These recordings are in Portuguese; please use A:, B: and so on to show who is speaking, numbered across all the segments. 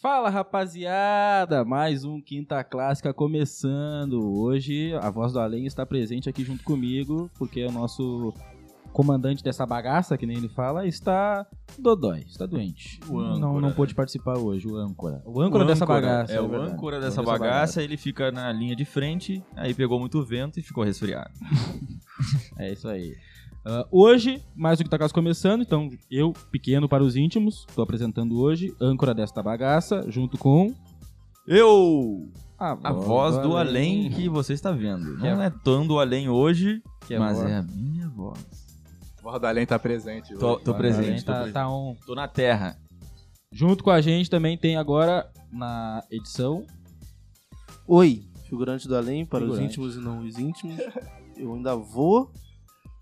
A: Fala rapaziada, mais um Quinta Clássica começando. Hoje a voz do além está presente aqui junto comigo, porque o nosso comandante dessa bagaça, que nem ele fala, está dodói, está doente.
B: O âncora,
A: não, não
B: né?
A: pôde participar hoje, o âncora. O âncora dessa bagaça.
B: É, o
A: verdade.
B: âncora dessa bagaça, ele fica na linha de frente, aí pegou muito vento e ficou resfriado.
A: É isso aí. Ah, hoje, mais um Quinta Clássica começando, então eu, pequeno para os íntimos, estou apresentando hoje, âncora desta bagaça, junto com...
B: Eu!
A: A,
B: A voz do além que você está vendo.
A: Que é-
B: Não é tão do além hoje,
A: Que é
B: mas
A: voz.
B: é a minha voz.
C: O do Além tá presente.
B: Tô,
C: hoje.
B: tô
A: Voz do além,
B: presente, tô,
A: Tá,
B: presente.
A: tá on.
B: Tô na terra.
A: Junto com a gente também tem agora na edição.
D: Oi, figurante do além, para os
A: Figurante.
D: íntimos e não os íntimos. Eu ainda vou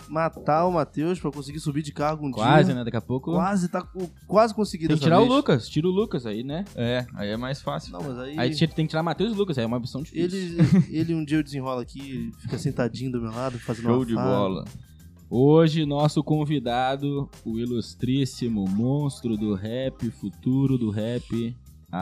D: matar o Matheus pra conseguir subir de cargo um
A: Quase,
D: dia.
A: né? Daqui a pouco.
D: Quase, tá, co- quase consegui
A: Tem que
D: dessa
A: tirar o
D: vez.
A: Lucas. Tira o Lucas aí, né?
B: É, aí é mais fácil.
D: Não, mas aí,
A: Aí tira- tem que tirar Matheus e Lucas. Aí é uma opção difícil.
D: ele, ele um dia eu desenrola aqui, ele fica sentadinho do meu lado, fazendo
B: Show
D: uma
B: de
D: farra.
B: bola.
A: Hoje, nosso convidado, o ilustríssimo monstro do rap, futuro do rap,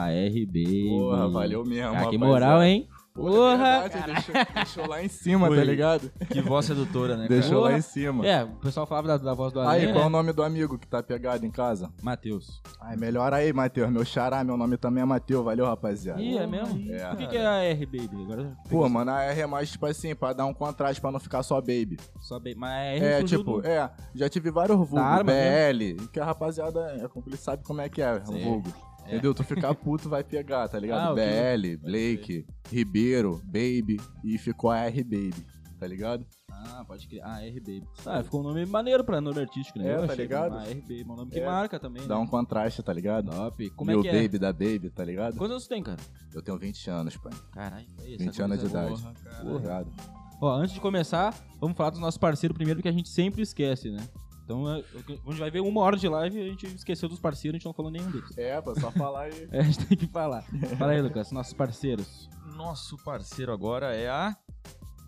A: ARB.
C: Porra, valeu mesmo.
A: Ah, que
C: rapaziada.
A: moral, hein?
C: Porra! é
A: Porra! Né,
C: verdade, deixou, deixou lá em cima,
B: Foi.
C: tá ligado?
B: Que voz sedutora, né, cara?
C: Deixou
A: Porra.
C: lá em cima.
A: É, o pessoal falava da, da voz do
C: Aí,
A: Além,
C: qual é o
A: né?
C: nome do amigo que tá pegado em casa?
A: Matheus.
C: Ai, melhor aí, Matheus. Meu xará, meu nome também é Matheus. Valeu, rapaziada.
A: Ih, é mesmo?
C: É.
A: Por que, que é a RBB? Agora
C: Pô, mano, a R é mais, tipo assim, pra dar um contraste, pra não ficar só baby.
A: só bem. Mas a R
C: É,
A: surgiu
C: tipo,
A: do-
C: é. Já tive vários vulgos,
A: arma, né?
C: BL, que a rapaziada é, compli- sabe como é que é,
A: Sim.
C: o vulgo. Entendeu? Tu ficar puto vai pegar, tá
A: Ah,
C: ligado?
A: ok.
C: BL, Blake, Ribeiro, Baby, e ficou a R Baby, tá ligado?
A: Ah, pode criar. Ah, RB. Ah, ficou um nome maneiro pra nome artístico, né?
C: É,
A: Eu
C: tá
A: achei que
C: ligado?
A: Ah, RB, um nome que
C: É.
A: marca também.
C: Dá
A: né?
C: um contraste, tá ligado?
A: Top. Como
C: Meu
A: é que é?
C: Baby da Baby, tá ligado?
A: Quantos anos tu tem, cara?
C: Eu tenho 20 anos, pai. Tá
A: Caralho, é isso.
C: 20 anos de idade.
B: Porra, cara.
C: Porrado.
A: Ó, antes de começar, vamos falar do nosso parceiro primeiro, que a gente sempre esquece, né? Então, é, o que- a gente vai ver uma hora de live e a gente esqueceu dos parceiros, a gente não falou nenhum deles.
C: É, pô, só falar aí.
A: É, a gente tem que falar. Fala aí, Lucas, nossos parceiros.
B: Nosso parceiro agora é a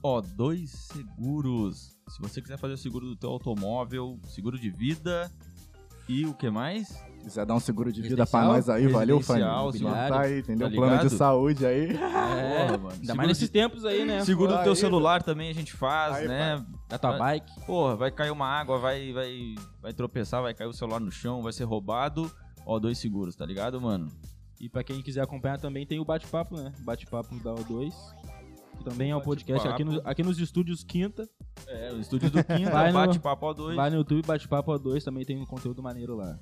B: O2 Seguros. Se você quiser fazer o seguro do teu automóvel, seguro de vida e o que mais?
C: Quiser dar um seguro de vida
A: Residencial,
C: pra nós aí, valeu,
B: residencial,
C: família.
A: imobiliário,
C: Tá aí, entendeu?
B: tá
C: Plano de
B: ligado?
C: saúde aí.
A: É,
B: Porra, mano.
A: ainda
B: Seguro
A: mais nesses
B: de-
A: tempos aí, né? Tá.
B: Seguro do teu
C: Aí,
B: celular também a gente faz,
C: Aí,
B: né?
A: Da tua
B: Ah.
A: bike.
B: Porra, vai cair uma água, vai, vai, vai tropeçar, vai cair o celular no chão, vai ser roubado. O2 Seguros, tá ligado, mano?
A: E pra quem quiser acompanhar também tem o bate-papo, né? Bate-papo da O2. Que também é um podcast aqui, no- aqui nos estúdios Quinta.
B: É, o estúdio do Quinta,
A: Vai no-
B: bate-papo O2.
A: Vai no YouTube, bate-papo O2, também tem um conteúdo maneiro lá.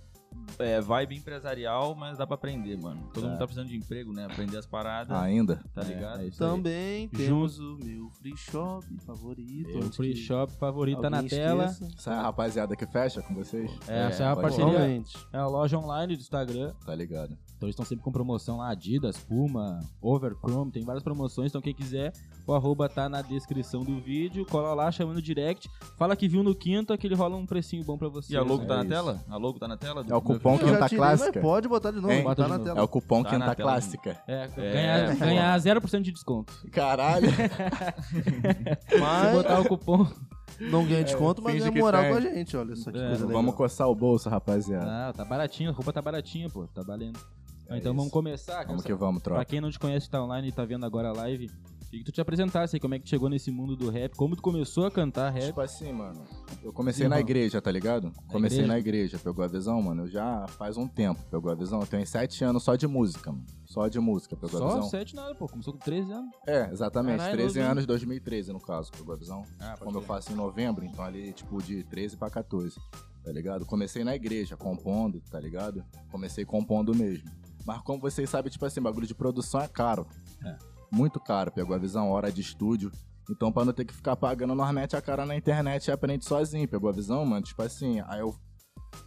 B: É, vibe empresarial, mas dá pra aprender, mano. Todo
A: Tá.
B: mundo tá precisando de emprego, né? Aprender as paradas,
C: Ainda.
B: tá ligado?
A: É, é isso aí.
D: Também temos o meu free shop favorito.
A: O
D: antes
A: um free
D: que
A: shop favorito tá na
D: alguém
A: tela.
D: esqueça.
C: Essa é a rapaziada que fecha com vocês?
A: É, essa é a
C: pode
A: parceria.
D: Totalmente.
A: É a loja online do Instagram.
C: Tá ligado.
A: Então eles estão sempre com promoção lá, Adidas, Puma, Overchrome, tem várias promoções. Então quem quiser, o arroba tá na descrição do vídeo. Cola lá, chama no direct. Fala que viu no quinta que ele rola um precinho bom pra você.
B: E a logo
A: né?
B: tá na
C: isso.
B: tela? A logo tá na tela? do-
C: É o
B: do-
C: cupom
D: Eu já
C: Quinta
D: tirei,
C: Clássica.
D: mas Pode botar de novo,
C: Hein?
D: botar na
A: tá Bota de
D: tela.
C: É o cupom
B: Tá na
C: Quinta
B: tela.
C: Clássica.
A: É, ganhar,
B: pô.
A: ganhar 0% de desconto.
C: Caralho.
A: Se
D: Mas
A: botar o cupom.
D: não ganha desconto, mas
C: finge
D: ganha
C: que
D: moral
C: tem.
D: com a gente. Olha só que
A: É,
D: coisa legal.
C: Vamos coçar o bolso, rapaziada.
A: Ah, tá baratinho, a roupa tá baratinha, pô, tá valendo.
C: É
A: então
C: isso.
A: vamos começar.
C: Vamos que
A: cara.
C: vamos,
A: Pra
C: troca.
A: quem não te conhece, tá online e tá vendo agora a live, queria que tu te apresentasse aí como é que tu chegou nesse mundo do rap, como tu começou a cantar rap.
C: Tipo assim, mano. Eu comecei
A: é? Sim,
C: na
A: mano.
C: igreja, tá ligado? comecei
A: igreja?
C: na igreja, pegou a visão, mano. Já faz um tempo, pegou a visão. Eu tenho sete anos só de música, mano. Só de música, pegou a
A: Só
C: visão.
A: sete nada, pô, começou com 13 anos.
C: É, exatamente.
A: Caralho,
C: 13
A: novinho.
C: anos, 2013, no caso, pegou a visão.
A: Ah,
C: Como eu faço em novembro, então ali, tipo, de 13 pra 14, tá ligado? Comecei na igreja, compondo, tá ligado? Comecei compondo mesmo. Mas como vocês sabem, tipo assim, bagulho de produção é caro.
A: É.
C: Muito caro, pegou a visão, hora de estúdio. Então, pra não ter que ficar pagando, nós mete a cara na internet e aprende sozinho, pegou a visão, mano? Tipo assim, aí eu.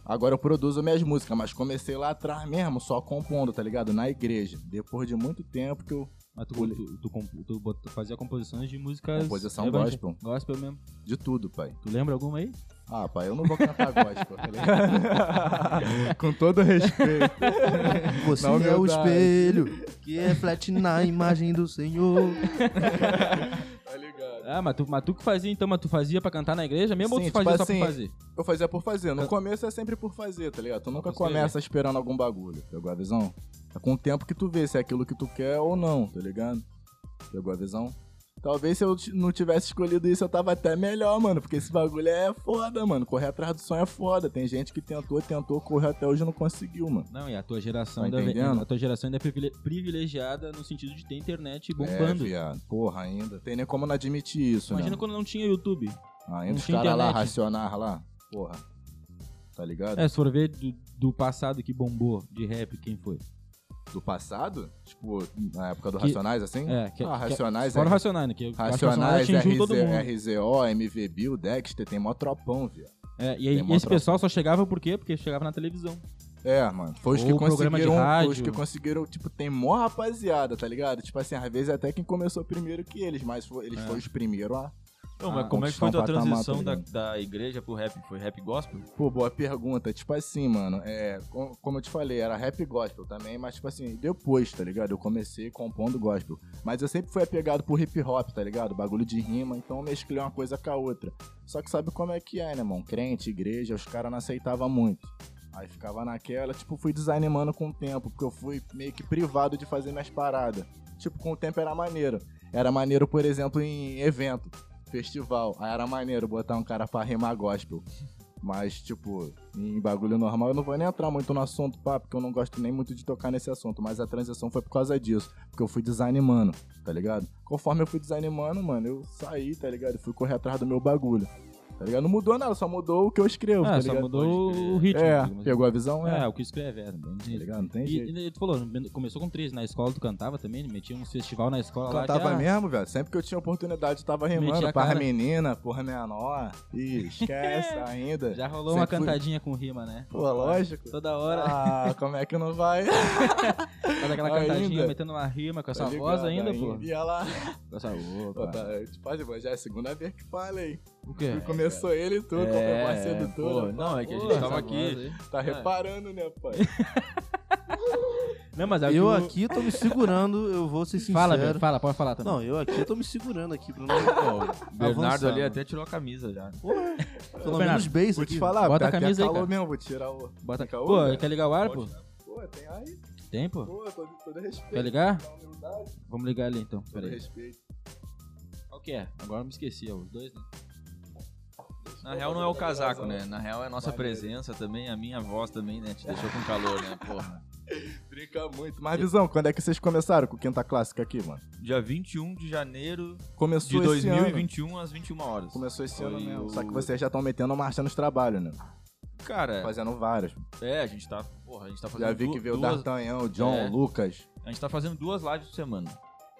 C: Agora eu produzo minhas músicas, mas comecei lá atrás mesmo, só compondo, tá ligado? Na igreja. Depois de muito tempo que eu.
A: Mas tu,
C: Olhei.
A: tu, tu comp- tu bot- fazia composições de músicas.
C: Composição
A: evangé-
C: gospel.
A: Gospel mesmo.
C: De tudo, pai.
A: Tu lembra alguma aí?
C: Ah, pai, eu não vou cantar gospel, tá ligado? Com todo respeito.
D: Você
C: Na
D: é o
C: humildade.
D: espelho que reflete na imagem do Senhor.
C: Tá ligado?
A: Ah, mas tu, mas tu que fazia então, mas tu fazia pra cantar na igreja mesmo ou
C: Sim,
A: tu fazia
C: tipo
A: só
C: assim,
A: pra fazer?
C: Eu fazia por fazer. No começo é sempre por fazer, tá ligado? Tu nunca
A: Por fazer.
C: começa esperando algum bagulho, pegou a visão? É com o tempo que tu vê se é aquilo que tu quer ou não, tá ligado? Pegou a visão? Talvez se eu t- não tivesse escolhido isso, eu tava até melhor, mano. Porque esse bagulho é foda, mano. Correr atrás do sonho é foda. Tem gente que tentou, tentou, correu até hoje e não conseguiu, mano.
A: Não, e a tua geração
C: Tá
A: ainda vem-
C: entendendo?
A: a tua geração ainda é privile- privilegiada no sentido de ter internet bombando.
C: É, viado. Porra, ainda. Tem nem como não admitir isso,
A: Imagina
C: né?
A: quando não tinha YouTube.
C: mano? Ainda
A: não
C: os
A: tinha
C: caras lá,
A: internet.
C: racionar lá. Porra. Tá ligado?
A: É, se for ver do, do passado que bombou de rap, quem foi?
C: Do passado? Tipo, na época do
A: Que-
C: Racionais, assim?
A: É, que,
C: ah,
A: que,
C: Racionais,
A: fora o
C: é.
A: Racionais, né? Que eu acho que o
C: Racionais,
A: atingiu todo mundo.
C: RZ, RZO, MV Bill, Dexter, tem mó tropão, viado.
A: É, e aí,
C: Tem mó
A: esse
C: troca.
A: pessoal só chegava por quê? Porque chegava na televisão.
C: É, mano. Foi os
A: Ou
C: que
A: programa de
C: conseguiram. Foi os
A: rádio.
C: que conseguiram. Tipo, tem mó rapaziada, tá ligado? Tipo assim, às vezes até quem começou primeiro que eles, mas foi- eles
A: É.
C: foram os primeiros a.
B: Não, mas
C: Ah,
B: como é que foi
C: conquistar
B: tua
C: um patamar,
B: transição da,
C: tá ligado?
B: da igreja pro rap? Foi rap gospel?
C: Pô, boa pergunta. Tipo assim, mano. É, co- como eu te falei, era rap gospel também, mas tipo assim, depois, tá ligado? Eu comecei compondo gospel. Mas eu sempre fui apegado por hip hop, tá ligado? Bagulho de rima, então eu mesclei uma coisa com a outra. Só que sabe como é que é, né, mano? Crente, igreja, os caras não aceitavam muito. Aí ficava naquela, tipo, fui desanimando com o tempo, porque eu fui meio que privado de fazer minhas paradas. Tipo, com o tempo era maneiro. Era maneiro, por exemplo, em evento, festival. Aí era maneiro botar um cara pra rimar gospel. Mas, tipo, em bagulho normal, eu não vou nem entrar muito no assunto, pá, porque eu não gosto nem muito de tocar nesse assunto. Mas a transição foi por causa disso, porque eu fui desanimando, tá ligado? Conforme eu fui desanimando, mano, eu saí, tá ligado? Fui correr atrás do meu bagulho, tá ligado? Não mudou nada, só mudou o que eu escrevo, tá
A: ah, só
C: ligado?
A: mudou
B: Pode crer.
A: o ritmo.
C: É,
A: digamos assim.
C: pegou a visão? É,
A: É, o que escreve, é. Bem
C: tá
A: direito.
C: ligado? Não tem
A: E,
C: jeito.
A: e tu falou, começou com 13, na escola tu cantava também, metia um festival na escola
C: Cantava
A: lá. que, ah,
C: mesmo, velho. Sempre que eu tinha oportunidade, eu tava
A: Metia a
C: rimando. Parra
A: cara.
C: menina, porra menor. Ih, esquece ainda.
A: Já rolou
C: Sempre
A: uma
C: fui.
A: cantadinha com rima, né?
C: Pô, lógico.
A: Toda hora,
C: Ah, como é que não vai?
A: Tá faz aquela
C: ainda.
A: cantadinha, metendo uma rima com essa
C: Tá
A: voz
C: ligado?
A: ainda,
C: Aí
A: pô.
C: Ia lá.
A: Com essa
C: Pô,
A: roupa.
C: tá, eu te falo, irmão, já é a segunda vez que falei.
A: O quê?
C: Começou ele e tu, como é parceiro
B: pô,
C: todo.
B: Não, é que a
A: É, Pô, É.
B: gente
A: essa
B: tava
A: voz
B: aqui.
A: aí.
C: Tá reparando, né, pai?
A: Não, mas é o que
D: Eu
A: o-
D: aqui tô me segurando, eu vou ser sincero.
A: Fala, Beto, fala, pode falar também.
D: Não, eu aqui tô me segurando aqui pra não.
B: Bernardo
D: avançar,
B: ali
D: mano.
B: até tirou a camisa já.
D: Pelo
A: Bernardo,
D: menos base
C: Vou te
D: aqui.
C: falar,
A: Bota a
C: até
A: camisa aí,
C: calor
A: cara.
C: mesmo, vou tirar o...
A: Bota...
C: Fica
A: Pô,
C: um,
A: quer ligar o ar, pô?
B: Pode, né?
C: Pô, tem aí,
A: Tem, pô?
C: pô, todo, todo respeito.
A: Quer ligar?
C: Tá, humildade,
A: Vamos ligar ali então,
C: Todo
A: peraí.
C: respeito.
A: Qual que é? Agora eu me esqueci, ó, os dois, né?
B: Na real não é o casaco,
C: Razão.
B: né? Na real é a nossa
C: Maneiro.
B: presença também, a minha voz também, né? Te deixou com calor, né? Porra.
C: Brinca muito. Mas, Visão, quando é que vocês começaram com o Quinta Clássica aqui, mano?
B: Dia 21 de janeiro
C: Começou
B: de
C: esse
A: um.
C: ano.
B: 2021 às 21 horas.
C: Começou esse
B: Foi
C: ano mesmo.
B: o-
C: Só que vocês já estão metendo marcha nos trabalhos, né?
B: Cara,
C: Fazendo vários.
B: é, a gente tá, porra, a gente tá fazendo
C: Já vi
B: du-
C: que veio o
B: duas,
C: D'Artagnan, o John,
B: É.
C: o Lucas.
B: a gente tá fazendo duas lives por semana.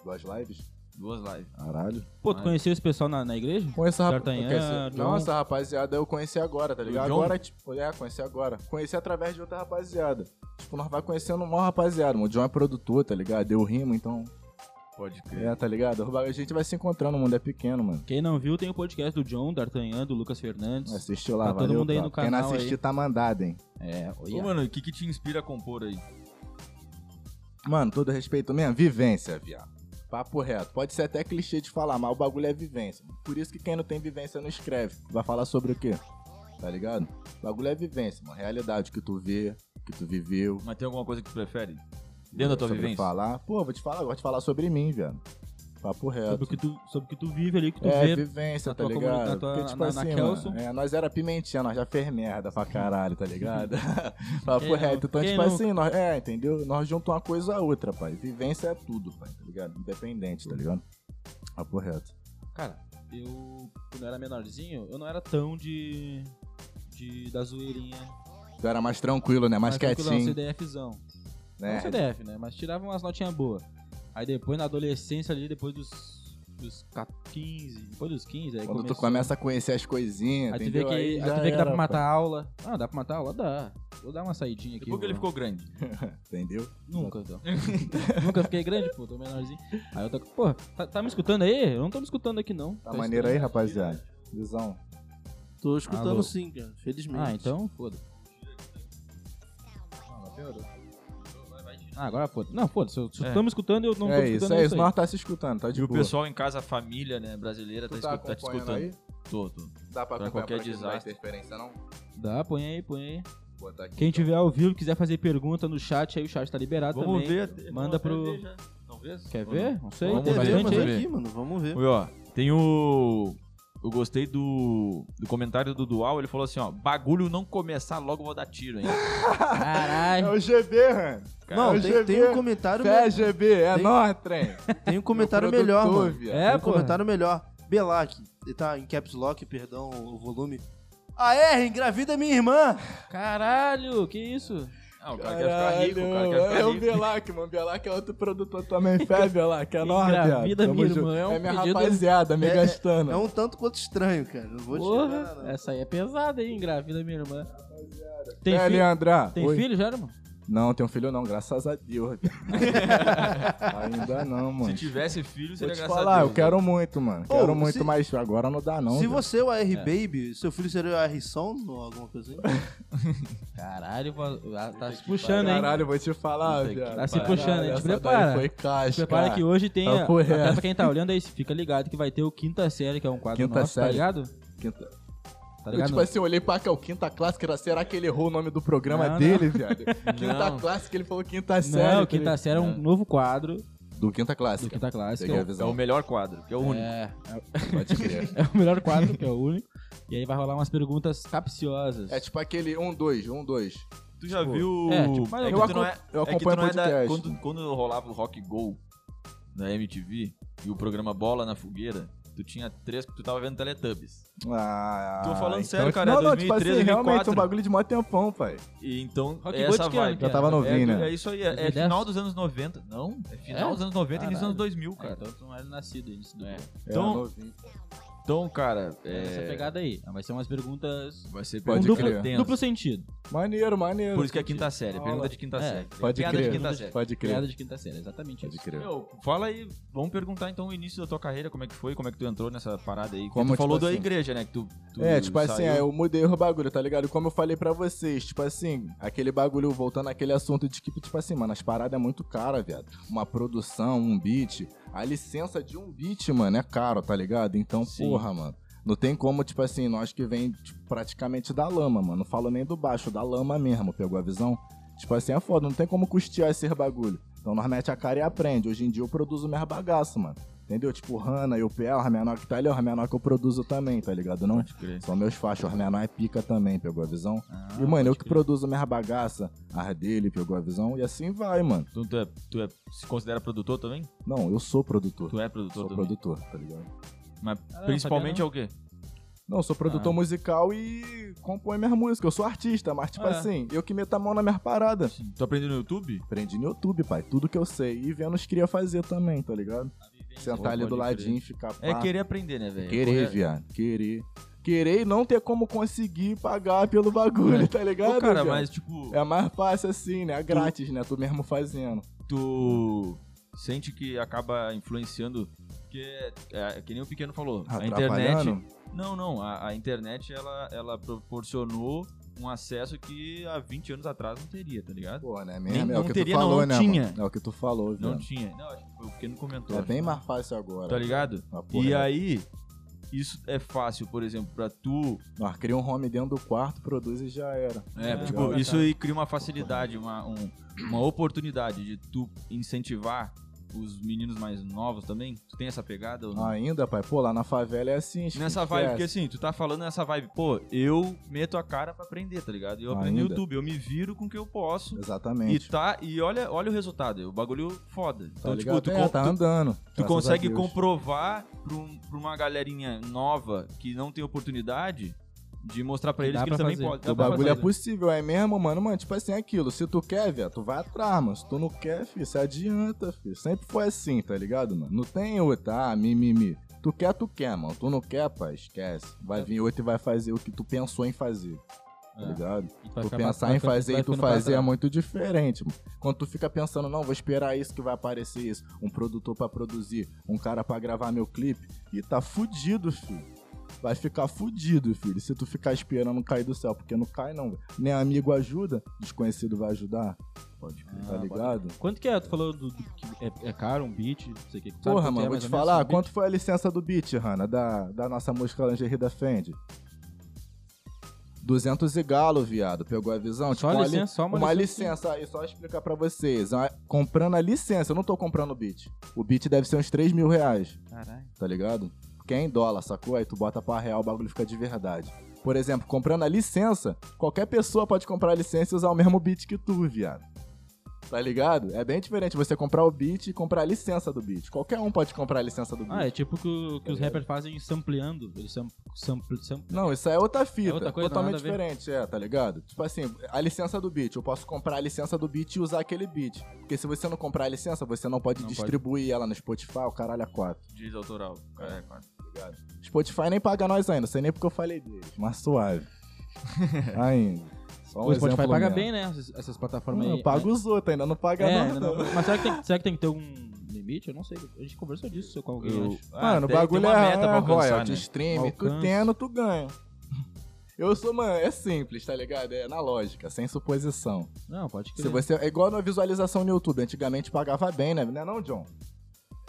C: Duas lives?
B: Duas lives.
C: Caralho.
A: Pô, tu conheceu esse pessoal na, na igreja?
C: Com essa rapa-
A: D'Artagnan,
C: quer dizer,
A: John.
C: Não, essa rapaziada eu conheci agora, tá ligado?
B: John?
C: Agora, tipo, é, conheci agora. Conheci através de outra rapaziada. Tipo, nós vai conhecendo uma rapaziada. mano. O John é produtor, tá ligado? Eu rimo, então.
B: Pode crer.
C: É, tá ligado? A gente vai se encontrando, o mundo é pequeno, mano.
A: Quem não viu, tem o podcast do John, D'Artagnan, do Lucas Fernandes.
C: Assistiu lá,
A: Tá todo
C: valeu,
A: mundo aí
C: tropa.
A: no
C: Quem não
A: canal aí.
C: assistir tá mandado, hein?
A: É,
B: Ô, mano, o que que te inspira a compor aí?
C: Mano, todo respeito mesmo, vivência, viado. Papo reto. Pode ser até clichê de falar, mas o bagulho é vivência. Por isso que quem não tem vivência não escreve. Vai falar sobre o quê? Tá ligado? O bagulho é vivência, mano. Realidade o que tu vê, o que tu viveu.
B: Mas tem alguma coisa que tu prefere? Dentro da tua
C: sobre
B: vivência?
C: falar. Pô, vou te falar, eu gosto de falar sobre mim, velho. Papo reto.
A: sobre o, que tu, sobre o que tu vive ali, o que tu
C: É,
A: vê.
C: vivência,
A: na
C: tá
A: tua comuni- na
C: ligado?
A: tua-
C: Porque, tipo
A: na- na
C: assim,
A: Kelson.
C: mano, é, nós era pimentinha, nós já fez merda pra caralho, tá ligado?
A: Uhum.
C: Papo
A: Quem
C: reto.
A: não?
C: Então,
A: Quem
C: tipo
A: nunca?
C: assim, nós, é, entendeu? Nós juntamos uma coisa a outra, pai. Vivência é tudo, pai, tá ligado? Independente, tá ligado? Papo reto.
A: Cara, eu, quando eu era menorzinho, eu não era tão de. de da zoeirinha.
C: Tu era mais tranquilo, né? Mais,
A: tranquilão,
C: quietinho,
A: CDFzão. Não
C: né?
A: CDF, né? Mas tirava umas notinhas boas. Aí depois, na adolescência ali, depois dos. dos 15, depois dos 15, aí
C: Quando tu
A: começou-
C: começa a conhecer as coisinhas,
A: Aí tu vê
C: entendeu?
A: que, aí
C: Aí já
A: tu vê que dá pra
C: era,
A: matar a aula. Ah, dá pra matar a aula? Dá. Vou dar uma saidinha aqui.
B: Depois que ele
A: vou-
B: ficou grande.
C: pai, entendeu?
A: Nunca, então. Nunca fiquei grande, pô, tô menorzinho. Aí eu tô. Pô, tá, tá me escutando aí? Eu não tô me escutando aqui, não.
C: Tá
A: Tá
C: maneiro aí,
A: estranho.
C: rapaziada. Visão.
D: Tô escutando
A: Alô.
D: sim, cara.
A: então, Ah,
D: Felizmente.
A: então, foda.
B: Vai, vai, tira.
A: Ah, agora foda. Não, foda, se
B: É.
A: estamos escutando, eu não tô
C: é isso,
A: escutando
C: é
A: isso
C: isso.
A: aí.
C: Nós tá se escutando, tá de
B: E o
C: boa.
B: pessoal em casa, a família né, brasileira, tá,
C: Tu tá
B: escu- tá te
C: acompanhando
B: escutando.
C: aí?
B: Tô, tô.
C: Dá pra
B: Pra
C: acompanhar
B: qualquer
C: pra gente, não dá
B: desastre.
C: interferência, não?
A: Dá, põe aí, põe aí.
C: Botar aqui,
A: Quem
C: então.
A: tiver ao vivo, quiser fazer pergunta no chat, aí o chat tá liberado
B: Vamos
A: também.
B: ver.
A: Manda pro-
B: Vamos ver já. Não vê?
A: Quer
B: Ou
A: ver?
B: não?
A: Não sei.
B: Vamos
A: tem
B: ver,
A: bastante
B: vamos
A: aí.
B: ver.
D: aqui, mano. Vamos ver.
B: Oi, ó. Tem o. Eu gostei do, do comentário do Dual. Ele falou assim: ó, bagulho não começar logo, eu vou dar tiro, hein?
C: É
A: Caralho.
C: o GB, Han.
D: Não,
C: Cara,
D: tem,
C: GB,
D: tem um comentário,
C: Fé,
D: me-
C: GB, é
D: Tem-
C: nóis, trem.
D: tem um comentário
C: Meu
D: melhor,
C: produtor,
D: mano.
C: viado.
A: É,
D: Tem um
A: porra.
D: comentário melhor. Belac, ele tá em caps lock, perdão, o volume. A R, engravida minha irmã!
A: Caralho, que isso?
B: Ah,
A: É,
B: o cara quer ficar rico, o cara quer
C: é
B: ficar
C: o
B: rico.
C: Belac, mano. Belac é outro produtor também, fé, Belac. É nóis,
A: Engravida
C: viado.
A: minha
C: Tamo junto.
A: irmã, é um
C: minha
A: pedido-
C: rapaziada, me
D: É-
C: gastando.
D: É um tanto quanto estranho, cara. Não vou te né? enganar,
A: Porra,
D: não.
A: essa aí é pesada, hein? Engravida minha irmã. Tem,
C: É,
A: filho?
C: Leandra.
A: Tem
C: Oi.
A: filho já, irmão?
C: Não, tem um filho não, graças a Deus. viado. Ainda não,
B: Se
C: mano.
B: tivesse filho,
C: Vou
B: seria
C: te
B: graças
C: falar,
B: a Deus. né?
C: eu quero muito, mano. Quero
D: Ô,
C: muito,
D: se-
C: mas agora não dá, não.
D: Se
C: viado.
D: você é o R Baby, seu filho seria o R Son ou alguma coisa assim?
A: Caralho, vo- ah, tá se puxando, hein?
C: Caralho, eu vou te falar,
B: Puta que
C: viado.
A: Tá se
C: Caralho,
A: puxando, hein? Te
C: essa daí
A: prepara.
C: Foi caixa,
A: Se prepara que hoje tem.
C: Tá por
A: Até
C: reto.
A: pra quem tá olhando aí, fica ligado que vai ter o quinta série, que é um quadro
C: Quinta
A: nosso, tá
C: série.
A: ligado?
C: Quinta-
A: Tá
C: eu,
A: ligado?
C: tipo
A: não?
C: assim, eu olhei pra cá, o Quinta Clássica era, será que ele errou o nome do programa
A: Não, não.
C: dele, viado? Quinta
B: Não.
C: Clássica, ele falou Quinta Série.
A: não,
C: tá
A: o quinta
C: ligado?
A: série é um
B: Não.
A: novo quadro
C: Do Quinta
A: do
C: Clássica.
A: Quinta Clássica.
C: Peguei a
A: É,
B: É o
C: visão.
B: melhor quadro, que é o único.
A: é,
C: Pode crer.
A: é o melhor quadro, que é o único. E aí vai rolar umas perguntas capciosas.
C: É tipo aquele 1, 2, 1, 2.
B: Tu já
A: Tipo,
B: viu.
A: é, tipo, mas
B: que
A: eu
B: tu
C: aco-
B: não é-
C: eu
B: é que tu
C: acompanho
B: não é da-
C: podcast.
B: quando, quando rolava o Rock Go na MTV e o programa Bola na Fogueira, tu tinha três. Tu tava vendo Teletubbies.
C: Ah,
B: Tô falando
C: então-
B: sério, cara, é
C: Não, não, tipo
B: 2003,
C: assim, realmente,
B: 2004.
C: um bagulho de mó tempão, pai.
B: E então,
A: Rock
B: é
A: Go de
B: essa
A: que ano
B: vibe.
A: que é?
C: Eu tava
B: é,
C: novinho,
B: do- é
C: né?
B: isso aí, é, é
A: 2010?
B: final dos anos 90. Não, é final
A: É?
B: dos anos 90 e início dos
A: Caralho.
B: anos 2000,
A: É,
B: cara.
A: então tu não era nascido ainda. isso não é.
B: Então-
C: É, novinho.
B: Então, cara, é...
A: Essa pegada aí. Vai ser umas perguntas
B: vai ser
A: com
C: Pode
B: pergunta
A: duplo,
C: crer.
B: tensa.
A: duplo sentido.
C: Maneiro, maneiro.
B: Por isso que é quinta série, é pergunta de quinta
A: É,
B: série.
C: Pode
B: Piada de
C: crer,
B: quinta série.
C: pode crer.
A: Piada de quinta série, exatamente
C: Pode
A: isso.
C: crer.
B: Meu, fala aí, vamos perguntar então o início da tua carreira, como é que foi, como é que tu entrou nessa parada aí. Porque
C: Como,
B: tu
C: tipo
B: falou da
C: assim?
B: igreja, né? Que tu, tu
C: É, tipo assim,
B: saiu.
C: é, eu mudei o bagulho, tá ligado? Como eu falei pra vocês, tipo assim, aquele bagulho, voltando àquele assunto de que, tipo assim, mano, as paradas é muito cara, viado. Uma produção, um beat. A licença de um beat, mano, é caro, tá ligado? Então,
B: Sim.
C: porra, mano. Não tem como, tipo assim, nós que vem tipo, praticamente da lama, mano. Não falo nem do baixo, da lama mesmo, pegou a visão? Tipo assim, é foda, não tem como custear esse bagulho. Então nós mete a cara e aprende. Hoje em dia eu produzo minhas bagaças, mano. Entendeu? Tipo, Hanna, UPL, Ramenor que tá ali, o Ramenor que eu produzo também, tá ligado? Não
B: Pode crer.
C: são meus faixas, o Armenó é pica também, pegou a visão?
B: Ah,
C: e, mano, eu
B: pode
C: que
B: crer.
C: produzo minhas bagaça, as dele, pegou a visão? E assim vai, mano.
B: Então tu, é, tu é- se considera produtor também?
C: Não, eu sou produtor.
B: Tu é produtor
C: sou
B: também.
C: produtor, tá ligado?
B: Mas
A: Ah, não, sabia
B: principalmente é o quê?
C: Não, eu sou produtor
A: Ah.
C: musical e compõe minhas músicas. Eu sou artista, mas tipo
A: É.
B: Ah.
C: assim, eu que meto a mão nas minhas paradas.
B: Tu aprendeu no YouTube?
C: Aprendi no YouTube, pai, tudo que eu sei. E vendo os cria fazer também, tá ligado?
B: Pô,
C: Sentar ali do
B: pode crer.
C: ladinho, ficar pá.
B: É querer aprender, né, velho?
C: Querer,
B: Porque-
C: viado. Querer. Querer e não ter como conseguir pagar pelo bagulho, tá ligado?
B: Pô, É. cara,
C: viado?
B: mas tipo,
C: É mais fácil assim, né? Grátis, né? Tu mesmo fazendo.
B: tu sente que acaba influenciando. Porque, é, é que nem o Pequeno falou,
C: Tá
B: a internet
C: Atrapalhando?
B: Não, não. A, a internet ela, ela proporcionou um acesso que há 20 anos atrás não teria, tá ligado?
C: Pô, né?
B: Nem-
C: Mesmo, é
B: não
C: o que
B: teria,
C: tu
B: não,
C: falou,
B: não
C: né?
B: tinha.
C: Mano? É o que tu falou,
B: Não
C: velho.
B: tinha. Não, acho que foi o pequeno comentou.
C: É
B: acho,
C: bem
B: né?
C: mais fácil agora.
B: Tá ligado?
C: Uma porra,
B: E
C: né?
B: aí, isso é fácil, por exemplo, pra tu.
C: Nós cria um home dentro do quarto, produz e já era. Tá
B: É,
A: Ah,
B: tipo,
A: legal.
B: isso aí cria uma facilidade, uma, um- uma oportunidade de tu incentivar os meninos mais novos também. Tu tem essa pegada? Ou não?
C: Ainda, pai, pô, lá na favela é assim. esquece.
B: Nessa vibe, porque assim, tu tá falando nessa vibe, pô, eu meto a cara pra aprender, tá ligado? Eu aprendo no
C: Ainda.
B: YouTube, eu me viro com o que eu posso. assim, E
C: Exatamente.
B: tá, e olha, olha o resultado, é o bagulho foda.
C: Tá
B: Então, tipo,
C: ligado?
B: tu,
C: É,
B: con-
C: tá
B: tu-
C: andando.
B: tu
C: graças a
B: consegue
C: Deus.
B: comprovar pra, um- pra uma galerinha nova que não tem oportunidade de mostrar pra
A: Que
B: eles
A: dá
B: que eles
A: pra
B: também
A: fazer.
B: podem.
A: O
B: Dá
C: O
B: pra
C: bagulho é
B: fazer.
C: possível, é mesmo, mano? Mano, tipo assim, é aquilo. Se tu quer, velho, tu vai atrás, mano. Se tu não quer, filho, se adianta, filho. Sempre foi assim, tá ligado, mano? Não tem outra, ah, mimimi. Tu quer, tu quer, mano. Tu não quer, pai, esquece.
B: É.
C: Vai vir outro e vai fazer o que tu pensou em fazer, tá
A: É.
C: ligado?
A: E tu vai
C: tu
A: ficar pra
C: pensar
A: trás,
C: em fazer
A: vai
C: e tu
A: ficando pra
C: fazer é
A: trás.
C: muito diferente, mano. Quando tu fica pensando, não, vou esperar isso que vai aparecer isso. Um produtor pra produzir, um cara pra gravar meu clipe. E tá fudido, filho. Vai ficar fudido, filho. Se tu ficar esperando cair do céu, porque não cai não. velho. Nem amigo ajuda, desconhecido vai ajudar.
B: Pode crer.
A: Ah,
C: tá ligado?
A: Quanto que é? Tu falou do, do- que é, é caro um beat, não sei o que. Sabe
C: Porra,
A: quanto
C: mano,
A: é,
C: vou
A: mais
C: te
A: ou menos,
C: falar,
A: um beat?
C: quanto foi a licença do beat, Hanna, da, da nossa música Lingerie da Fendi? 200 e galo, viado. Pegou a visão?
A: Só
C: tipo, uma li-
A: licença, só uma
C: uma, licença aí, só explicar pra vocês. Ah, Comprando a licença, eu não tô comprando o beat. O beat deve ser uns 3 mil reais,
B: Caralho.
C: tá ligado? Porque é em dólar, sacou? Aí tu bota pra real, o bagulho fica de verdade. Por exemplo, comprando a licença, qualquer pessoa pode comprar a licença e usar o mesmo beat que tu, viado. Tá ligado? É bem diferente você comprar o beat e comprar a licença do beat. Qualquer um pode comprar a licença do beat.
A: Ah, é tipo que, o- que os rappers fazem sampleando. Eles sam, sampl- sam-
C: Não, isso aí é outra fita.
A: É outra coisa,
C: totalmente
A: nada a ver.
C: diferente, é, tá ligado? Tipo assim, a licença do beat. Eu posso comprar a licença do beat e usar aquele beat. Porque se você não comprar a licença, você não pode
A: Não pode.
C: distribuir ela no Spotify, o caralho a quatro.
B: Diz autoral. É, quase.
C: Spotify nem paga nós ainda, sei nem porque eu falei deles, mas suave. ainda. Só um
A: o Spotify
C: exemplo
A: paga
C: mesmo.
A: bem, né? Essas, essas plataformas
C: Hum,
A: aí.
C: eu pago os outros, ainda não paga
A: né? É,
C: nós,
A: ainda não-
C: não.
A: Mas será que, tem, será que tem que ter um limite? Eu não sei. A gente conversou disso com alguém,
B: Eu-
A: acho.
B: Ah,
C: Mano, o
B: deve ter
C: bagulho
B: uma
C: é
B: meta pra
C: é
B: alcançar,
C: royalty,
B: né?
C: stream, tu
A: Alcance.
C: tendo, tu ganha. Eu sou, mano, é simples, tá ligado? É na lógica, sem suposição.
A: Não, pode
C: Se
A: crer.
C: você, é igual na visualização no YouTube. Antigamente pagava bem, né? Não é não, John?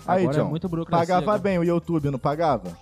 C: Aí,
A: Agora é
C: John.
A: muita burocracia.
C: pagava
A: agora.
C: bem o YouTube, não pagava?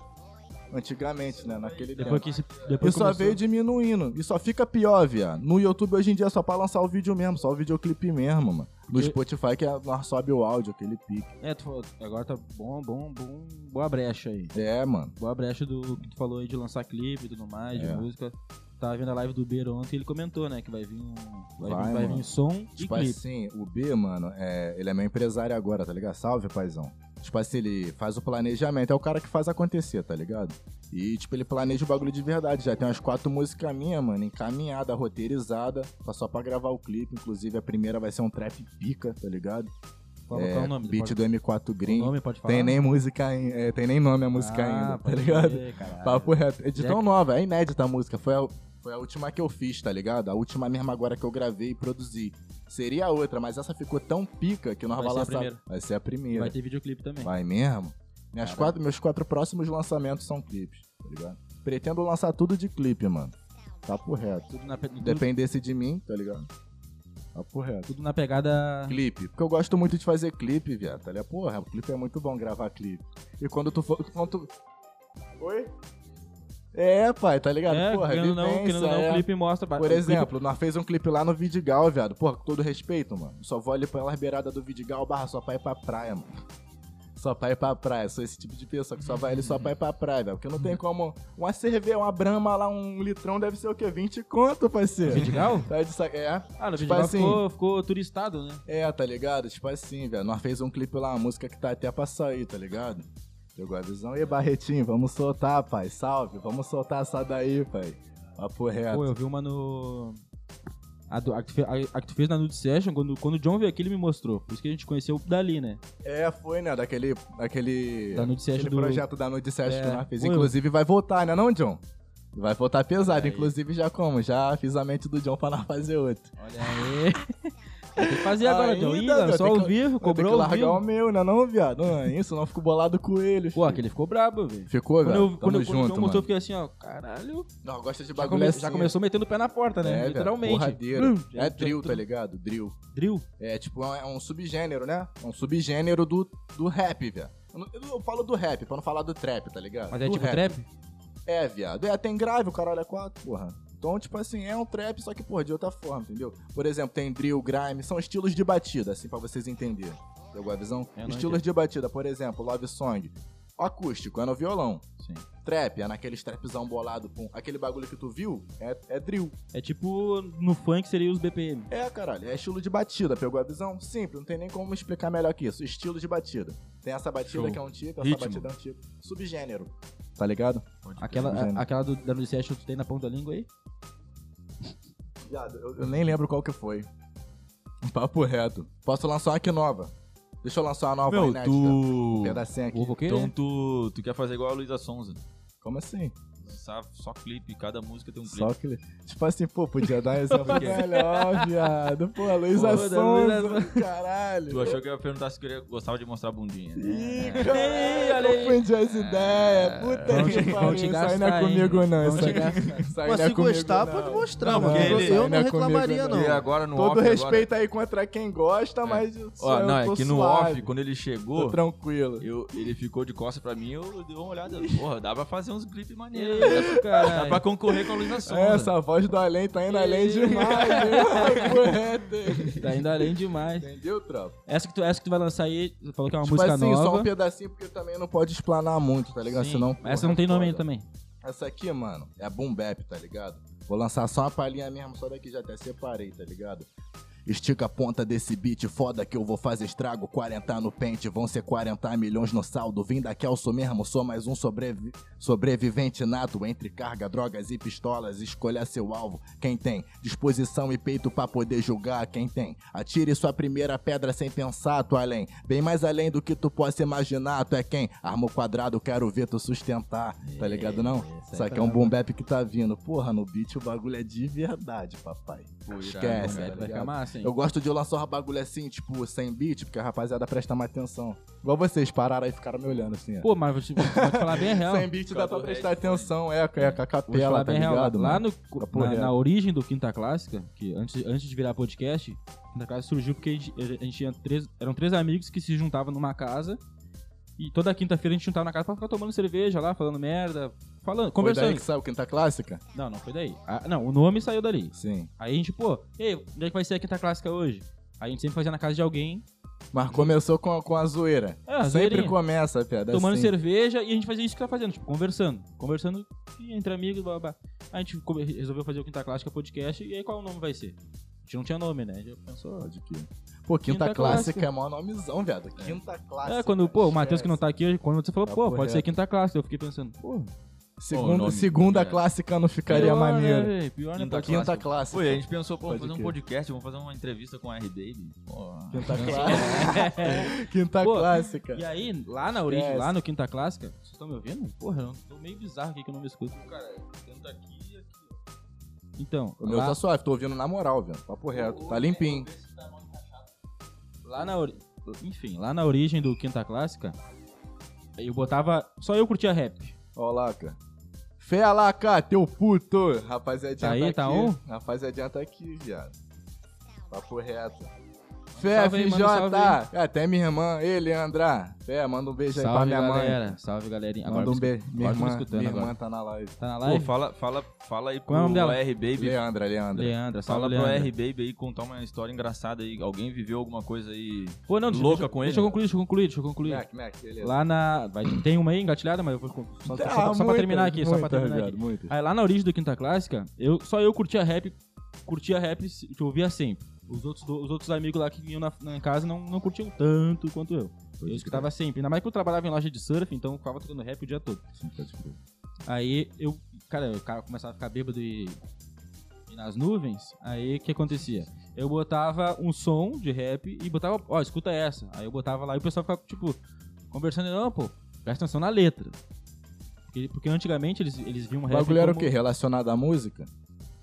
C: Antigamente, né? Naquele
A: Depois
C: tempo.
A: que, se- depois
C: e só
A: começou-
C: veio diminuindo. E só fica pior, viado. No YouTube hoje em dia é só pra lançar o vídeo mesmo, só o videoclipe mesmo, mano. No
A: Porque-
C: Spotify que é- nós sobe o áudio, aquele pique.
A: É, tu falou, agora tá bom, bom, bom. Boa brecha aí.
C: É, mano.
A: Boa brecha do que tu falou aí de lançar clipe e tudo mais, de
C: É.
A: música. Tava vendo a live do Beiro ontem e ele comentou, né? Que vai vir um. Vai,
C: Vai,
A: vir, vai
C: mano.
A: vir som e
C: Tipo
A: clipe.
C: assim, o B, mano, é, ele é meu empresário agora, tá ligado? Salve, paizão. Tipo assim, ele faz o planejamento, é o cara que faz acontecer, tá ligado? E, tipo, ele planeja o bagulho de verdade. Já tem umas quatro músicas minhas, mano, encaminhada, roteirizada, tá só pra gravar o clipe. Inclusive, a primeira vai ser um trap pica, tá ligado?
A: Qual, qual é o nome?
C: Beat
A: pode,
C: do M4
A: o
C: Green.
A: nome pode falar?
C: tem nem música ainda, é, tem nem nome a música
A: Ah,
C: ainda, tá
A: pode
C: ligado?
A: crer, caralho.
C: Papo reto. É de
A: Ah, Já
C: tão nova, é inédita a música. Foi a, foi a última que eu fiz, tá ligado? A última mesmo agora que eu gravei e produzi. Seria a outra, mas essa ficou tão pica que nós
A: Vai
C: vamos
A: ser a
C: lançar.
A: primeira.
C: Vai ser a primeira.
A: Vai
C: Vai,
A: ter videoclipe também.
C: mesmo? Minhas quatro, meus quatro próximos lançamentos são clipes, tá ligado? Pretendo lançar tudo de clipe, mano. Papo reto.
A: Tudo na, pe- tudo-
C: Dependesse de mim, tá ligado? Papo reto.
A: tudo na pegada.
C: Clipe. tá? Porque eu gosto muito de fazer clipe, viado. Tá ligado? Porra, o clipe é muito bom gravar clipe. E quando tu for. Quando tu... Oi? É, pai, tá ligado?
A: É,
C: Porra,
A: querendo ou não,
C: vivência,
A: querendo ou não,
C: é.
A: o clipe mostra. ba- o
C: Por
A: clipe-
C: exemplo, nós fez um clipe lá no Vidigal, viado. Porra, com todo respeito, mano. Só vou ali pela beirada do Vidigal, barra só pra ir pra praia, mano. Só pra ir pra praia. Sou esse tipo de pessoa que só vai ali só pra ir pra praia, velho. Porque não tem como. Uma cerveja, uma brama lá, um litrão deve ser o quê? 20 conto, parceiro.
A: Vidigal?
C: Tá de sac... É.
A: Ah, no
C: Tipo
A: Vidigal
C: assim-
A: ficou, ficou turistado, né?
C: É, tá ligado? Tipo assim, velho. Nós fez um clipe lá, uma música que tá até pra sair, tá ligado? Pegou a visão. E Barretinho, vamos soltar, pai. Salve, vamos soltar essa daí, pai. Papo reto.
A: Pô, eu vi uma no. A, do- a que tu fe- a- a que tu fez na Nude Session, quando, quando o John veio aqui, ele me mostrou. Por isso que a gente conheceu dali, né?
C: É, foi, né? Daquele. daquele
A: Da Nude Session
C: aquele
A: do.
C: projeto da Noite Sérgio que
A: É.
C: nós fez.
A: Pô, eu-
C: Inclusive, vai voltar, né, não, John? Vai voltar pesado.
A: É.
B: Aí.
C: Inclusive, já como? Já fiz a mente do John pra nós fazer outro.
A: Olha aí. Tem que fazer agora, John. Ih,
C: Ainda, meu,
A: lançou
C: tem
A: ao
C: que-
A: vivo,
C: Vou ter que
A: cobrou ao
C: largar o
A: vivo.
C: meu, né, não, viado? Não, é isso, não fico bolado com ele.
A: Pô,
C: filho.
A: aquele ficou brabo, velho.
C: Ficou,
A: Quando,
C: velho?
A: eu,
C: Tamo
A: quando, eu- quando o
C: junto,
A: John mostrou, eu
C: mano.
A: fiquei assim, ó, caralho.
C: Não, gosta de
A: Já,
C: bagulho
A: come-
C: assim.
A: já começou metendo o pé na porta, né?
C: É, velho,
A: Literalmente.
C: porradeira.
A: Hum, já-
C: É
A: já-
C: drill, tá ligado? Drill.
A: Drill?
C: É tipo, é um subgênero, né? É um subgênero do, do rap, velho. Eu, não- eu não- eu falo do rap, pra não falar do trap, tá ligado?
A: Mas é
C: Do
A: tipo
C: rap.
A: trap?
C: É, viado. É, tem grave, o caralho é quatro, porra. Então, tipo assim, é um trap, só que, porra, de outra forma, entendeu? Por exemplo, tem drill, grime, são estilos de batida, assim, pra vocês entenderem. Pegou a visão?
A: Eu É, não
C: Estilos de batida, por exemplo, love song. Acústico, é no violão.
A: Sim.
C: Trap, é naqueles trapzão bolado, pum. Aquele bagulho que tu viu é, é drill.
A: É tipo no funk seria os BPM.
C: É, caralho, é estilo de batida, pegou a visão? Simples, não tem nem como explicar melhor que isso. Estilo de batida. Tem essa batida
B: Show.
C: que é um tipo, essa
B: Ritmo.
C: batida é um tipo. Subgênero. Tá ligado?
B: Pode crer.
A: Aquela,
C: Gênio.
A: a, aquela do WCS tu tem na ponta da língua aí?
C: Viado, eu, eu nem lembro qual que foi. Um papo reto. Posso lançar uma aqui nova. Deixa eu lançar uma nova
B: Meu,
C: inédita. Um
B: tu.
C: pedacinho aqui.
A: Ovo o quê?
B: Então tu, tu quer fazer igual a Luísa Sonza.
C: Como assim?
B: lançar só clipe, cada música tem um clipe.
C: Só que ele... Tipo assim, pô, podia dar um exemplo
B: Porque-
C: melhor, viado. Pô, a Luísa
A: Pô, da Luísa
C: Sonza, caralho.
B: Tu achou que eu ia perguntar se queria, gostava de mostrar a bundinha,
C: Ih,
B: né?
A: olha
C: caralho,
A: aí.
C: confundi as ideias. Puta
A: É. Vão te-
C: que
A: vão
C: pariu.
A: te
C: Isso aí não
A: gastar,
C: é
A: hein?
C: comigo, não.
A: Vão
C: Isso
A: te
C: aí,
A: gastar.
C: isso aí
D: Mas
C: não é
D: se
C: comigo,
D: gostar,
C: não.
D: pode mostrar,
C: Não,
D: porque
B: ele-
D: eu
C: ele
D: não
C: é comigo,
D: reclamaria,
C: ele
D: não.
B: E agora no
C: Todo
B: off
C: respeito aí contra quem gosta,
A: É.
C: mas. eu sou-
B: agora... Ó, não,
C: eu
B: é
C: tô
B: que no
C: suave,
B: off, quando ele
C: Tô
B: chegou,
C: tranquilo.
B: eu, ele ficou de costas pra mim, eu dei uma olhada. Porra, dá pra fazer uns clipes maneiros. né?
A: Isso,
B: Dá
C: Tá
A: caralho.
B: pra concorrer com a Luísa Sonza.
C: É, essa voz do além tá indo
A: né?
C: além
A: Ih.
C: demais, viu? Correto.
A: Tá indo além demais.
C: Entendeu, tropa?
A: Essa que tu, essa que tu vai lançar aí, tu falou que é uma
C: tipo
A: música
C: assim,
A: nova.
C: só um pedacinho, porque também não pode explanar muito, tá ligado?
B: Sim,
C: Senão,
A: Mas Essa
C: porra,
A: não tem
C: é
A: nome
C: foda.
A: ainda também.
C: Essa aqui, mano, é a Boom Bap, tá ligado? Vou lançar só uma palhinha mesmo, só daqui já até separei, tá ligado? Estica a ponta desse beat, foda que eu vou fazer estrago. 40 no pente, vão ser 40 milhões no saldo. Vim da Kelso mesmo, sou mais um sobrevi- sobrevivente nato. Entre carga, drogas e pistolas, escolha seu alvo. Quem tem disposição e peito pra poder julgar, quem tem. Atire sua primeira pedra sem pensar, tu além. Bem mais além do que tu possa imaginar, tu é quem? Arma o quadrado, quero ver tu sustentar. Tá ligado não?
A: Essa
C: Isso
A: aí
C: aqui
A: tá
C: é um
A: na-
C: boom bap que tá vindo. Porra, no beat o bagulho é de verdade, papai.
B: Pô, irado,
C: Esquece,
B: cara.
C: tá
A: Vai ficar
C: ligado?
A: massa, hein?
C: Eu gosto de lançar um bagulho assim, tipo, sem beat, porque a rapaziada presta mais atenção. Igual vocês pararam aí e ficaram me olhando assim, ó.
A: Pô, mas vou te, vou te falar bem a real.
C: sem beat dá pra
B: Cadê o
C: prestar
B: headphone?
C: atenção, é, é, com a
A: Vou te falar
C: capela, tá
A: bem a real.
C: ligado?
A: né? Lá
C: mano?
A: no,
C: porra
A: na,
C: é.
A: na origem do Quinta Clássica, que antes, antes de virar podcast, Quinta Clássica surgiu porque a gente, a gente tinha três, eram três amigos que se juntavam numa casa. E toda quinta-feira a gente juntava na casa pra ficar tomando cerveja lá, falando merda, falando,
C: Foi daí
A: conversando.
C: que saiu Quinta Clássica?
A: Não, não foi daí. Ah, não, o nome saiu dali.
C: Sim.
A: Aí a gente, pô, ei, onde é que vai ser a Quinta Clássica hoje? Aí a gente sempre fazia na casa de alguém,
C: Mas começou com, com a zoeira.
A: É, a
C: Sempre
A: zoeirinha.
C: começa, piada.
A: tomando
C: assim.
A: cerveja e a gente fazia isso que tá fazendo, tipo, conversando. Conversando e entre amigos, blá, blá, blá. A gente come- resolveu fazer o Quinta Clássica podcast e aí qual o nome vai ser? A gente não tinha nome, né? A gente já pensou...
C: Pode que... Pô, Quinta,
A: Quinta
C: Clássica,
A: Clássica
C: é maior nomezão, viado. Quinta Clássica.
A: É, quando, pô, o Matheus que não
C: esquece.
A: tá aqui, quando você falou,
C: né? Tá
A: pô, pode
C: correto.
A: ser Quinta Clássica, eu fiquei pensando, pô...
C: Segunda,
B: Pô, o nome-
C: segunda
B: é.
C: Clássica não ficaria
A: pior,
C: maneiro.
A: Né, velho? pior, né?
B: Quinta
A: pô?
C: Quinta Clássica.
B: Pô, e a gente pensou, pô, vamos
C: Pode
B: fazer um
C: crer.
B: podcast, vamos fazer uma entrevista com a R-Baby. Pô,
C: Quinta
A: É.
C: Clássica. Quinta
A: Pô,
C: Clássica.
A: E aí, lá na origem,
C: Então, Esquece.
A: lá no Quinta Clássica, vocês estão me ouvindo? Porra, eu tô meio bizarro aqui que eu não me escuto.
B: cara, tenta aqui e aqui.
A: Então,
C: O meu
A: lá-
C: tá suave, tô ouvindo na moral, velho. Papo reto. Tá limpinho.
A: Lá na ori... Enfim, lá na origem do Quinta Clássica, eu botava. Só eu curtia rap.
C: Ó lá, cara. Feia lá, cara, teu puto. Rapaziadinha
A: Tá aí, tá
C: aqui.
A: on?
C: Rapaziadinha tá aqui, viado. Papo reto.
A: Salve aí,
C: Fé,
A: manda um salve
C: FJ. Até É, minha irmã, ele, André. Fé, manda um beijo aí pra
A: Salve,
C: minha mãe.
A: galera. Salve, galerinha. Agora
C: Manda um
A: me escu-
C: beijo. Minha
A: agora tô me
C: irmã,
A: escutando
C: minha
A: agora.
C: irmã tá na live.
A: Tá na
B: Pô,
A: live?
B: fala, fala, fala
A: Qual é
B: aí
A: o
B: pro
A: nome dela?
B: R-Baby.
C: Leandra, Leandra.
A: Leandra, salve,
B: Fala pro
A: Leandra.
B: R-Baby aí contar uma história engraçada aí. Alguém viveu alguma coisa aí?
A: Pô, não, deixa,
B: Louca
A: deixa-
B: com
A: deixa
B: ele,
A: eu
B: né?
A: concluir, deixa eu concluir, deixa eu concluir.
C: Mac, Mac, beleza.
A: Lá na. vai- tem uma aí engatilhada, mas eu vou. Só, só-
C: Tá,
A: só pra
C: muitas,
A: terminar aqui, só pra
C: muitas,
A: terminar
C: viado,
A: aqui.
C: muitas.
A: Aí lá na origem do Quinta Clássica, eu, só eu curtia rap, curtia rap e te ouvia sempre. Os outros, do- os outros amigos lá que vinham na, na casa não, não curtiam tanto quanto eu. Eu escutava sempre. Ainda mais que eu trabalhava em loja de surf, então eu ficava tocando rap o dia todo. Aí eu, cara, eu ca- começava a ficar bêbado e, e nas nuvens. Aí o que acontecia? Eu botava um som de rap e botava, ó, escuta essa. Aí eu botava lá e o pessoal ficava, tipo, conversando, não, pô, presta atenção na letra. Porque, porque antigamente eles, eles viam
C: O é
A: rap.
C: bagulho era o
A: como-
C: quê? Relacionado à música?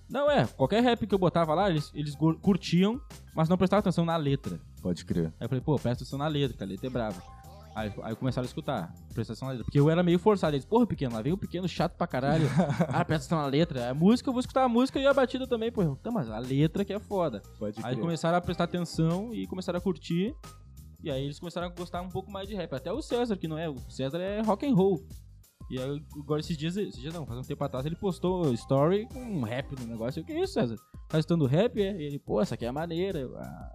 A: Não, é, qualquer rap que eu botava lá, eles, eles gur- curtiam, mas não prestavam atenção na letra.
C: Pode crer.
A: Aí eu falei, pô, presta atenção na letra, que a letra é brava. Aí, aí começaram a escutar, presta atenção na letra. Porque eu era meio forçado. Eles, porra, pequeno, lá vem o pequeno chato pra caralho. ah, presta atenção na letra. A música, eu vou escutar a música e a batida também, pô. Eu, Tá, mas a letra que é foda.
C: Pode
A: Aí começaram a prestar atenção e começaram a curtir. E aí eles começaram a gostar um pouco mais de rap. Até o César, que não é. O César é rock and roll. E aí, agora esses dias, esses dias não, faz um tempo atrás, ele postou story com um rap no negócio. Eu, que isso, César? Tá estando rap? É? E ele, pô, essa aqui é maneira. Eu, ah,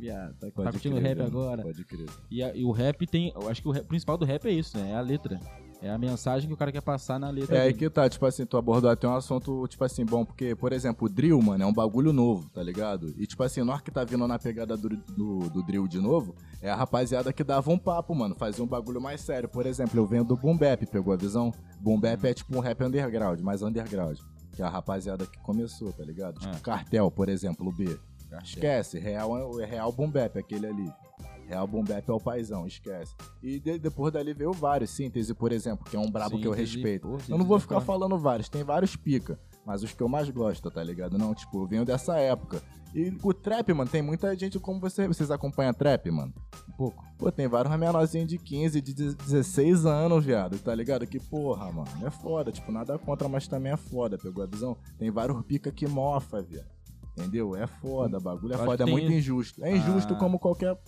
A: viado, tá, tá curtindo rap agora.
C: Pode crer.
A: E, a- e o rap tem. Eu acho que o rap- o principal do rap é isso, né? É a letra. É a mensagem que o cara quer passar na letra.
C: É aí
A: dele.
C: que tá, tipo assim, tu abordou até um assunto, tipo assim, bom, porque, por exemplo, o drill, mano, é um bagulho novo, tá ligado? E, tipo assim, nós que tá vindo na pegada do, do, do drill de novo, é a rapaziada que dava um papo, mano, fazia um bagulho mais sério. Por exemplo, eu venho do Boom Bap, pegou a visão? Boom Bap é tipo um rap underground, mais underground. Que é a rapaziada que começou, tá ligado? Tipo,
B: É.
C: é Cartel, por exemplo, o B. Esquece, real é o é real Boom Bap, aquele ali. É o Boom Bap é o paizão, esquece. E de- depois dali veio vários. Síntese, por exemplo, que é um brabo que eu
B: Síntese,
C: respeito.
B: pô,
C: eu
B: Síntese
C: não vou
B: é
C: ficar
B: foda.
C: falando vários, tem vários pica. Mas os que eu mais gosto, tá ligado? Não, tipo, eu venho dessa época. E o trap, mano, tem muita gente como você. Vocês acompanham trap, mano?
A: Um pouco.
C: Pô, tem vários menorzinhos de 15, de 16 anos, viado, tá ligado? Que porra, mano, é foda, tipo, nada contra, mas também é foda, pegou a visão? Tem vários pica que mofa, viado, entendeu? É foda, bagulho é
A: Acho
C: foda, é
A: que tem
C: muito injusto. É injusto
A: Ah.
C: como qualquer, tá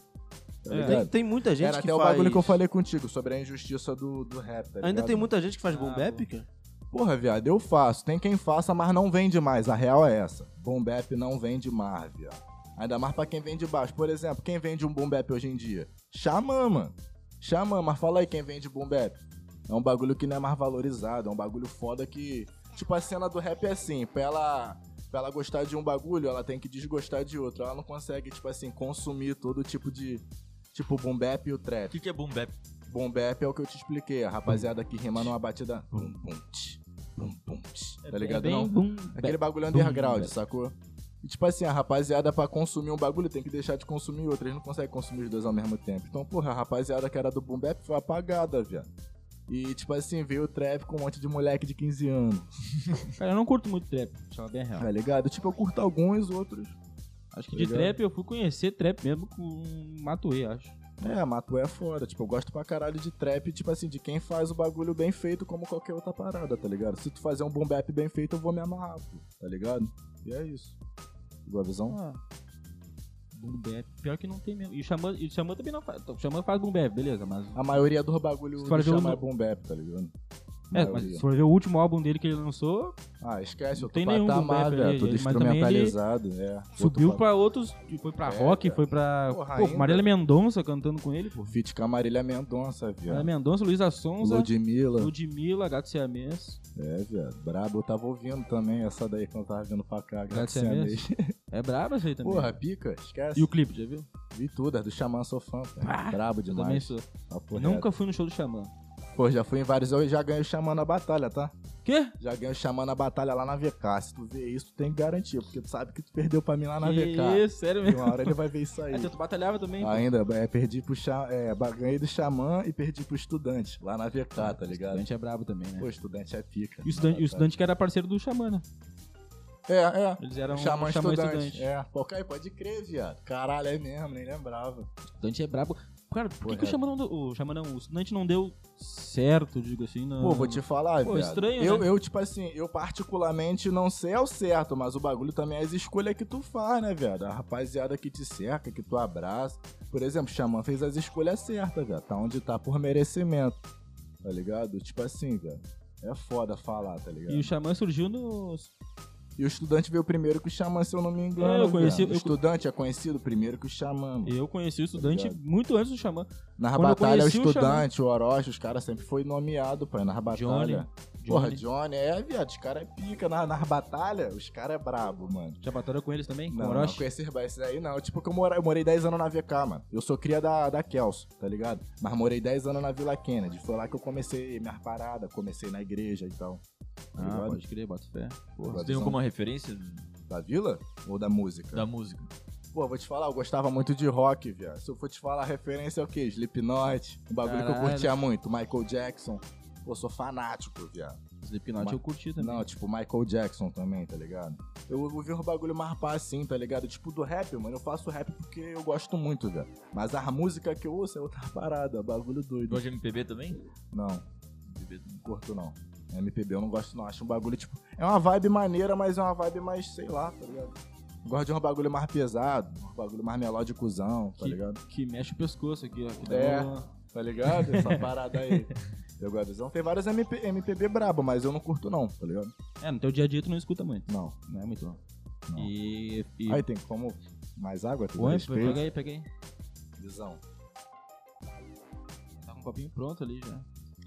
A: É.
D: Tem,
C: ligado?
D: tem muita gente
C: Era
D: que
C: até o
D: faz...
C: bagulho que eu falei contigo, sobre a injustiça do, do rap, tá
D: Ainda
C: ligado?
D: tem muita gente que faz
A: Ah,
D: boom bap, cara?
C: Porra, viado, eu faço, tem quem faça, mas não vende mais, a real é essa. Boom bap não vende mais, viado. Ainda mais pra quem vem de baixo. Por exemplo, quem vende um boom bap hoje em dia? Xamã, mano. Xamã, mas fala aí quem vende boom bap. É um bagulho que não é mais valorizado, é um bagulho foda que... Tipo, a cena do rap é assim, pra ela, pra ela gostar de um bagulho, ela tem que desgostar de outro. Ela não consegue, tipo assim, consumir todo tipo de... Tipo, boom bap e o
B: O
C: trap.
B: que, que é boom bap?
C: Boom bap é o que eu te expliquei, a rapaziada que rima numa batida... Bum, bum, tch, bum, bum, tch. Tá ligado,
A: é bem
C: não?
A: boom
C: Aquele
A: bap.
C: bagulho
A: Boom,
C: underground,
A: velho.
C: sacou? E, tipo assim, a rapaziada pra consumir um bagulho tem que deixar de consumir outro. Eles não conseguem consumir os dois ao mesmo tempo. Então, porra, a rapaziada que era do Boom Bap foi apagada, viado. E, tipo assim, veio o trap com um monte de moleque de 15 anos,
A: Cara, eu não curto muito trap, pra falar bem a real.
C: tá ligado? Tipo, eu curto alguns, outros...
A: Acho que de
C: Obrigado.
A: trap eu fui conhecer trap mesmo com o Matuê, acho.
C: É, Matué é fora. Tipo, eu gosto pra caralho de trap, tipo assim, de quem faz o bagulho bem feito como qualquer outra parada, tá ligado? Se tu fazer um boom bap bem feito, eu vou me amarrar, pô, tá ligado? E é isso. Igual a visão?
A: Ah. Boom bap. Pior que não tem mesmo. E o Xamã, e o Xamã também não faz. O Xamã faz boom bap, beleza, mas.
C: A maioria dos bagulhos
A: Se tu for
C: do
A: ver o
C: Xamã é
A: nu-
C: boom bap, tá ligado? A
A: É, mas
C: maioria.
A: se for ver o último álbum dele que ele lançou,
C: Ah, esquece,
A: Não
C: outro
A: tem nenhum
C: patamar,
A: do rap
C: velho,
A: ali,
C: tudo
A: ele- mas também
C: instrumentalizado, é. Outro
A: subiu
C: patamar.
A: pra outros. Foi pra
C: É,
A: rock,
C: cara.
A: foi pra.
C: Porra,
A: pô,
C: ainda.
A: Marília Mendonça cantando com ele, pô.
C: Fit com a Marília Mendonça,
A: Marília
C: é viado.
A: Mendonça, Luísa Sonza,
C: Ludmilla.
A: Ludmilla, Gato Siamês.
C: É, viado. Brabo, eu tava ouvindo também essa daí quando eu tava vindo pra cá.
A: Gato
C: Graças a
A: Siamês.
C: Deus.
A: É braba essa aí também.
C: Porra, pica, esquece.
A: E o clipe, já viu?
C: Vi tudo, é do Xamã, sou fã, velho.
A: Ah,
C: Brabo
A: Eu também
C: demais.
A: sou.
C: Papo reto.
A: Nunca fui no show do Xamã.
C: Pô, já fui em vários, eu já ganhei o Xamã na batalha, tá?
A: Quê?
C: Já ganhei o Xamã na batalha lá na VK. Se tu vê isso, tu tem que garantir, porque tu sabe que tu perdeu pra mim lá na
A: Que
C: VK.
A: Isso, sério
C: E
A: mesmo.
C: uma hora ele vai ver isso aí.
A: É, tu batalhava também. pô.
C: Ainda, é, perdi pro xa, é, ba- ganhei do xamã e perdi pro estudante, lá na VK, tá ligado?
A: Estudante é brabo também, né?
C: Pô, estudante é pica.
A: E o estudante, e o estudante que era parceiro do Xamã, né?
C: É, é.
A: Eles eram
C: Xamã,
A: Então, Xamã,
C: estudante.
A: estudante.
C: É, pô, cara, pode crer, viado. Caralho, é mesmo, nem lembrava.
A: estudante é brabo. Cara, por que, que
C: Correto.
A: o Xamã não deu... O Xamã não, o estudante não deu certo, digo assim, não...
C: Pô, vou te falar,
A: Pô,
C: viado.
A: estranho,
C: eu,
A: né?
C: eu, tipo assim, eu particularmente não sei ao certo, mas o bagulho também é as escolhas que tu faz, né, viado? A rapaziada que te cerca, que tu abraça. Por exemplo, o Xamã fez as escolhas certas, viado. Tá onde tá por merecimento, tá ligado? Tipo assim, velho. É foda falar, tá ligado?
A: E o Xamã surgiu no...
C: E o estudante veio primeiro que o xamã, se eu não me
A: É,
C: engano.
A: eu conheci-
C: viado. O
A: eu-
C: estudante é conhecido primeiro que o xamã. mano.
A: Eu conheci o estudante
C: ligado?
A: muito antes do Xamã.
C: Na
A: Quando eu
C: batalha, o
A: conheci o Xamã-
C: estudante, o, Orochi, os caras sempre foi nomeado, pai, na
A: Johnny.
C: batalha. Porra, Johnny, é, viado, os caras é pica. Na, na batalha, os caras é brabo, mano.
A: Já batalhou com eles também?
C: Não,
A: com o
C: não,
A: Orochi?
C: com esses, esses aí não. Tipo que eu morei, eu morei 10 anos na VK, mano. Eu sou cria da, da Kelso, tá ligado? Mas morei 10 anos na Vila Kennedy. Foi lá que eu comecei minhas paradas, comecei na igreja e tal. Tá
A: Ah,
C: ligado?
A: pode crer, bota fé.
C: Porra,
B: Você tem
C: visão
B: alguma referência
C: Da vila? Ou da música?
B: da música?
C: Pô, vou te falar, eu gostava muito de rock, viado. Se eu for te falar, a referência é o quê? Slipknot, um bagulho que eu
A: Caralho.
C: curtia muito, Michael Jackson. Pô, eu sou fanático, viado.
A: Slipknot
C: Mas-
A: eu curti também.
C: Não, tipo, Michael Jackson também, tá ligado? Eu ouvi um bagulho marpar assim, tá ligado? Tipo, do rap, mano, eu faço rap porque eu gosto muito, velho. Mas a música que eu ouço é outra parada, bagulho doido.
B: Gosta de MPB também?
C: Não,
B: MPB também.
C: não curto não. MPB eu não gosto não, acho um bagulho, tipo... É uma vibe maneira, mas é uma vibe mais, sei lá, tá ligado? Eu Gosto de um bagulho mais pesado, um bagulho mais melódicozão, tá
A: Que-
C: ligado?
A: Que mexe o pescoço aqui, ó. Que dá
C: É.
A: uma-
C: Tá ligado? Essa parada aí. Pegou a visão? Tem várias MP, MPB braba, mas eu não curto não, tá ligado?
A: É, no teu dia a dia tu não escuta muito.
C: Não.
A: Não é muito não.
C: Não.
A: E... e...
C: Aí tem como... Mais água? Tu dá
A: Põe,
C: respeito?
A: pega aí, pega aí.
C: Visão.
A: Tá com um copinho pronto ali já.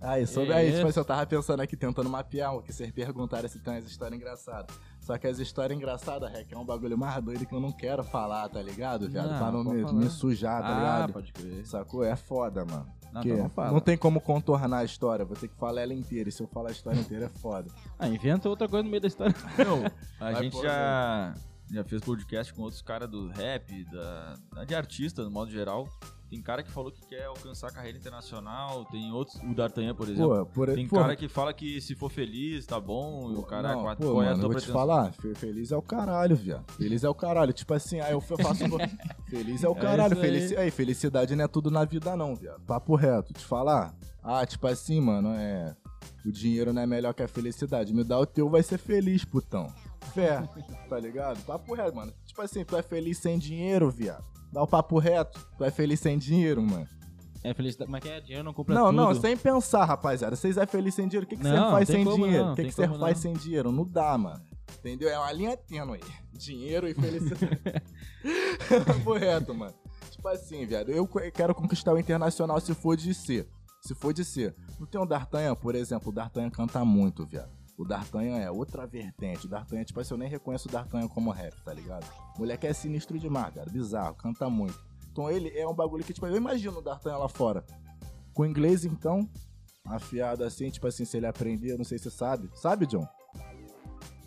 C: Ah, isso
A: É
C: daí, tipo
A: isso.
C: assim, eu tava pensando aqui, tentando mapear, o que vocês perguntaram se tem umas histórias engraçadas. Só que as histórias engraçadas, Rec, é um bagulho mais doido que eu não quero falar, tá ligado, viado?
A: Não,
C: pra não
A: pode
C: me,
A: falar.
C: me sujar, tá ligado?
A: Ah, pode crer.
C: Sacou? É foda, mano.
A: Não,
C: Porque
A: então não fala.
C: não tá tem como contornar a história, vou ter que falar ela inteira, e se eu falar a história inteira é foda.
A: Ah, inventa outra coisa no meio da história.
B: Meu, a
C: Vai
B: gente
C: pôr,
B: já, já fez podcast com outros caras do rap, da, da- de artista, no modo geral. Tem cara que falou que quer alcançar carreira internacional, tem outros. O D'Artagnan, por exemplo.
C: Pô, por
B: tem
C: pô,
B: cara que fala que se for feliz, tá bom. e o cara
C: não,
B: qual-
C: pô,
B: qual é a
C: mano, eu
B: tua
C: vou te
B: pretensão?
C: falar, fe- feliz é o caralho, viado. Feliz é o caralho. Tipo assim, aí eu fa- faço. feliz é o
A: É
C: caralho.
A: isso aí.
C: felici... aí, felicidade não é tudo na vida, não, viado. Papo reto, te falar. Ah, tipo assim, mano, é. O dinheiro não é melhor que a felicidade. Me dá o teu, vai ser feliz, putão. Fé, tá ligado? Papo reto, mano. Tipo assim, tu é feliz sem dinheiro, viado. Dá o papo reto. Tu é feliz sem dinheiro, mano.
A: É felicidade. Mas que é dinheiro não compra
C: Não,
A: tudo.
C: não, sem pensar, rapaziada. Vocês é feliz sem dinheiro? O que que você
A: Não,
C: faz
A: tem
C: sem
A: como
C: dinheiro?
A: não,
C: O que
A: tem
C: que você
A: como
C: faz
A: não.
C: sem dinheiro? Não dá, mano. Entendeu? É uma linha tênue. Dinheiro e felicidade. Papo reto, mano. Tipo assim, viado. Eu que- quero conquistar o internacional se for de ser. Se for de ser. Não tem um D'Artagnan, por exemplo. O D'Artagnan canta muito, viado. O D'Artagnan é outra vertente. O D'Artagnan, tipo assim, eu nem reconheço o D'Artagnan como rap, tá ligado? O moleque é sinistro demais, cara. Bizarro, canta muito. Então ele é um bagulho que, tipo, eu imagino o D'Artagnan lá fora. Com inglês, então, afiado assim, tipo assim, se ele aprender, eu não sei se você sabe. Sabe, John?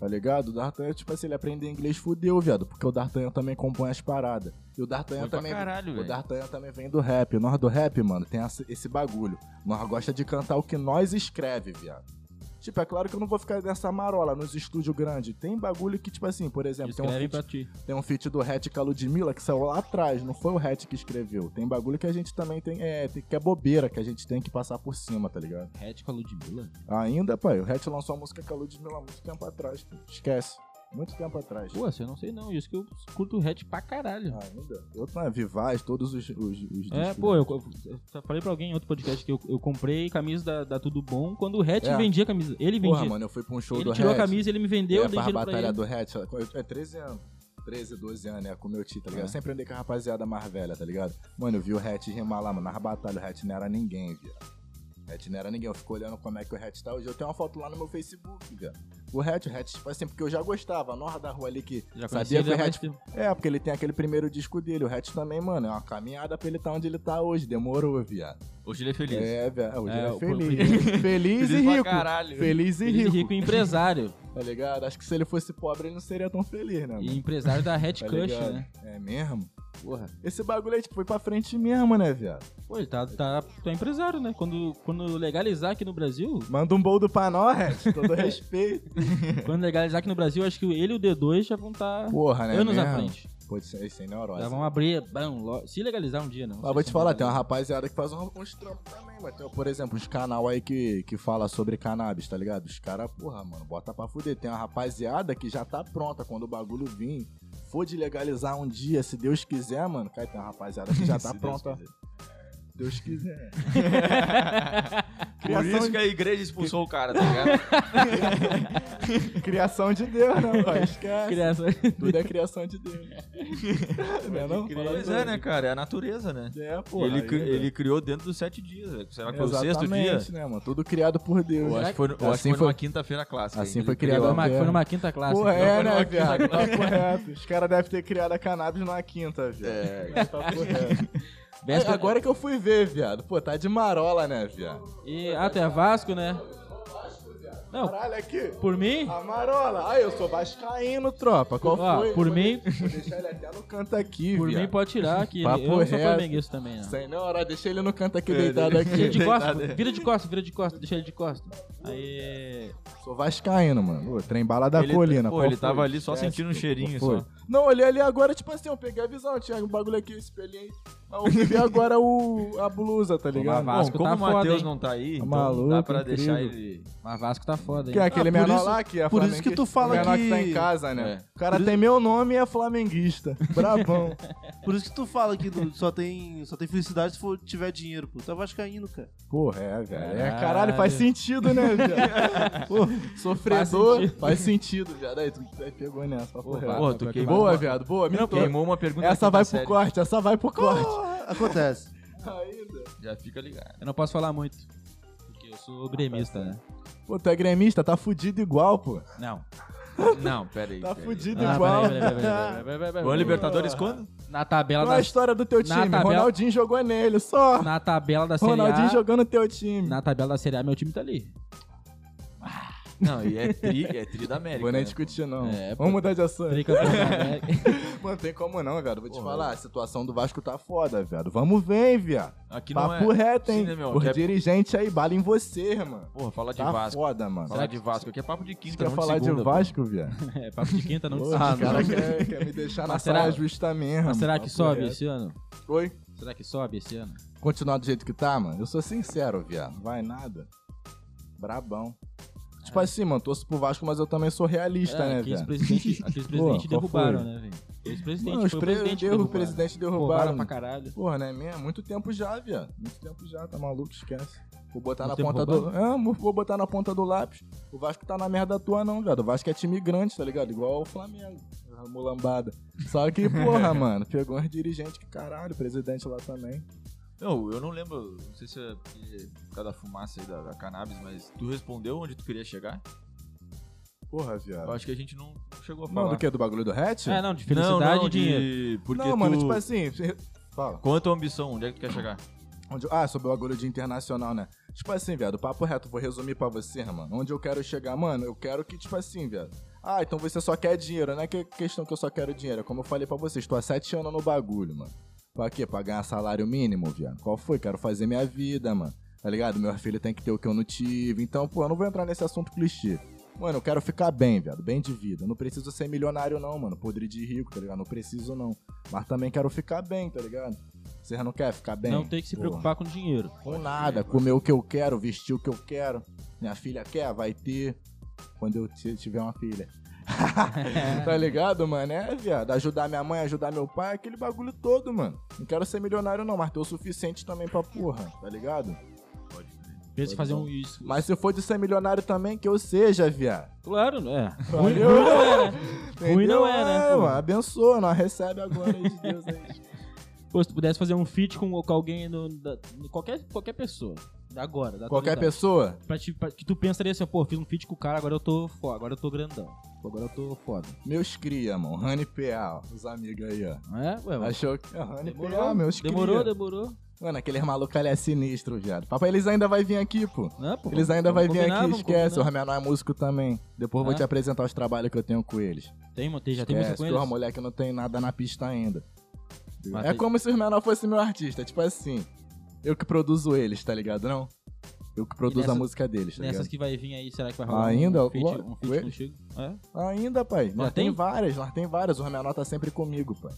C: Tá ligado? O D'Artagnan, tipo assim, ele aprender inglês, fudeu, viado. Porque o D'Artagnan também compõe as paradas. E o D'Artagnan
B: Foi pra
C: também...
B: caralho,
C: O
B: velho.
C: D'Artagnan também vem do rap. Nós do rap, mano, tem essa- esse bagulho. Nós gosta de cantar o que nós escreve, viado. Tipo, é claro que eu não vou ficar nessa marola nos estúdios grandes. Tem bagulho que, tipo assim, por exemplo, tem um,
A: Escrevem
C: feat,
A: pra ti.
C: tem um feat do Hatch com a Ludmilla que saiu lá atrás, não foi o Hatch que escreveu. Tem bagulho que a gente também tem, é, tem- que é bobeira, que a gente tem que passar por cima, tá ligado?
A: Red com a Ludmilla?
C: Ainda, pai, o Hatch lançou a música com a Ludmilla há muito tempo atrás, pô. Esquece. Muito tempo atrás.
A: Pô, assim, eu não sei não. Isso que eu curto Red pra caralho.
C: Ainda? Eu tô na Vivaz, todos os. os, os
A: É,
C: discos,
A: pô,
C: né?
A: eu, eu falei pra alguém em outro podcast que eu, eu comprei camisa da, da Tudo Bom quando o Hatch
C: É.
A: vendia camisa. Ele vendia.
C: Porra, mano, eu fui pra um show
A: ele
C: do
A: tirou
C: Hatch.
A: a camisa, ele me vendeu,
C: é,
A: eu dei
C: a
A: dinheiro pra
C: batalha
A: ele.
C: do Hatch, ela- eu- é 13 anos. 13, 12 anos, né? Com o meu tio, tá ligado?
B: É.
C: Eu sempre andei com a rapaziada mais velha, tá ligado? Mano, eu vi o Hatch rimar lá, mano. Nas batalhas, o Hatch não era ninguém, viado. O Hatch não era ninguém. Eu fico olhando como é que o Hatch tá hoje. Eu tenho uma foto lá no meu Facebook, viado. O Hatch, o Hatch, tipo assim, porque eu já gostava. A Norra da rua ali que...
A: Já
C: Sabia que o Hatch...
A: tempo.
C: É, porque ele tem aquele primeiro disco dele. O Hatch também, mano, é uma caminhada pra ele tá onde ele tá hoje. Demorou, viado.
B: Hoje ele é feliz.
C: É, viado. Hoje
A: É,
C: ele é
A: o-
C: feliz. feliz e
B: pra
C: rico.
B: caralho.
C: Feliz e
A: Ele rico.
C: rico.
A: rico e empresário.
C: Tá ligado? Acho que se ele fosse pobre, ele não seria tão feliz, né? mano?
A: e empresário da Hatch
C: Tá
A: Cush,
C: ligado?
A: né?
C: É mesmo?
A: Porra.
C: Esse bagulho aí, tipo, foi pra frente mesmo, né, viado?
A: Pô, ele tá, tá, tá empresário, né? Quando, quando legalizar aqui no Brasil,
C: Manda um boldo pra nós, Red, todo respeito.
A: quando legalizar aqui no Brasil, acho que ele e o D2 já vão estar
C: Porra, né?
A: anos
C: mesmo?
A: à frente.
C: Pô, isso aí sem neurose.
A: Já vão abrir, bam, lo- se legalizar um dia, não.
C: Mas Ah, vou te falar, tem uma rapaziada que faz um- uns trampos também, mas tem, por exemplo, uns canal aí que, que fala sobre cannabis, tá ligado? Os caras, porra, mano, bota pra fuder. Tem uma rapaziada que já tá pronta quando o bagulho vir. For de legalizar um dia, se Deus quiser, mano. Cara, tem uma rapaziada que já
B: Se
C: tá
B: Deus
C: pronta.
B: quiser.
C: Deus quiser.
B: Por isso que a igreja expulsou o cara, tá ligado?
C: Criação de Deus, né, mano? Esquece.
A: Criança.
C: Tudo é criação de Deus. não é não? Fala
B: Pois
C: tudo.
B: é, né, cara? É a natureza, né?
C: É, pô.
B: ele,
C: aí,
B: cri-
C: né?
B: ele criou dentro dos sete dias. velho. Será que foi o sexto dia?
C: Exatamente, né, mano? Tudo criado por Deus.
B: Eu acho que foi, no- eu acho que
C: Assim
B: foi
C: foi-
B: numa quinta-feira clássica.
C: assim
B: hein?
C: foi
B: Ele
C: criado
A: Foi
B: criou-
C: a
A: numa,
C: terra.
A: foi numa quinta classe.
C: Porra,
A: então.
C: é,
B: Não,
C: né,
B: foi numa
C: viado? Papo reto. Os caras devem ter criado a cannabis na quinta, viado. É, papo reto.
A: Véspera-
C: é, Aí, Agora que eu fui ver, viado. Pô, tá de marola, né, viado?
A: E, ah, tu é Vasco, né? Não,
C: Caralho, aqui.
A: por mim,
C: A marola. Ah, eu sou vascaíno, tropa. Qual
A: Ó,
C: foi?
A: por
C: Vou
A: mim-
C: deixar- Vou deixar ele até no canto aqui,
A: por
C: viado.
A: mim pode tirar que
C: Papo
A: eu não sou
C: reto.
A: flamenguista também, né?
C: Sem hora, deixa ele no canto aqui, deitado aqui.
A: Vira de costa, vira de costa, vira de costa, deixa ele de costa.
B: né?
A: Aí.
C: Sou vascaíno, mano. Ô, trem bala da
B: Ele-
C: Tá
B: tá-
C: colina.
B: pô,
C: qual
B: ele
C: foi?
B: tava ali só
C: Esquece,
B: sentindo um
C: pô,
B: cheirinho,
C: qual foi?
B: só.
C: Não, olhei ali agora, tipo assim, eu peguei a visão. Tinha um bagulho aqui, eu espelhei. Aí eu vi agora o, a blusa, tá ligado?
A: Vasco
B: Bom, como
A: tá
B: o
A: foda,
B: Matheus
A: hein?
B: não tá aí, então
C: maluco,
B: dá pra deixar
C: incrível.
B: ele...
A: Mas Vasco tá foda, hein?
C: Que é aquele
D: Ah, por
C: menor
D: isso-
C: lá que é
D: por isso que tu
C: flamenguista.
D: fala
C: o menor
D: que-
C: tá em casa, né?
B: É.
C: O cara tem meu nome e é flamenguista. Brabão.
D: Por isso que tu fala que do- só tem, só tem felicidade se for, tiver dinheiro, pô. Tu é vascaíno, cara.
C: Porra, é, velho. É,
A: Caralho.
C: caralho, faz sentido, né, velho? Pô,
A: Faz
C: sofredor.
A: sentido.
C: Faz sentido, viado. Aí tu aí pegou nessa.
A: Pô,
C: Porra,
B: pô,
C: porra
B: tu queimou
C: Boa,
B: uma-
C: viado. Boa, me
B: Não,
C: toca.
B: queimou uma pergunta.
C: Essa
B: da
C: vai pro
B: quinta série.
C: corte, essa vai pro corte.
D: Acontece.
C: Ainda.
B: Já fica ligado.
A: Eu não posso falar muito. Porque eu sou gremista, né?
C: Pô, tu é gremista, tá fudido igual, pô.
A: Não.
B: Não, pera aí.
C: Tá
B: pera aí.
C: fudido
A: Ah,
C: igual.
A: peraí, peraí, peraí, peraí, peraí,
B: Ô,
A: peraí.
B: Libertadores quando?
A: Na tabela
C: Qual é a
A: da,
C: história do teu
A: Na
C: time?
A: tabela-
C: Ronaldinho jogou nele, só.
A: na tabela da Série
C: tá- Ronaldinho
A: A.
C: jogou no teu time.
A: Na tabela da Série A, meu time tá ali.
B: Não, e é tri, é tri da América.
C: Vou nem
B: né?
C: discutir, não.
B: É, pô.
C: Vamos mudar de assunto.
A: Tricampeão da América.
C: Mano, tem como não, velho. Vou te
B: Porra.
C: falar, a situação do Vasco tá foda, velho. Vamos ver, viado.
B: Aqui não
C: Papo
B: é...
C: reto, hein?
B: Sim, né, meu?
C: Por
B: Que é-
C: dirigente aí, bala em você, irmão.
B: Porra, fala de
C: Tá
B: Vasco.
C: foda, mano.
B: Falar de Vasco aqui é papo de
C: Você
B: quinta,
C: quer
B: não de
C: falar
B: segunda,
C: de
B: pô.
C: Vasco, viado?
A: É, papo de quinta, um não de
C: Pô,
A: sábado.
C: o cara quer, quer me deixar na
A: Mas será-
C: saia justa mesmo.
A: Mas será que
C: Papo
A: sobe
C: reto.
A: esse ano?
C: Oi?
A: Será que sobe esse ano?
C: Continuar do jeito que tá, mano? Eu sou sincero, viado. Vai nada. Brabão. Tipo assim, mano, torço pro Vasco, mas eu também sou realista,
A: É,
C: né,
A: aqueles
C: velho?
A: presidentes aqueles presidentes
C: qual
A: derrubaram,
C: foi?
A: né, velho? Os presidentes,
C: Mano, os
A: foi o
C: pre...
A: presidente que
C: derru- o
A: derrubaram.
C: presidente
A: Roubaram
C: derrubaram.
A: pra caralho.
C: Porra, né, mesmo? Muito tempo já, viado. Muito tempo já, tá maluco, esquece. Vou botar
A: Muito
C: na
A: tempo
C: ponta do. Ah, mo- vou botar na ponta do lápis. O Vasco tá na merda tua, não, viado. O Vasco é time grande, tá ligado? Igual o Flamengo. a Mulambada. Só que, porra, mano, pegou uns dirigentes que caralho, presidente lá também.
B: Não, eu não lembro, não sei se é porque- por causa da fumaça aí da, da cannabis, mas tu respondeu onde tu queria chegar?
C: Porra,
B: Eu
C: viado.
B: acho que a gente não não chegou a falar.
C: Não, do que? Do bagulho do hatch?
A: É, não, de felicidade
B: não, não,
A: e dinheiro.
B: de... Porque
C: Não, mano,
B: tu...
C: tipo assim. se- Fala.
B: Qual é a tua ambição? Onde é que tu quer chegar?
C: Onde- Ah, sobre o bagulho de internacional, né? Tipo assim, viado, papo reto, vou resumir pra você, mano. Onde eu quero chegar, mano, eu quero que, tipo assim, viado. Ah, então você só quer dinheiro, não é que questão que eu só quero dinheiro. é Como eu falei pra vocês, tô há sete anos no bagulho, mano. Pra quê? Pra ganhar salário mínimo, viado. Qual foi? Quero fazer minha vida, mano. Tá ligado? Meu filho tem que ter o que eu não tive. Então, pô, eu não vou entrar nesse assunto clichê. Mano, eu quero ficar bem, viado. Bem de vida. Eu Não preciso ser milionário, não, mano. Podre de rico, tá ligado? Não preciso, não. Mas também quero ficar bem, tá ligado? Vocês não querem ficar bem?
A: Não tem que se
C: Porra.
A: preocupar com dinheiro.
C: Com nada, comer o que eu quero, vestir o que eu quero. Minha filha quer, vai ter. Quando eu ti- tiver uma filha. tá ligado, mano? É, viado. Ajudar minha mãe, ajudar meu pai, aquele bagulho todo, mano. Não quero ser milionário, não, mas ter o suficiente também pra porra, tá ligado?
A: Pensa em fazer um isso.
C: Mas se for de ser milionário também, que eu seja, viado.
A: Claro, é. Ruim, ruim
C: Valeu.
A: não é, né? Ruim não é,
C: Entendeu?
A: né,
C: É,
A: pô?
C: mano, abençoa, nós recebe agora aí de Deus aí.
A: Pô, se tu pudesse fazer um feat com, com alguém, no, da- qualquer, qualquer pessoa, agora. Da
C: Qualquer
A: atualidade.
C: pessoa,
A: Pra ti- pra- que tu pensaria assim, ó, pô, fiz um feat com o cara, agora eu tô foda, agora eu tô grandão. Pô, agora eu tô foda.
C: meus cria, mano. Rani PA, ó, os amigos aí, ó.
A: Não é? Ué, mas
C: Achou que. Rani
A: demorou,
C: PA, meus cria.
A: demorou, demorou.
C: Mano, aqueles malucos ali é sinistro, viado. Papai, eles ainda vai vir aqui, pô.
A: Não, pô,
C: Eles ainda vai
A: vamos
C: vir
A: combinar,
C: aqui,
A: vamos
C: esquece. O
A: combinar.
C: Ramenor é músico também. Depois eu vou
A: É?
C: te apresentar os trabalhos que eu tenho com eles.
A: Tem, mano, tem, já tem música
C: esquece,
A: com
C: porra,
A: eles?
C: moleque não tem nada na pista ainda.
A: Mas
C: é
A: tem-
C: como se o Ramenor fosse meu artista. Tipo assim, eu que produzo eles, tá ligado, não? Eu que produzo a
A: nessas-
C: música deles, tá
A: Nessas
C: ligado?
A: que vai vir aí, será que vai rolar
C: Ainda?
A: um feat,
C: Lo-
A: um
C: Ué?
A: feat contigo? É?
C: Ainda, pai.
A: Já
C: Nós tem?
A: tem?
C: várias, nós tem várias. O Ramenor tá sempre comigo, pai.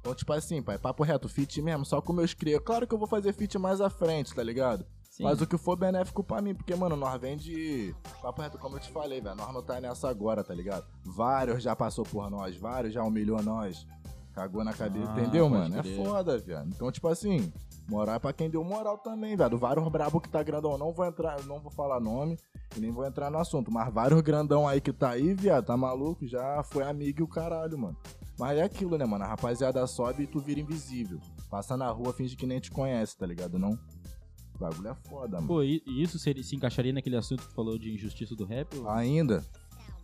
C: Então, tipo assim, pai, papo reto, fit mesmo, só com meus cria. Claro que eu vou fazer fit mais à frente, tá ligado?
A: Sim.
C: Mas o que for benéfico pra mim, porque, mano, nós vem de. Papo reto, como eu te falei, velho. Nós não tá nessa agora, tá ligado? Vários já passou por nós, vários já humilhou nós. Cagou na cabeça,
A: Ah,
C: entendeu,
A: pode
C: mano?
A: crer.
C: É foda, viado. Então, tipo assim, moral é pra quem deu moral também, velho. Vários brabo que tá grandão, eu não vou entrar, eu não vou falar nome e nem vou entrar no assunto. Mas vários grandão aí que tá aí, viado, tá maluco, já foi amigo e o caralho, mano. Mas é aquilo, né, mano? A rapaziada sobe e tu vira invisível. Passa na rua, finge que nem te conhece, tá ligado? Não. O bagulho é foda, mano.
A: Pô, e e isso se, ele se encaixaria naquele assunto que tu falou de injustiça do rap?
C: Ah,
A: ou-
C: Ainda?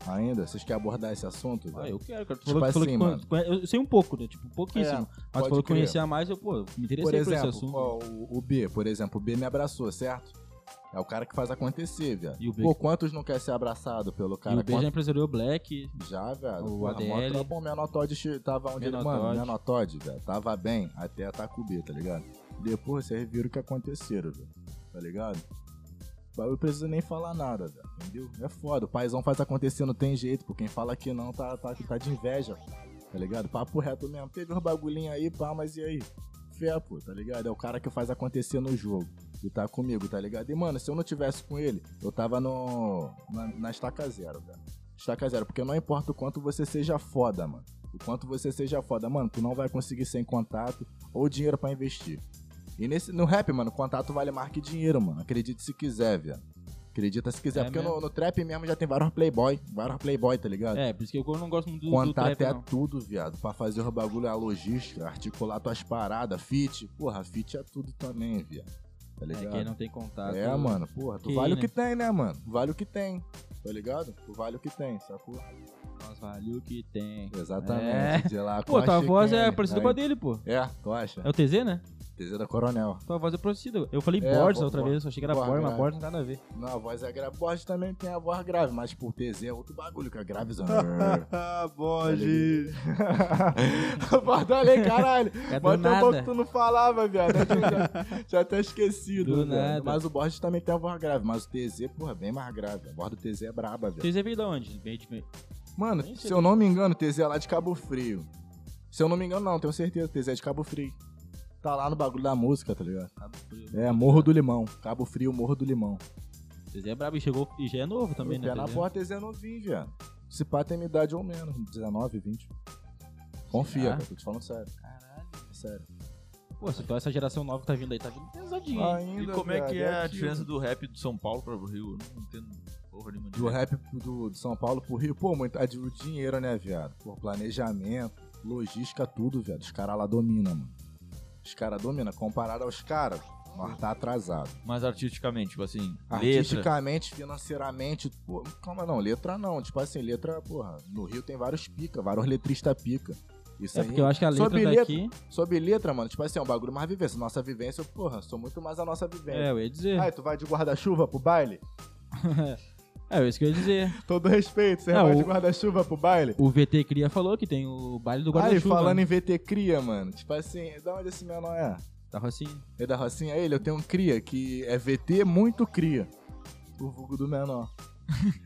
C: Ainda? Vocês querem abordar esse assunto?
A: Ah,
C: velho?
A: eu quero, cara. Tu
C: Tipo
A: falou, tu falou
C: assim,
A: que
C: mano.
A: conhe- Eu sei um pouco, né? Tipo, pouquíssimo.
C: É,
A: mas tu
C: pode
A: falou que
C: crer.
A: conhecia mais, eu, pô, me interessei
C: Por
A: por,
C: exemplo,
A: esse assunto.
C: ó, o, o B, por exemplo, o B me abraçou, certo? É o cara que faz acontecer, viado.
A: E o B?
C: Pô, quantos não quer ser abraçado pelo
A: E
C: cara?
A: o B já empresariou o Black.
C: Já, velho.
A: O
C: Porra, mó
A: ADL.
C: trampo, o Menotod che- tava onde ele.
A: Menotod.
C: Mano, Menotod, velho. Tava bem até atacar o B, tá ligado? Depois vocês viram o que aconteceram, velho. Tá ligado? Eu não preciso nem falar nada, velho. Entendeu? É foda. O paizão faz acontecer, não tem jeito. Por quem fala que não, tá, tá, tá de inveja, pô. Tá ligado? Papo reto mesmo. Teve uns bagulhinho aí, pá, mas e aí? Fé, pô, tá ligado? É o cara que faz acontecer no jogo. E tá comigo, tá ligado? E, mano, se eu não tivesse com ele, eu tava no. na, na estaca zero, velho estaca zero. Porque não importa o quanto você seja foda, mano. O quanto você seja foda, mano, tu não vai conseguir sem contato ou dinheiro pra investir. E nesse, no rap, mano, contato vale mais que dinheiro, mano. Acredite se quiser, viado. Acredita se quiser.
A: É
C: porque
A: mesmo.
C: no, no trap mesmo já tem vários playboy. Vários playboy, tá ligado?
A: É, por isso que eu não gosto muito do, do
C: Contato
A: trap,
C: é
A: não.
C: tudo, viado. Pra fazer o bagulho, é a logística, articular tuas paradas, fit. Porra, fit é tudo também, viado. Tá
A: É,
C: ligado?
A: quem não tem contato.
C: É, mano, porra, tu
A: Que
C: vale
A: né?
C: o que tem, né, mano? Vale o que tem, tá ligado? Tu vale o que tem, sacou?
A: É. Nós valeu que tem.
C: Exatamente. De lá
A: Pô,
C: com a
A: tua voz é
C: Chiquene.
A: parecida
C: Aí-
A: com a dele, pô.
C: É, tu acha?
A: É o TZ, né?
C: TZ da Coronel.
A: Tua voz é produzida. Eu falei
C: É,
A: Borges
C: bo-
A: outra
C: bo- é.
A: vez, só achei que era
C: bo-
A: Borges, mas
C: grave.
A: Borges não tem nada a ver.
C: Não, a voz é grave. Borges também tem a voz grave, mas por TZ é outro bagulho que é gravezão.
D: Ah, Borges.
C: Falei, caralho.
A: É do
C: Mas tem um pouco que
A: nada.
C: tu não falava, viado. Eu tinha- já, já até esquecido.
A: Do
C: velho.
A: nada.
C: Mas o Borges também tem a voz grave. Mas o TZ, porra, é bem mais grave. A voz do TZ é braba, velho.
A: Vocês veio de onde? Bem de-
C: Mano,
A: Nem sei.
C: se eu não me engano, o TZ é lá de Cabo Frio. Se eu não me engano, não, tenho certeza, o TZ é de Cabo Frio. Tá lá no bagulho da música, tá ligado?
A: né?
C: É, Morro do Limão. Cabo Frio, Morro do Limão.
A: Vocês é brabo e chegou e já é novo também,
C: o
A: né?
C: pé na
A: TZ?
C: porta, TZ não vi, viado. Se pá, tem minha idade ou menos, 19, 20. Confia,
A: Será?
C: velho, tô te falando sério. Caralho. Sério.
A: Pô, se tu essa geração nova que tá vindo aí, tá vindo pesadinho. hein?
B: E
C: Ainda,
B: como é
C: viado,
B: que é a
C: aquilo.
B: diferença do rap do São Paulo para o Rio? Eu não entendo porra nenhuma
C: Do rap do, de São Paulo pro Rio, pô, muito, é de o dinheiro, né, viado? Pô, planejamento, logística, tudo, viado. Os caras lá dominam, mano. Os caras dominam. Comparado aos caras, nós tá atrasado.
B: Mas artisticamente, tipo assim, letra.
C: Artisticamente, financeiramente, pô, calma não, letra não. Tipo assim, letra, porra, no Rio tem vários pica, vários letristas pica. Isso
A: É
C: aí.
A: porque eu acho que a letra
C: Sobre
A: daqui.
C: Sobre letra, mano, tipo assim, é um bagulho mais vivência. Nossa vivência, porra, sou muito mais a nossa
A: É,
C: vivência.
A: eu ia dizer.
C: Ai, tu vai de guarda-chuva pro baile?
A: É, isso que eu ia dizer.
C: Todo respeito, você
A: É,
C: vai
A: o-
C: de guarda-chuva pro baile?
A: O VT Cria falou que tem o baile do
C: Aí,
A: guarda-chuva.
C: falando
A: né?
C: em VT Cria, mano, tipo assim, da onde esse menor é?
A: Da Rocinha.
C: É da Rocinha ele? Eu tenho um Cria que é VT muito Cria. O vulgo do menor.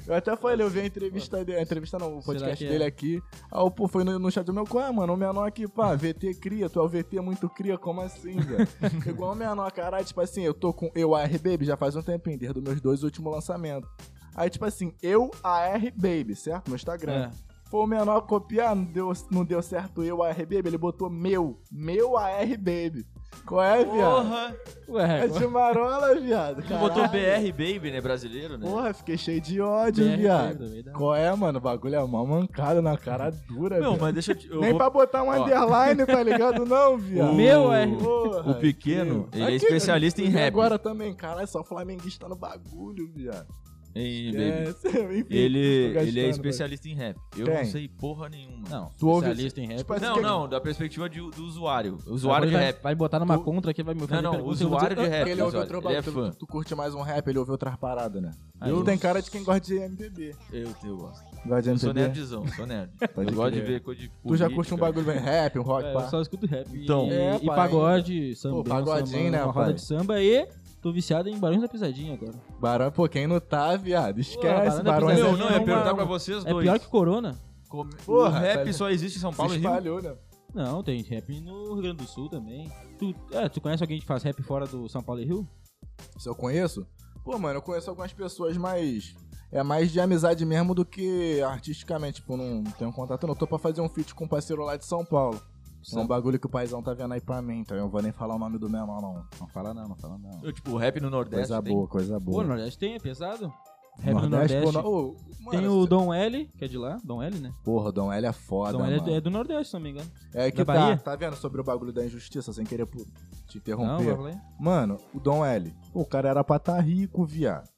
C: Eu até falei, eu vi a entrevista dele, a entrevista não, o
A: Será
C: podcast
A: que é?
C: dele aqui. Aí o pô foi no, no chat do meu, qual é, mano? O menor aqui, pá, VT cria, tu é o VT muito cria, como assim, velho? Igual o menor, caralho, tipo assim, eu tô com eu AR Baby já faz um tempinho, desde os meus dois últimos lançamentos. Aí, tipo assim, eu AR Baby, certo? No Instagram.
A: É.
C: Foi o menor copiar, não deu, não deu certo eu AR Baby, ele botou meu, meu AR Baby. Qual é, viado?
B: Porra!
A: Ué,
C: É de marola, viado.
B: Tu botou
C: caralho.
B: BR Baby, né? Brasileiro, né?
C: Porra, fiquei cheio de ódio,
A: BR
C: viado.
A: também né? dá.
C: Qual é, mano? O bagulho é uma mancada na cara dura,
B: Não,
C: viado.
B: mas deixa eu te. eu
C: Nem
B: vou-
C: pra botar um
B: Ó.
C: underline, tá ligado? Não, viado.
A: Meu é.
C: Porra,
B: O pequeno,
C: que-
B: ele é
C: Aqui,
B: especialista em
C: e
B: rap.
C: agora também, caralho, só flamenguista no bagulho, viado.
B: Hein, Baby?
C: É, cê- enfim,
B: Ele,
C: tô
B: ele
C: gastando,
B: é
C: velho.
B: especialista em rap. Eu
C: Tem.
B: não sei porra nenhuma.
A: Não,
C: Tu ouve-
A: especialista em rap.
C: Tipo assim,
B: Não,
C: que-
B: não, da perspectiva de- do usuário. Usuário de
A: vai,
B: rap.
A: Vai botar numa
C: Tu-
A: contra aqui, vai me
B: Não,
A: fazer
B: não,
A: pergunta, eu vou
B: usuário
A: dizer-
B: de rap.
C: Ele ouve
B: usuário,
C: outro
B: ele é
C: bagulho.
B: fã.
C: tu, tu curte mais um rap, ele ouve outras paradas, né?
A: Ah,
C: tu
A: eu-
C: tem cara de quem gosta de MPB.
B: Eu, eu gosto.
C: Gosta de
B: Eu sou
C: MPB?
B: nerdzão, sou nerd.
C: Pode
B: eu gosto de
C: crer.
B: ver coisa de
C: Tu já
B: política.
C: curte um bagulho bem rap, um rock,
A: É,
C: pá?
A: eu só escuto rap. E-
B: Então.
A: e,
C: É,
A: e
C: pai,
A: pagode, samba.
C: Pô, pagodinho, né,
A: Uma roda
C: pai?
A: de samba e tô viciado em Barões da Pisadinha agora.
C: Barão, pô, quem não tá, viado, esquece.
A: Barão da
C: Barões
A: Pisadinha
B: Meu,
A: Mas é
B: não, eu ia
A: uma-
B: perguntar pra vocês
A: É
B: dois.
A: pior que Corona?
B: Como- o
C: um Porra,
B: rap
C: velho.
B: só existe em São Paulo
C: se
B: e Rio.
C: espalhou, né?
A: Não, tem rap no Rio Grande do Sul também. Tu, é, tu conhece alguém que faz rap fora do São Paulo e Rio?
C: Se eu conheço? Pô, mano, eu conheço algumas pessoas, mas é mais de amizade mesmo do que artisticamente. Tipo, não, não tenho contato, não. Eu tô pra fazer um feat com um parceiro lá de São Paulo. É um bagulho que o paizão tá vendo aí pra mim, então eu não vou nem falar o nome do menor, não. Não fala não, não fala não.
B: Eu, tipo, rap no Nordeste.
C: Coisa
B: tem.
C: boa, coisa
A: Pô,
C: boa.
A: no Nordeste tem, é pesado. Rap no
C: pô,
A: Nordeste.
C: no- Ô, mano,
A: Tem o
C: cê-
A: Dom L, que é de lá. Dom L, né?
C: Porra, Dom L é foda,
A: Dom L é do-
C: mano.
A: é do Nordeste, se não me engano.
C: É, que
A: da Bahia?
C: tá, tá vendo sobre o bagulho da injustiça, sem querer pô, te
A: Não,
C: interromper.
A: vai lá.
C: Mano, o Dom L. Pô, o cara era pra tá rico, viado.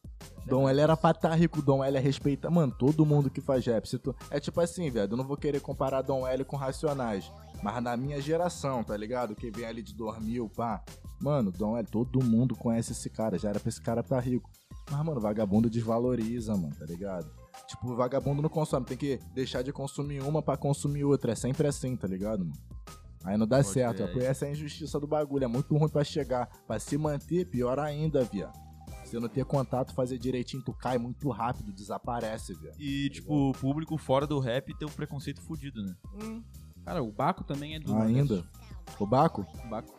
C: Dom L era pra tá rico, Dom L é respeita. Mano, todo mundo que faz rap. se tu- É tipo assim, viado. Eu não vou querer comparar Dom L com Racionais. Mas na minha geração, tá ligado? Que vem ali de 2000, pá. Mano, Dom L, todo mundo conhece esse cara. Já era pra esse cara tá rico. Mas, mano, vagabundo desvaloriza, mano, tá ligado? Tipo, o vagabundo não consome. Tem que deixar de consumir uma pra consumir outra. É sempre assim, tá ligado, mano? Aí não dá
B: Pode
C: certo.
B: crer.
C: ó. Essa é a injustiça do bagulho. É muito ruim pra chegar. Pra se manter, pior ainda, viado. Se não ter contato, fazer direitinho, tu cai muito rápido, desaparece, viado.
B: E, tipo, o público fora do rap tem um preconceito fudido, né?
C: Hum.
A: Cara, o Baco também é do
C: Ainda.
A: Nordeste.
C: O Baco?
A: Baco.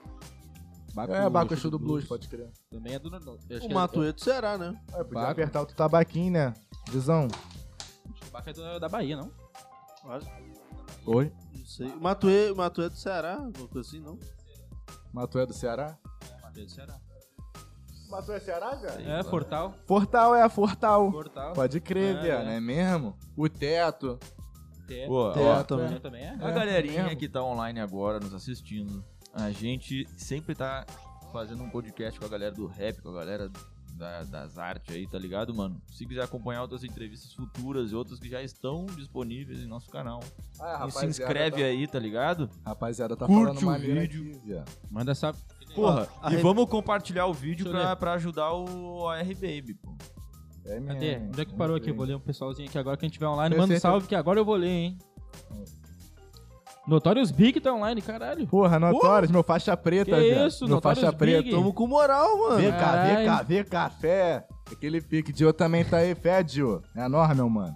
C: é, Baco é show do blues, pode crer.
A: Também é do Nordeste. Eu acho
D: O
A: que é-
D: Matueto será, né?
C: É, podia
A: Baco.
C: apertar o tabaquinho, né? Visão.
A: O Baco é do- da Bahia, não?
D: Acho-
C: Oi?
D: Não sei. O Matue, o Matueto será, alguma coisa assim, não?
C: Matué do Ceará?
A: Matheus do Ceará.
C: Matué é Ceará, velho?
A: É, Fortal.
C: Fortal é a Fortal.
A: Fortal.
C: Pode crer,
A: É,
C: viado,
A: é.
C: não é mesmo? O teto. Ah,
A: Té.
B: Pô,
D: Tem
B: ó,
D: também.
A: Té também é?
B: A
C: É,
B: galerinha
C: mesmo.
B: que tá online agora, nos assistindo, a gente sempre tá fazendo um podcast com a galera do rap, com a galera da- das artes aí, tá ligado, mano? Se quiser acompanhar outras entrevistas futuras e outras que já estão disponíveis em nosso canal,
C: Ah,
B: e se inscreve aí, tá ligado?
C: Tá, rapaziada, tá
B: Curte
C: falando
B: o
C: maneiro
B: vídeo.
C: aqui, viado.
A: Manda essa.
B: Porra,
D: a
B: e
D: re-
B: vamos compartilhar o vídeo
A: Deixa eu
B: pra, pra ajudar o AR Baby, pô.
C: É mesmo.
A: Cadê? Onde é que parou aqui? Eu vou ler um pessoalzinho aqui agora. Quem tiver online,
C: Eu
A: manda um
C: sei, tá.
A: salve que agora eu vou ler, hein? Notorious Big tá online, caralho.
C: Porra, Notorious, meu faixa preta,
A: Que
C: viado.
A: isso,
C: meu
A: Notorious
C: faixa preta.
A: Big.
D: Tamo com moral, mano.
C: Vem cá, vem cá,
A: Caralho.
C: vem cá, fé. Aquele pique. Dio também tá aí, fé, Dio. Menor, meu mano.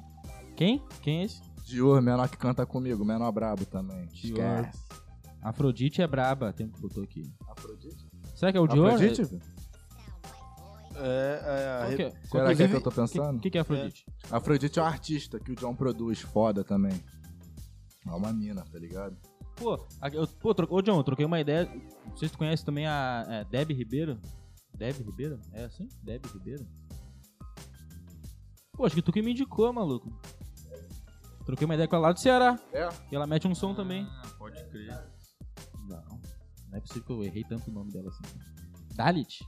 A: Quem? Quem é esse?
C: Dio, menor que canta comigo, menor brabo também.
A: Dio.
C: Esquece.
A: Afrodite é braba, tem que botou aqui.
C: Afrodite?
A: Será que é o Dior?
C: Afrodite? velho?
D: É, é, a
A: Qual
D: re-
A: que é?
C: Será
A: Qual
C: que é
A: que
C: que
A: é?
C: eu tô
A: O
C: pensando?
A: que, que é Afrodite?
C: Afrodite é um artista que o John produz, foda também. É uma mina, tá ligado?
A: Pô, a- eu, pô tro, ô John, eu troquei uma ideia. Não sei se tu conhece também a é, Deb Ribeiro. Deb Ribeiro? É assim? Deb Ribeiro? Pô, acho que tu que me indicou, maluco. Troquei uma ideia com ela lá do Ceará.
C: É?
A: E ela mete um som também.
B: Ah, pode crer.
A: Não. Não é possível que eu errei tanto o nome dela assim. Dalit?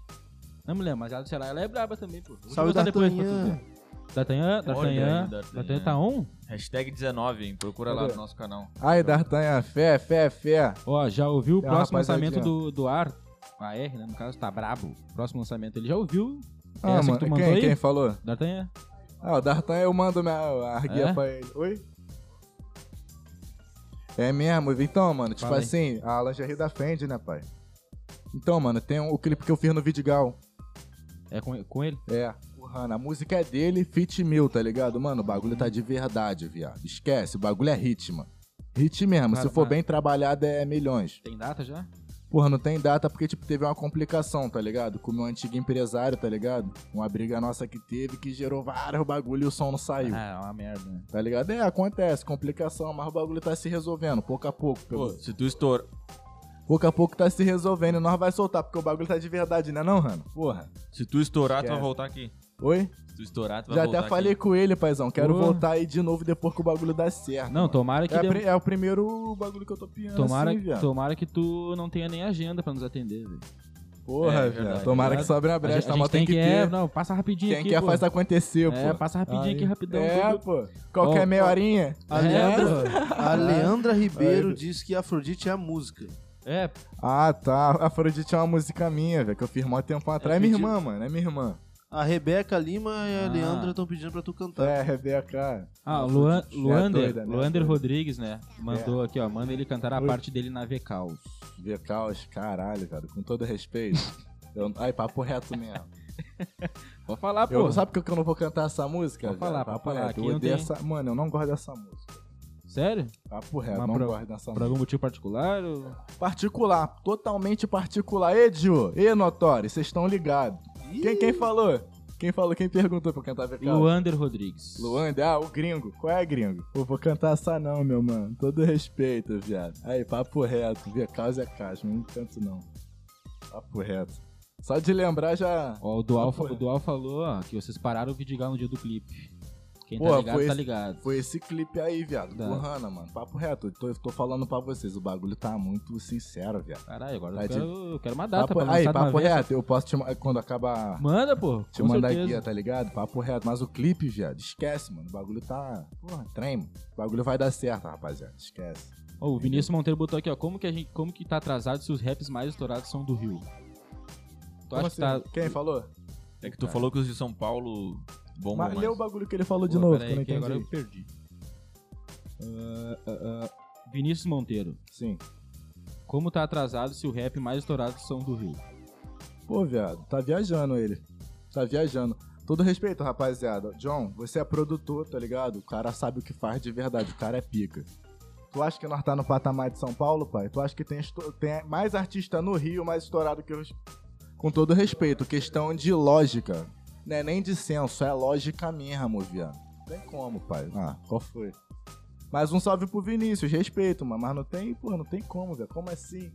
A: Não, mulher, mas ela do Ceará, ela é braba também, pô. Vou te
D: Salve,
A: botar depois pra tu
D: D'Artagnan.
A: ver. D'Artagnan, D'Artagnan.
B: aí, D'Artagnan.
A: D'Artagnan tá on?
B: Hashtag 19, hein? Procura lá
C: Cadê?
B: no nosso canal.
C: Aí, D'Artagnan, é fé, fé,
A: É
C: fé.
A: Ó, já ouviu o
C: É,
A: próximo
C: rapaziadinha.
A: lançamento do, do AR? A R, né? No caso, tá brabo. Próximo lançamento ele já ouviu. É
C: Ah,
A: essa
C: mano,
A: que tu mandou
C: quem,
A: aí?
C: quem falou?
A: D'Artagnan?
C: Ah, o D'Artagnan eu mando minha, a guia
A: É?
C: pra ele. Oi? É mesmo? Então, mano, tipo
A: Fala aí.
C: assim, a lingerie da Fendi, né, pai? Então, mano, tem o clipe que eu fiz no Vidigal.
A: É com, com ele?
C: É, o Hannah, a música é dele, fit mil, tá ligado? Mano, o bagulho tá de verdade, viado. Esquece, o bagulho é hit, mano. Hit mesmo,
A: Claro,
C: se for
A: claro.
C: bem trabalhado é milhões.
A: Tem data já?
C: Porra, não tem data porque, tipo, teve uma complicação, tá ligado? Com o meu antigo empresário, tá ligado? Uma briga nossa que teve que gerou vários bagulho e o som não saiu.
A: Ah, é uma merda, né?
C: Tá ligado? É, acontece, complicação, mas o bagulho tá se resolvendo, pouco a pouco.
B: Pô,
C: Pelo...
B: se tu estoura.
C: Pouco a pouco tá se resolvendo e nós vai soltar, porque o bagulho tá de verdade, né não, Rano? Porra.
B: Se tu estourar, tu vai
C: Esquece.
B: voltar aqui.
C: Oi?
B: Se tu estourar, tu vai
C: Já
B: voltar
C: até falei
B: aqui.
C: com ele, paizão. Quero
A: Pô.
C: voltar aí de novo depois que o bagulho dá certo.
A: Não, tomara que.
C: é, a
A: dê- um
C: pri- é o primeiro bagulho que eu tô piando
A: Tomara,
C: assim, viado.
A: tomara que tu não tenha nem agenda pra nos atender, velho.
C: Porra,
B: É,
C: viado.
B: verdade,
C: Tomara
A: verdade.
C: que sobre a
A: A gente-
C: brecha,
A: a
C: mas
A: gente
C: tem que
A: É,
C: ter.
A: não, passa rapidinho
C: Quem
A: aqui.
C: quer
A: pô.
C: faz acontecer,
A: É,
C: pô.
A: passa rapidinho
C: Aí.
A: aqui, rapidão.
C: É,
A: tudo.
C: pô. Qualquer
A: Ó,
C: meia
A: ó.
C: horinha.
D: A
A: É,
D: Leandra, a Leandra Ribeiro
C: Aí.
D: diz que Afrodite é a música.
A: É,
C: Ah, tá. A Afrodite é uma música minha, velho, que eu fiz mó tempo atrás. É minha irmã, mano. É minha irmã.
D: A Rebeca Lima e a
A: Ah.
D: Leandra estão pedindo pra tu cantar.
C: É, Rebeca.
A: ah, Luan,
C: Afrodite é
A: Luander,
C: doida, né? É.
A: Luander Rodrigues, né? Mandou aqui, ó. Manda ele cantar a
C: Oi.
A: parte dele na Vecal.
C: Vecaus, caralho, cara. Com todo respeito. Eu, ai, papo reto mesmo.
A: Pode falar, pô.
C: Eu, sabe por que eu não vou cantar essa música?
A: Pode
C: velho?
A: falar,
C: papo
A: pode falar.
C: reto.
A: Aqui
C: Eu
A: não
C: odeio
A: tem-
C: essa... Mano, eu não gosto dessa música.
A: Sério?
C: Papo reto,
A: Mas
C: não
A: pra-
C: gosto dessa
A: Por
C: música.
A: algum motivo particular? ou-
C: Particular, totalmente particular. Ê, Gil, ê, Notório, vocês estão ligados. Quem, quem falou? Quem falou? Quem perguntou pra eu cantar Vecaus?
A: Luander Rodrigues.
C: Luanda, ah, o gringo. Qual é, gringo? Eu vou cantar essa não, meu mano. Todo respeito, viado. Aí, papo reto. Via causa é caixa, não canto não. Papo reto. Só de lembrar já...
A: Ó, o Dual,
C: Ah, porra.
A: o Dual falou ó, que vocês pararam o Vidigal no dia do clipe. Quem tá
C: Porra,
A: ligado,
C: foi
A: tá
C: esse-
A: ligado.
C: Foi esse clipe aí, viado.
A: Tá.
C: Do Hannah, mano. Papo reto. Eu Tô, eu tô falando pra vocês. O bagulho tá muito sincero, viado.
A: Caralho, agora
C: Tá
A: eu
C: de-
A: quero, eu quero uma data
C: papo,
A: pra lançar
C: aí,
A: tá de uma
C: papo
A: vez.
C: reto. Eu posso te... ma- Quando acabar...
A: Manda, pô.
C: Te
A: com
C: mandar
A: certeza.
C: guia, tá ligado? Papo reto. Mas o clipe, viado, esquece, mano. O bagulho tá... Porra, trem. mano. O bagulho vai dar certo, rapaziada. Esquece.
A: Ó, o Vinícius Monteiro botou aqui, ó. Como que, a gente, como que tá atrasado se os raps mais estourados são do Rio? Tu
C: Como
A: acha que tá.
C: assim? Quem falou?
B: É que tu falou que os de São Paulo bombam
C: Mas
B: mais.
C: lê o bagulho que ele falou de
A: Pô,
C: novo,
A: peraí,
C: que eu não
A: que
C: entendi.
A: agora eu perdi. Ah, ah, ah, Vinícius Monteiro.
C: Sim.
A: Como tá atrasado se o rap mais estourado são do Rio?
C: Pô, viado, tá viajando ele. Tá viajando. Todo respeito, rapaziada. John, você é produtor, tá ligado? O cara sabe o que faz de verdade, o cara é pica. Tu acha que nós tá no patamar de São Paulo, pai? Tu acha que tem, esto- tem mais artista no Rio mais estourado que os. Com todo respeito, questão de lógica. Não é nem de senso, é lógica mesmo, viado. Não tem como, pai. Ah, qual foi? Mais um salve pro Vinícius, respeito, mano. Mas não tem, pô, não tem como, velho. Como assim?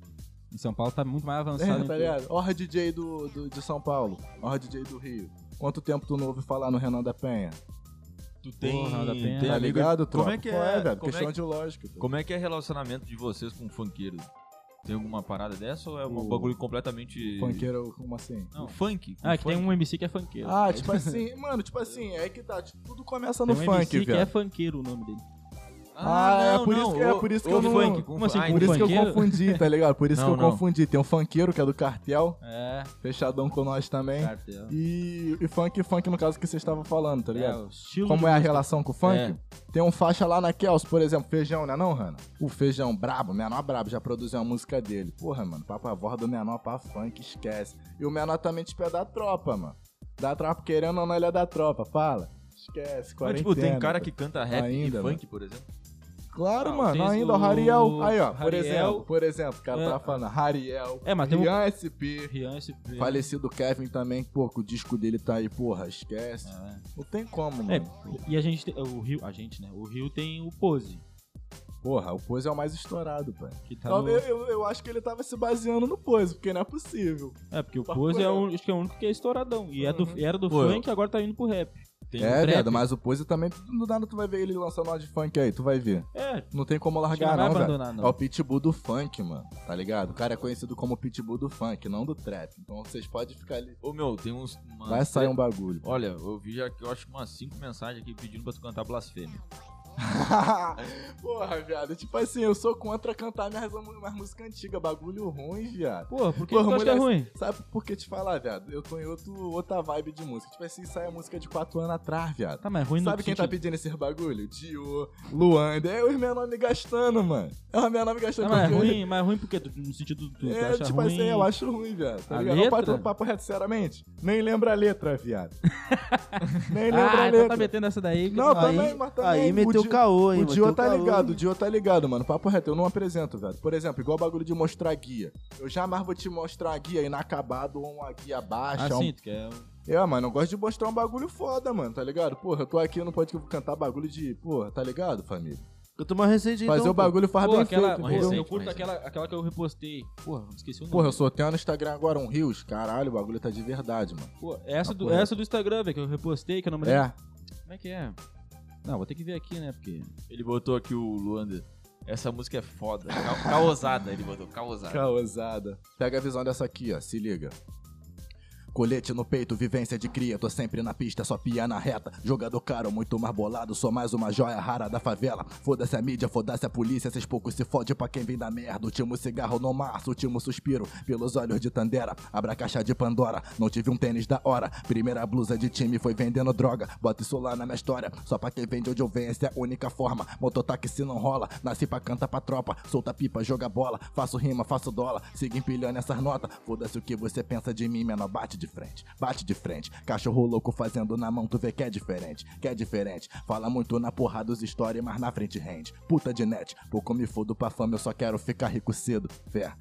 A: Em São Paulo tá muito mais avançado.
C: É,
A: hein,
C: tá
A: pô?
C: ligado? Orra DJ do, do- de São Paulo, Orra DJ do Rio. Quanto tempo tu não ouve falar no Renan da Penha?
B: Tu tem,
A: Porra, da Penha.
B: tem
C: tá
B: amigo-
C: ligado,
B: Como
C: tropa?
B: é que
C: Qual
B: é,
C: velho?
B: como, é
C: Questão
B: que,
C: de lógica. pô.
B: como é que é o relacionamento de vocês com funkeiros? Tem alguma parada dessa ou é um
C: O-
B: bagulho completamente.
C: Funkeiro, como assim?
B: Não, funk.
A: Ah, que tem
B: funk.
A: um MC que é funkeiro.
C: Ah, tipo assim, mano, tipo assim, é aí que tá, tipo, tudo começa
A: tem
C: no
A: um
C: funk,
A: MC que é
C: velho.
A: funkeiro o nome dele.
C: Ah, é por isso que- é
B: o-
C: por isso que
B: o
C: eu não-
B: Funk, com
A: um- Como assim,
B: funk?
A: com
B: Ah,
C: Por isso que eu
A: funkeiro?
C: confundi, tá ligado? Por isso
B: Não,
C: que eu
B: não.
C: confundi. Tem um funkeiro que é do cartel,
A: É,
C: fechadão com nós também.
B: então,
A: cartel.
C: E, e funk, funk no caso que vocês estavam falando, tá
A: É,
C: ligado?
A: o estilo
C: Como é a relação com o funk?
A: É.
C: Tem um faixa lá na Kels, por exemplo, Feijão, né não, Hanna? O Feijão, brabo, Menor brabo, já produziu a música dele. Porra, mano, papo a voz do Menor pra funk, esquece. E o Menor também, tipo, é da tropa, mano. Da tropa, querendo ou não, ele é da tropa, fala. Esquece,
B: Mas,
C: quarentena.
B: tipo, tem cara que canta rap
C: Ainda,
B: e funk, por exemplo.
C: Claro,
A: Ah,
C: mano,
A: vocês-
C: ainda, o
A: o-
C: Rariel. Aí, ó, por
A: Hariel-
C: exemplo, por exemplo, o cara
A: É.
C: tava falando, Rariel,
A: É, mas tem um-
C: Rian SP...
A: Rian esse...
C: Falecido Kevin também, pô, que o disco dele tá aí, porra, esquece. Não tem como, mano.
A: É, e a gente, tem- o Rio, a gente, né? O Rio tem o Pose,
C: Porra, o Pose é o mais estourado, pai.
A: que tá no...
C: Talvez eu, eu acho que ele tava se baseando no Pose, porque não é possível.
A: É, porque o Pose é o, acho que é o único que é estouradão. E é do,
C: Uhum.
A: era do
B: Pô,
A: funk, agora tá indo pro rap.
B: Tem um
C: é,
B: trap.
C: viado, mas o Pose também, do nada tu vai ver ele lançando uma de funk aí, tu vai ver.
A: É,
C: Não tem como
A: acho que não
C: largar
A: vai
C: não, velho.
A: abandonar,
C: É o
A: não.
C: Pitbull do funk, mano, tá ligado? O cara é conhecido como Pitbull do funk, não do trap. Então vocês podem ficar ali.
B: Ô, meu, tem uns. umas
C: Vai sair
B: tre-
C: um bagulho.
B: Olha, eu vi já que eu acho umas cinco mensagens aqui pedindo pra tu cantar blasfêmia.
C: Porra, viado, tipo assim, eu sou contra cantar minhas, minhas músicas antigas, bagulho ruim, viado.
A: Porra, por que
C: Porra,
A: tu acha que é
C: mulher-
A: ruim?
C: Sabe por que te falar, viado? Eu tô em outro, outra vibe de música. Tipo assim, sai a música de 4 anos atrás, viado.
A: Tá, mas ruim no
C: Sabe quem tá
A: sentido-
C: pedindo esse bagulho? Dio, Luanda. É os meus nomes gastando, mano. É os meus nomes
A: Tá,
C: gastando.
A: mas
C: conteúdo.
A: ruim, mas ruim porque no sentido do tu
C: É,
A: acha
C: tipo
A: ruim.
C: assim, eu acho ruim, viado. Tá
A: A
C: ligado? Não, papo,
A: letra?
C: papo reto, sinceramente, nem lembra a letra, viado. nem lembra
A: Ah,
C: a
A: então tá
C: é letra.
A: metendo essa daí.
C: Não,
A: tá
C: também,
D: aí,
C: mas também.
D: aí
C: Dio-
D: meteu o caô,
C: o
D: hein? meteu
C: Dio tá
D: caô.
C: ligado, o Dio tá ligado, mano. Papo reto, eu não apresento, velho. Por exemplo, igual o bagulho de mostrar guia. Eu jamais vou te mostrar a guia inacabado ou uma guia baixa.
A: Ah,
C: um-
A: sim, tu quer...
C: É, mano, eu gosto de mostrar um bagulho foda, mano, tá ligado? Porra, eu tô aqui, eu não pode cantar bagulho de. Porra, tá ligado, família?
D: Eu tô mais recente aí,
C: Fazer
D: então,
C: o bagulho faz
A: Pô,
C: bem
A: aquela...
C: feito,
A: pô,
B: recente,
C: entendeu?
A: eu curto
B: recente.
A: aquela, aquela que eu repostei. Porra, esqueci o nome.
C: Porra, eu sou até no Instagram agora, um Rios. Caralho, o bagulho tá de verdade, mano.
A: Pô, essa,
C: Ah,
A: do,
C: porra.
A: essa do Instagram, velho, que eu repostei, que eu não me lembro.
C: É.
A: Como é que é? Não, vou ter que ver aqui, né? Porque.
B: Ele botou aqui o Luanda. Essa música é foda. Ca- Caosada, ele botou. Caosada.
C: Causada. Pega a visão dessa aqui, ó, se liga. Colete no peito, vivência de cria, tô sempre na pista, só pia na reta. Jogador caro, muito mais bolado, sou mais uma joia rara da favela. Foda-se a mídia, foda-se a polícia, esses poucos se fode pra quem vem da merda. Último cigarro no março, último suspiro, pelos olhos de Tandera. Abra a caixa de Pandora, não tive um tênis da hora. Primeira blusa de time foi vendendo droga, bota isso lá na minha história. Só pra quem vem de onde eu venho, essa é a única forma. Mototáxi se não rola, nasci pra cantar pra tropa. Solta pipa, joga bola, faço rima, faço dólar. Siga empilhando essas notas, foda-se o que você pensa de mim, menor. Bate de frente, bate de frente. Cachorro louco fazendo na mão, tu vê que é diferente, que é diferente. Fala muito na porra dos stories, mas na frente rende. Puta de net, pouco me fodo pra fama, eu só quero ficar rico cedo. Fé,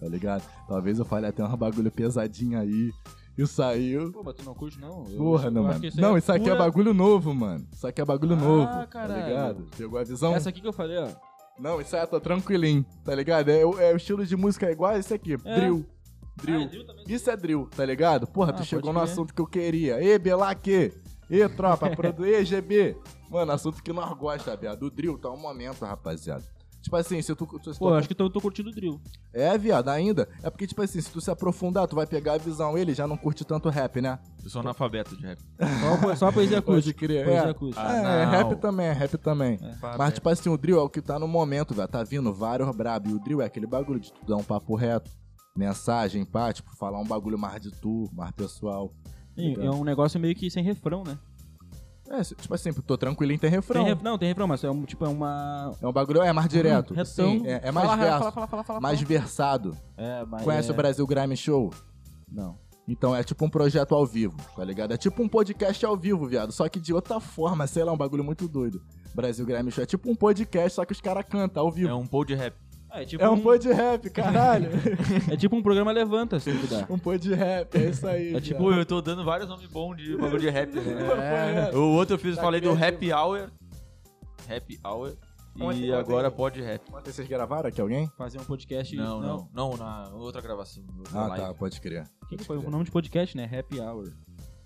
C: tá ligado? Talvez eu fale até um bagulho pesadinho aí. E saiu.
A: Pô, mas tu não curte, não? Eu-
C: Porra, não,
A: eu acho
C: mano.
A: que isso aí
C: Não, isso aqui é
A: pura-
C: bagulho novo, mano. Isso aqui é bagulho
A: Ah,
C: novo.
A: caralho.
C: Tá ligado? Pegou a visão?
A: Essa aqui que eu falei,
C: Ah, é
A: ó. Ah,
C: Não, isso aí tá tranquilinho, tá ligado? É, o- é o estilo de música é igual a esse aqui.
A: É.
C: Drill.
A: Ah, é
C: Drill.
A: drill também?
C: Isso é drill, tá ligado? Porra,
A: Ah,
C: tu chegou
A: pode
C: no
A: crer.
C: assunto que eu queria. Ê, Belaque! Ê, tropa, produ... Ê, GB! Mano, assunto que nós gosta, viado. O drill tá um momento, rapaziada. Tipo assim, se tu. Se tu
A: Pô, eu acho que tô, tô curtindo o drill.
C: É, viado, ainda. É porque, tipo assim, se tu se aprofundar, tu vai pegar a visão. Ele já não curte tanto rap, né?
B: Eu sou analfabeto de rap.
A: Só, a po- só a poesia
C: Pode
A: acústica.
C: crer.
A: Poesia
C: É,
A: acústica.
B: Ah,
C: é,
B: não. É.
C: rap também, rap também. Mas, tipo assim, o drill é o que tá no momento, velho. Tá vindo vários brabo. E o drill é aquele bagulho de tu dar um papo reto, mensagem, pá, tipo, falar um bagulho mais de tu, mais pessoal.
A: Sim, é um negócio meio que sem refrão, né?
C: É, se- tipo assim, tô tranquilinho, tem refrão.
A: Tem ref- Não, tem refrão, mas é um, tipo, é uma.
C: É um bagulho, é mais direto.
A: retão.
C: Sim, é, é mais
A: fala,
C: verso,
A: fala, fala, fala, fala,
C: mais versado.
A: É, mas.
C: Conhece
A: é...
C: o Brasil Grime Show?
A: Não.
C: Então é tipo um projeto ao vivo, tá ligado? É tipo um podcast ao vivo, viado. Só que de outra forma, sei lá, um bagulho muito doido. Brasil Grime Show é tipo um podcast, só que os caras cantam ao vivo.
B: É um pod de rap.
A: Ah, é, tipo
C: É um pôr de rap, caralho.
A: é tipo um programa Levanta, se duvidar.
C: um pôr de rap, é isso aí.
A: É
C: viado.
B: Tipo, eu tô dando vários nomes bons de bagulho de rap, né?
C: É.
B: O outro eu fiz,
C: Tá
B: falei do
C: criativo.
B: happy hour. Happy hour.
A: é
C: Ontem-
B: E
C: ontem-
B: agora pod rap.
C: Ontem vocês gravaram aqui alguém?
A: Fazer um podcast.
B: Não, não, não, na outra gravação. Outra
C: Ah,
B: live.
C: tá, pode crer.
A: O que que foi? O nome de podcast, né? Happy Hour.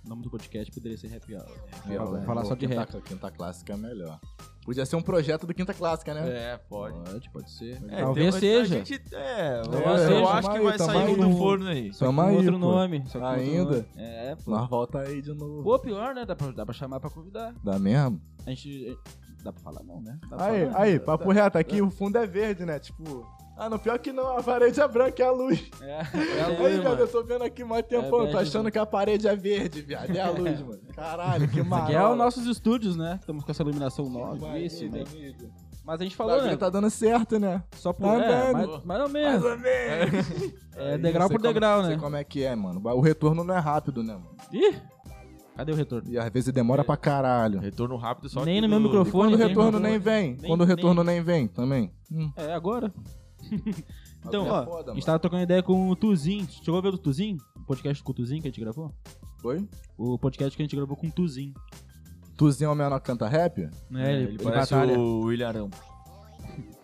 A: O nome do podcast poderia ser Happy Hour.
C: É,
A: Falar
C: vou-
A: só de
C: quinta-
A: rap.
C: Quinta clássica é melhor. Podia ser um projeto do Quinta Clássica, né?
B: É, pode.
A: Pode, pode ser.
B: É,
A: Talvez
B: tem- a
A: seja.
B: gente- é, eu,
A: Talvez
B: eu
A: seja.
B: acho que vai
C: Tamo
B: sair
C: aí,
B: um
C: tamo
B: do
C: aí.
B: forno
A: Só
B: aí.
A: que
C: Tamo
A: com
C: aí,
A: outro
C: pô.
A: nome. só que com outro
C: Ainda?
A: nome. É, pô.
C: Mas volta aí de novo.
A: Pô, pior, né? Dá pra, dá pra chamar pra convidar.
C: Dá mesmo?
A: A gente. é, Dá pra falar não, né? Dá pra
E: Aí,
A: falar,
E: aí,
A: né?
E: papo reto, aqui o fundo é verde, né? Tipo. Ah, não, pior que não, a parede é branca, é a luz.
A: É,
E: aí,
A: é,
E: viado,
A: mano.
E: eu tô vendo aqui mó tempão,
A: É
E: tô
A: verde,
E: achando
A: mano.
E: que a parede é verde, viado, é a luz, mano. Caralho, que
A: Isso
E: marola.
A: aqui é os nossos estúdios, né? Estamos com essa iluminação
E: Que
A: nova.
E: maravilha,
A: Isso, né?
E: amigo.
A: Mas a gente
C: O
A: falou, né?
C: bagulho tá dando certo, né?
A: Só por.
C: tá
A: é,
C: andando.
A: mais, mais ou menos. É, degrau
C: Não sei
A: por
C: como-
A: degrau,
C: Não
A: né?
C: sei como é que é, mano. O retorno não é rápido, né, mano?
A: Ih! Cadê o retorno?
C: E às vezes demora pra caralho.
B: Retorno rápido só
A: É. Nem no
B: aqui
A: meu
B: do-
A: microfone.
C: Quando o
A: tem
C: retorno
A: retorno.
C: nem vem.
A: Nem-
C: Quando o retorno nem vem também. Hum.
A: É, agora. Então,
C: Bagulho
A: ó,
C: é foda,
A: a
C: mano.
A: gente tava trocando ideia com o Tuzin. Chegou a ver o Tuzin? O podcast com o Tuzin que a gente gravou?
C: Oi?
A: O podcast que a gente gravou com o Tuzin.
C: Tuzinho é o menor que canta rap?
A: Né?
B: Ele,
A: ele, ele
B: parece
A: batalha.
B: o William Arão.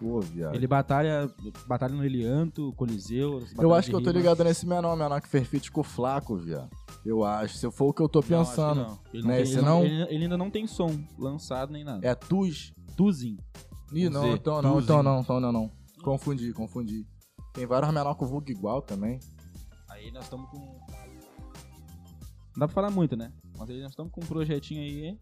C: Pô, viado.
A: Ele batalha, batalha no Elianto, Coliseu. as
C: Eu
A: batalhas
C: acho que
A: de
C: eu tô
A: rima.
C: ligado nesse menor, menor que fez feat com o Flaco, viado. Eu acho, se for o que eu tô
A: Não, acho que
C: pensando.
A: não. Ele,
C: Né,
A: tem-
C: esse
A: ele
C: não?
A: ele- ele ainda não tem som lançado nem nada.
C: É Tuz?
A: Tuzin.
C: Ih,
B: Com
C: não,
B: Z,
C: então não,
B: Tuzi.
C: então não, então não, não. Confundi, confundi. Tem vários menor com o Vulgo igual também.
A: Aí nós estamos com. Não dá pra falar muito, né? Mas aí nós estamos com um projetinho aí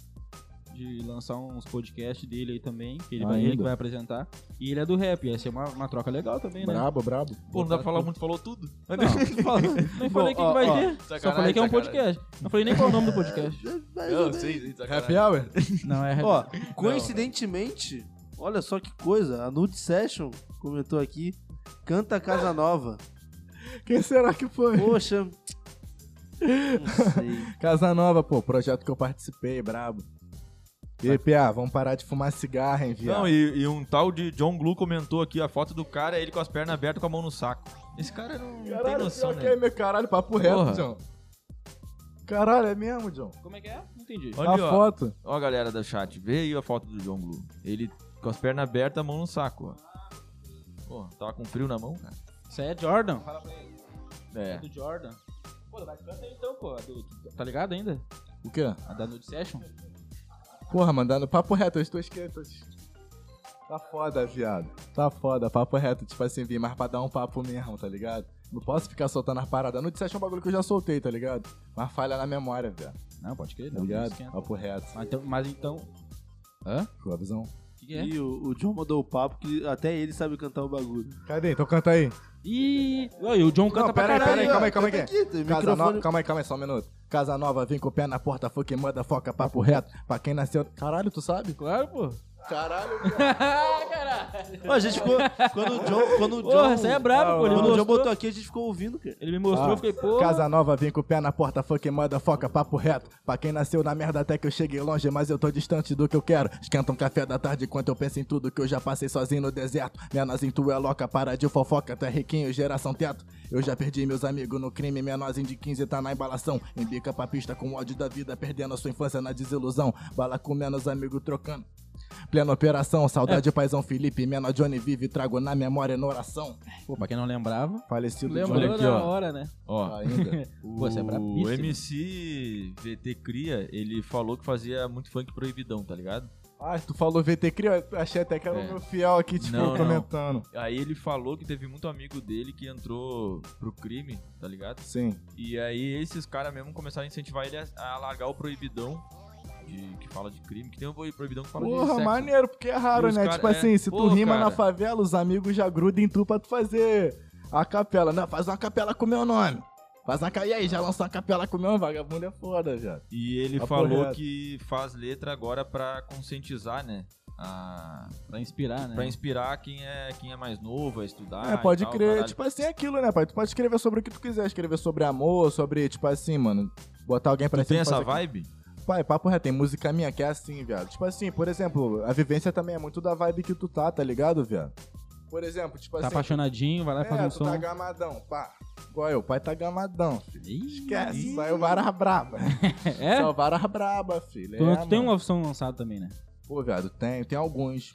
A: de lançar uns podcasts dele aí também, que ele, vai,
C: Ainda.
A: ele que vai apresentar. E ele é do rap, ia ser uma, uma troca legal também, né?
C: Brabo, brabo.
B: Pô, não dá pra falar muito, falou tudo.
A: Não, não fala- nem falei quem
D: ó,
A: vai
D: ó,
A: ter. Só
B: sacanagem,
A: falei que é um
B: sacanagem.
A: podcast. Não falei nem qual é o nome do podcast.
B: Não, sei, sei,
C: Happy Hour?
A: Não, é
D: Ó, coincidentemente, olha só que coisa, a Nude Session comentou aqui, canta Casa Nova.
C: Quem será que foi?
D: Poxa, não sei.
C: Casa Nova, pô, projeto que eu participei, brabo. E aí, PA, vamos parar de fumar cigarro, hein, viado?
B: Não, e, e um tal de John Glue comentou aqui, a foto do cara é ele com as pernas abertas com a mão no saco. Esse cara não tem
E: Caralho,
B: noção,
E: pior
B: né?
E: que é meu caralho, papo reto,
B: Porra.
E: John. Caralho, é mesmo, John?
A: Como é que é? Não entendi.
B: Olha ali,
C: a
B: ó.
C: Tá foto.
B: Ó a galera do chat, vê aí a foto do John Blue. Ele com as pernas abertas, a mão no saco, ó. Pô, tava com frio na mão, cara.
A: Isso aí é Jordan. Fala pra ele. É
B: É.
A: do Jordan. Pô, vai canta aí então, pô. a do- Tá ligado ainda?
C: O quê?
A: A da Nude Session?
C: Porra, mandando papo reto, eu estou esquecendo. Tá foda, viado. Tá foda, papo reto. Tipo assim, vim mais pra dar um papo mesmo, tá ligado? Não posso ficar soltando as paradas. Não disseste um bagulho que eu já soltei, tá ligado? Mas falha na memória, viado.
A: Não, pode crer,
C: Tá
A: não.
C: ligado?
A: esquenta.
C: Papo reto.
A: Mas então- Mas então. Hã?
C: Ficou a visão?
A: O que, que é?
D: E o, o John mandou o papo que até ele sabe cantar o bagulho.
E: Cadê? Então canta aí.
A: Ih, e o John canta
E: Não,
A: pra
E: pera aí,
A: caralho.
E: pera aí,
A: ó.
E: calma aí, calma aí.
D: Aqui, tem
C: Casa Nova,
D: microfone.
C: calma aí, calma aí, só um minuto. Casa Nova, vem com o pé na porta, foi quem manda, foca, papo reto. Pra quem nasceu. Caralho, tu sabe?
A: Claro, pô.
C: Caralho.
D: Ó, a gente ficou, quando o John, quando o John,
A: Porra, você é brabo, pô. Ele
D: quando o
A: mostrou,
D: John botou aqui, a gente ficou ouvindo, cara.
A: ele me mostrou, eu fiquei, pô.
C: Ah, Casa Nova, vem com o pé na porta, foi quem manda, foca, papo reto. Pra quem nasceu na merda até que eu cheguei longe, mas eu tô distante do que eu quero. Esquenta um café da tarde enquanto eu penso em tudo que eu já passei sozinho no deserto. Menorzinho, tu é louca, para de fofoca, tu é riquinho, geração teto. Eu já perdi meus amigos no crime, menorzinho de 15 tá na embalação. Embica pra pista com ódio da vida, perdendo a sua infância na desilusão. Bala com menos amigo trocando. Plena operação, saudade,
A: É.
C: paizão Felipe, menor Johnny vive, trago na memória e na oração.
A: Pô, pra quem não lembrava.
C: Falecido
A: Lembrou
B: Olha aqui,
A: na
B: ó.
A: hora, né?
B: Ó,
C: ainda.
A: Pô, você é brabíssimo.
B: o MC VT Cria, ele falou que fazia muito funk proibidão, tá ligado?
E: Ah, tu falou VT Cria, eu achei até que era
B: É.
E: o meu fiel aqui, tipo,
B: Não, não.
E: comentando.
B: Aí ele falou que teve muito amigo dele que entrou pro crime, tá ligado?
C: Sim.
B: E aí esses caras mesmo começaram a incentivar ele a, a largar o proibidão de, que fala de crime, que tem um proibidão que fala de
E: Porra,
B: sexo.
E: maneiro, porque é raro,
B: E os
E: né?
B: cara-
E: tipo
B: é.
E: assim, se
B: Pô,
E: tu rima
B: cara.
E: na favela.
C: favela, os amigos já grudam em tu pra tu fazer a capela. Não, faz uma capela com meu nome. Faz uma ca- E aí, já lançou uma capela com meu nome. Vagabundo é foda, viado.
B: E ele
C: Papo
B: falou
C: reto.
B: que faz letra agora pra conscientizar, né? A...
A: Pra inspirar, né?
B: Pra inspirar quem é, quem é mais novo a estudar.
C: é,
B: e
C: pode
B: tal,
C: crer.
B: caralho.
C: Tipo assim, é aquilo, né, pai? Tu pode escrever sobre o que tu quiser. Escrever sobre amor, sobre, tipo assim, mano. Botar alguém pra
B: Tu tem
C: cima e
B: essa
C: fazer-
B: vibe?
C: Pai, papo reto, tem música minha que é assim, viado. Tipo assim, por exemplo, a vivência também é muito da vibe que tu tá, tá ligado, viado? Por exemplo, tipo
A: Tá
C: assim.
A: apaixonadinho, vai lá e faz
C: é,
A: um
C: tu tá
A: som.
C: gamadão, pá. Igual eu, pai tá gamadão.
A: Ih,
C: Esquece, saiu varas braba.
A: É?
C: Só varas braba, filho.
A: Tu,
C: é,
A: tu tem
C: mano.
A: um novo som lançado também, né?
C: Pô, viado, tem, tem alguns.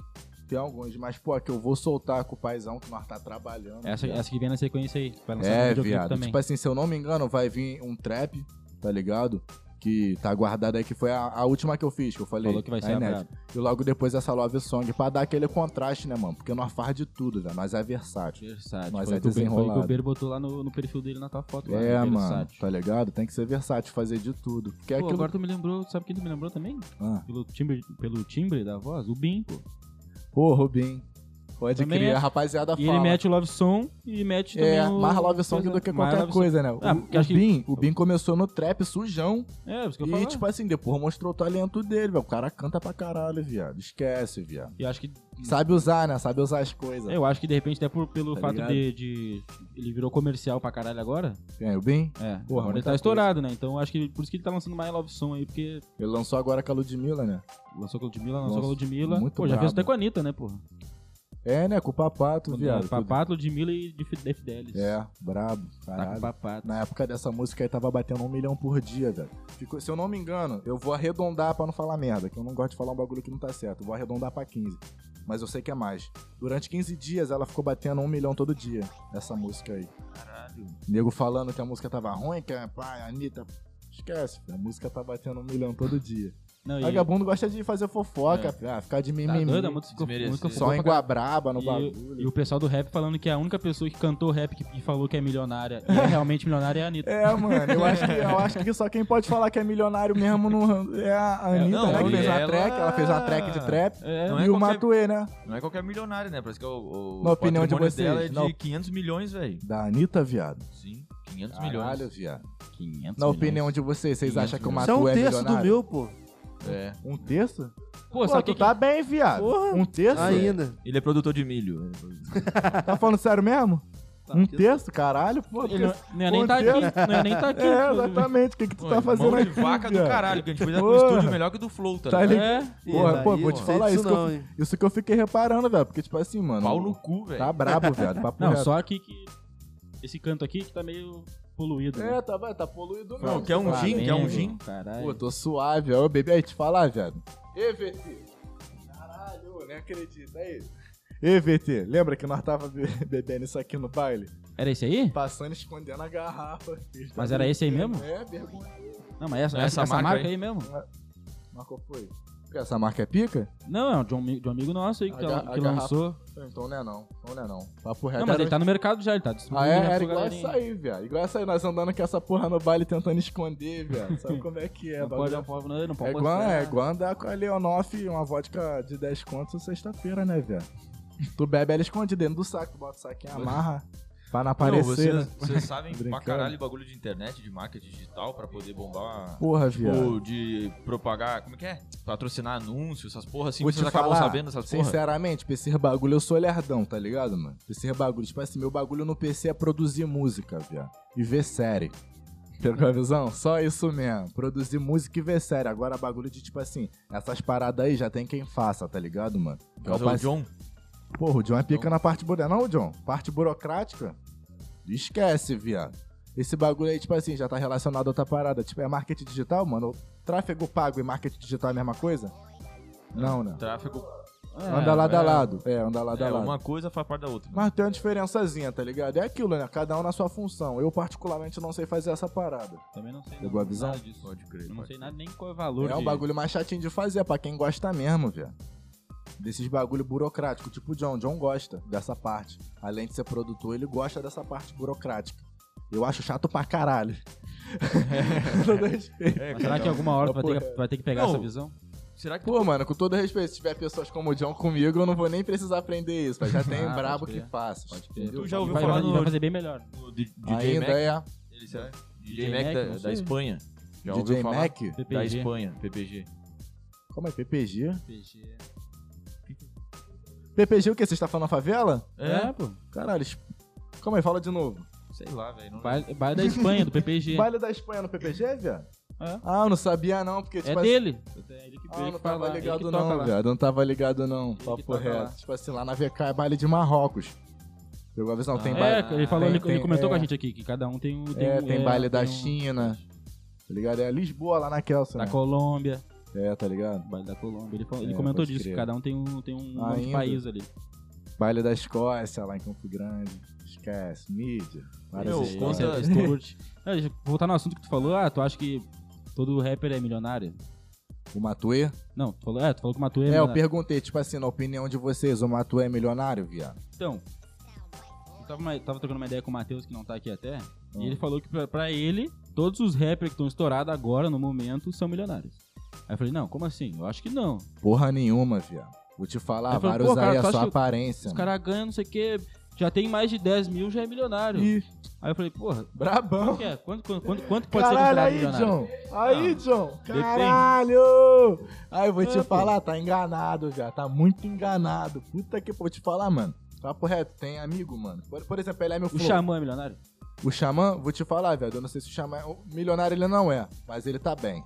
C: Tem alguns, mas, pô, que eu vou soltar com o paizão que nós tá trabalhando.
A: Essa,
C: viado.
A: essa que vem na sequência aí. que Vai lançar no
C: é,
A: videoclipe
C: viado.
A: também.
C: Tipo assim, se eu não me engano, vai vir um trap, tá ligado? que tá guardada aí, que foi a, a última que eu fiz, que eu falei.
A: Falou que vai
C: a
A: ser a
C: inédita.
A: braba.
C: E logo depois essa Love Song, pra dar aquele contraste, né, mano? Porque nós faz de tudo, velho. Nós é versátil.
A: Versátil.
C: Mas
A: foi
C: é
A: o que o Ben- foi o que o
C: desenrolado.
A: Ber botou lá no, no perfil dele na tua foto. lá,
C: É,
A: né?
C: mano,
A: Versátil.
C: tá ligado? Tem que ser versátil, fazer de tudo. Porque é
A: Pô,
C: aquilo...
A: agora tu me lembrou, sabe quem tu me lembrou também?
C: Ah,
A: Pelo timbre, pelo timbre da voz, o Bim, pô.
C: Pô, Rubim, pode
A: Também
C: crer,
A: é-
C: a rapaziada
A: E
C: fala.
A: ele mete o Love Song e mete também
C: É,
A: o...
C: mais Love Song do que
A: Mais
C: qualquer
A: love
C: coisa, né?
A: Ah,
C: o,
A: porque
C: o
A: acho que-
C: Bin, o Bin começou no trap
A: song.
C: sujão
A: É, por isso que eu
C: e,
A: falo.
C: tipo assim, depois mostrou o talento dele, velho. O cara canta pra caralho, viado. Esquece, viado.
A: Eu acho que
C: Sabe usar, né? Sabe usar as coisas.
A: Hum. Eu acho que de repente, até por- pelo
C: Tá
A: fato
C: ligado?
A: de, de- Ele virou comercial pra caralho agora.
C: É, o Bin,
A: É.
C: Porra,
A: agora
C: muita
A: ele tá
C: coisa.
A: estourado, né? Então acho que por isso que ele tá lançando mais Love Song aí, porque
C: ele lançou agora com a Ludmilla, né?
A: lançou com a Ludmilla, lançou
C: Nossa,
A: com a Ludmilla.
C: muito
A: Pô, já fez
C: brabo.
A: até com a Anitta, né, porra?
C: É, né? Com o Papato, viado.
A: Papato, Ludmilla e de F- da Fidelis.
C: É, brabo,
A: Tá com
C: caralho.
A: o Papato.
C: Na época dessa música aí tava batendo um milhão por dia, velho. Ficou- se eu não me engano, eu vou arredondar pra não falar merda, que eu não gosto de falar um bagulho que não tá certo. Eu vou arredondar pra 15. Mas eu sei que é mais. Durante 15 dias ela ficou batendo um milhão todo dia, essa música aí.
B: Caralho.
C: Nego falando que a música tava ruim, que a pai, a Anitta. Esquece, filho, a música tá batendo um milhão todo dia.
A: Não, e-
C: Vagabundo gosta de fazer fofoca, filho, ah, ficar de
A: Tá
C: mimimi.
A: doido, a música ficou,
B: Desmerecer.
A: música ficou
C: só em
A: pra caralho.
C: Guabraba, no
A: E-
C: bagulho.
A: E o pessoal do rap falando que é a única pessoa que cantou rap que, que falou que é milionária e é realmente milionária é a Anitta.
C: É, mano, eu acho, que, eu acho que só quem pode falar que é milionário mesmo no, é a Anitta,
B: não,
C: né? Que
B: e
C: fez uma
B: ela-
C: track, ela fez uma track de trap.
A: É,
B: Não é
C: e o
B: qualquer-
C: Matuê, né?
B: Não é qualquer milionário, né? Parece que o, o
C: Na opinião de
B: patrimônio
C: vocês,
B: dela é de
C: não.
B: 500 milhões, velho.
C: Da Anitta, viado.
B: Sim, 500
C: Caralho,
B: milhões.
C: viado.
A: 500
C: Na
A: milhões.
C: opinião de vocês, vocês acham que o
D: Isso é um
C: Matuê é
D: terço do
C: milionário?
D: meu, pô.
B: É.
C: Um terço?
A: Pô,
C: Pô,
A: sabe o
C: tu
A: que que-
C: tá bem, viado.
D: Porra.
C: Um terço?
D: Tá Ainda.
B: Ele é produtor de milho.
C: Tá falando sério mesmo? um terço? Caralho, pô.
A: Ele não,
C: terço.
A: não ia nem
C: Pô,
A: tá aqui,
C: Deus.
A: não ia nem tá aqui.
C: É, exatamente. O que, que tu tá fazendo
B: é mão
C: aí?
B: de vaca do caralho, que a gente fez um
C: Porra.
B: estúdio melhor que o do Flow, tá
C: Tá
B: ligado?
A: É,
C: Porra,
D: Ih,
C: pô,
D: daí
C: vou
D: eu
C: te
D: sei
C: falar
D: disso
C: isso que eu-
D: não, hein.
C: Isso que eu fiquei reparando, velho. Porque, tipo assim, mano.
B: Pau no cu, velho.
C: Tá brabo, viado. Papo
A: Não,
C: reto.
A: só aqui que. Esse canto aqui que tá meio poluído. né?
C: É, tá, vai, tá poluído
B: Não,
C: mesmo.
B: quer um
C: Flamengo.
B: gin? Quer um gin?
A: Caralho.
C: Pô, tô suave, ó, bebê. Aí, te falar, viado. Ê, VT. Caralho, nem acredito. é Aí. Ê, VT, lembra que nós tava be- bebendo isso aqui no baile?
A: Era esse aí?
C: Passando e escondendo a garrafa. filho.
A: Mas era esse aí mesmo?
C: É, vergonha.
A: Não, mas essa,
B: Não,
A: essa,
B: essa
A: marca,
B: marca
A: aí. mesmo?
C: Mas qual foi? Essa marca é pica?
A: Não, é de um, ami- de um amigo nosso aí que,
C: A ga-
A: que
C: a garrafa.
A: lançou.
C: Então não é não. Então não é não. Papo reto.
A: Não, mas
C: era
A: ele tá no mercado já, ele tá
C: Ah,
A: distribuindo.
C: é?
A: já pra
C: Era igual
A: galerinha.
C: essa aí, viado. Igual essa aí, nós andando com essa porra no baile tentando esconder, viado. Sabe como é que é?
A: Não
C: bagulho
A: pode, não pode, não, não pode.
C: É igual,
A: mostrar.
C: é igual andar com a Leonoff e uma vodka de 10 contos sexta-feira, né, velho? Tu bebe ela esconde dentro do saco, tu bota o saco e amarra pra não
B: Não,
C: aparecer.
B: vocês,
C: né?
B: vocês sabem pra
C: Brincando.
B: caralho o bagulho de internet, de marketing digital, pra poder bombar.
C: Porra, viado.
B: Ou de propagar. Como é que é? Patrocinar anúncios, essas porra assim,
C: Vou te
B: vocês acabam
C: falar,
B: sabendo essas porra.
C: Sinceramente, pra esse bagulho eu sou lerdão, tá ligado, mano? Pra esse bagulho, tipo assim, meu bagulho no PC é produzir música, viado. E ver série. Pegou a visão? Só isso mesmo. Produzir música e ver série. Agora, bagulho de, tipo assim, essas paradas aí já tem quem faça, tá ligado, mano? Que é
B: Mas,
C: o
B: ô,
C: parceiro-
B: John,
C: Porra, o John é
B: Então.
C: pica na parte burocrática. Não, John, parte burocrática? Esquece, viado. Esse bagulho aí, tipo assim, já tá relacionado a outra parada. Tipo, é marketing digital, mano? Tráfego pago e marketing digital é a mesma coisa? Não, né?
B: tráfego.
A: Ah,
C: anda lado
B: é,
C: a lado. É, anda lado
B: É,
C: a lado.
B: uma coisa faz parte da outra. né?
C: Mas tem uma diferençazinha, tá ligado? É aquilo, né? Cada um na sua função. Eu, particularmente, não sei fazer essa parada.
A: Também não sei.
C: Pegou a
A: Não,
C: visão?
A: nada disso.
B: Pode crer.
A: Eu não
B: pode
A: sei
B: crer.
A: nada nem qual é o valor.
C: É um
A: de-
C: bagulho mais chatinho de fazer, pra quem gosta mesmo, viado. Desses bagulho burocrático, tipo o John. John gosta dessa parte. Além de ser produtor, ele gosta dessa parte burocrática. Eu acho chato pra caralho. Todo respeito.
B: É,
A: Mas será
B: cara,
A: que alguma hora tu vai ter,
C: Porra.
A: que- vai ter que pegar
B: Não.
A: essa visão?
B: será que tu
C: Pô, mano, com todo respeito, se tiver pessoas como o John comigo, eu não vou nem precisar aprender isso. mas Já tem um
A: Ah,
C: brabo
A: pode
C: que
A: crer.
C: faça.
A: Pode ter.
C: entendeu?
B: Tu já ouviu
A: vai,
B: falar
A: vai-
B: no-
A: vai fazer bem melhor.
B: o D- DJ
C: Ainda
B: Mac,
C: é
B: ele será? DJ,
A: DJ
B: Mac,
A: Mac,
B: da,
A: não
B: da
A: sei.
B: Espanha. Já ouviu
C: DJ
B: falar?
C: Mac?
B: Da
A: PPG.
B: Espanha, PPG.
C: Como é PPG?
A: PPG.
C: PPG o que? Você está falando favela?
A: É, pô.
C: Caralho. es- Calma aí, fala de novo.
B: sei lá, velho. não
A: Baile, baile da Espanha, do PPG.
C: Baile da Espanha no PPG, viado?
A: É.
C: Ah, eu não sabia não, porque tipo
A: É
C: assim-
A: dele. É ele que
C: Ah,
A: ele
C: não
A: que fala
C: tava
A: lá, ele que
C: ligado
A: toca
C: não,
A: lá.
C: viado. Não tava ligado não.
A: que
C: Papo
A: toca
C: reto.
A: lá.
C: Tipo assim, lá na VK é baile de Marrocos. Pegou a visão? Tem
B: Ah,
C: baile...
A: É, ele falou,
C: tem-
A: ele, ele
C: tem-
A: comentou
C: é.
A: com a gente aqui que cada um tem um. Tem,
C: É,
A: um-
C: tem baile da
A: tem um-
C: China. Tá ligado? É Lisboa lá na Kelso,
A: Da
C: né?
A: Colômbia.
C: É, tá ligado?
A: Baile da Colômbia. Ele, falou- ele
C: É,
A: comentou
C: pode
A: disso,
C: crer.
A: que cada um tem um, tem um nome de
C: Ainda.
A: país ali.
C: Baile da Escócia lá em Campo Grande. Esquece. Mídia. Várias
B: Meu,
A: Mas,
C: histórias.
B: conta-
A: é, isso tu curte. É, deixa eu voltar no assunto que tu falou, ah, tu acha que Todo rapper é milionário?
C: O Matuê?
A: Não, tu falou, é, tu falou que o Matuê é,
C: É, eu
A: milionário.
C: perguntei, tipo assim, na opinião de vocês, o Matuê é milionário, viado?
A: Então, eu tava, uma- tava trocando uma ideia com o Matheus, que não tá aqui até, e ele falou que pra, pra ele, todos os rappers que estão estourados agora, no momento, são milionários. Aí eu falei, não, como assim? Eu acho que não.
C: Porra nenhuma, viado. Vou te falar,
A: Ele falou,
C: vários
A: pô, cara,
C: aí, a
A: tu acha
C: sua
A: que-
C: aparência.
A: Os
C: mano.
A: caras ganham não sei o quê, já tem mais de 10 mil, já é milionário.
E: Ih,
A: Aí eu falei, porra,
E: brabão.
A: quanto que é? Quanto, quanto, quanto, quanto pode
E: Caralho,
A: ser
E: aí,
A: considerado milionário?
E: John. Aí, John.
A: Depende.
E: Caralho.
C: Aí eu vou
E: É,
C: te
E: pô.
C: falar, tá enganado, já. Tá muito enganado. Puta que vou te falar, mano. Papo reto, tem amigo, mano. Por, por exemplo, ele é meu
A: O
C: flow.
A: Xamã é milionário?
C: O Xamã, vou te falar, velho. Eu não sei se o Xamã. é- o Milionário ele não é, mas ele tá bem.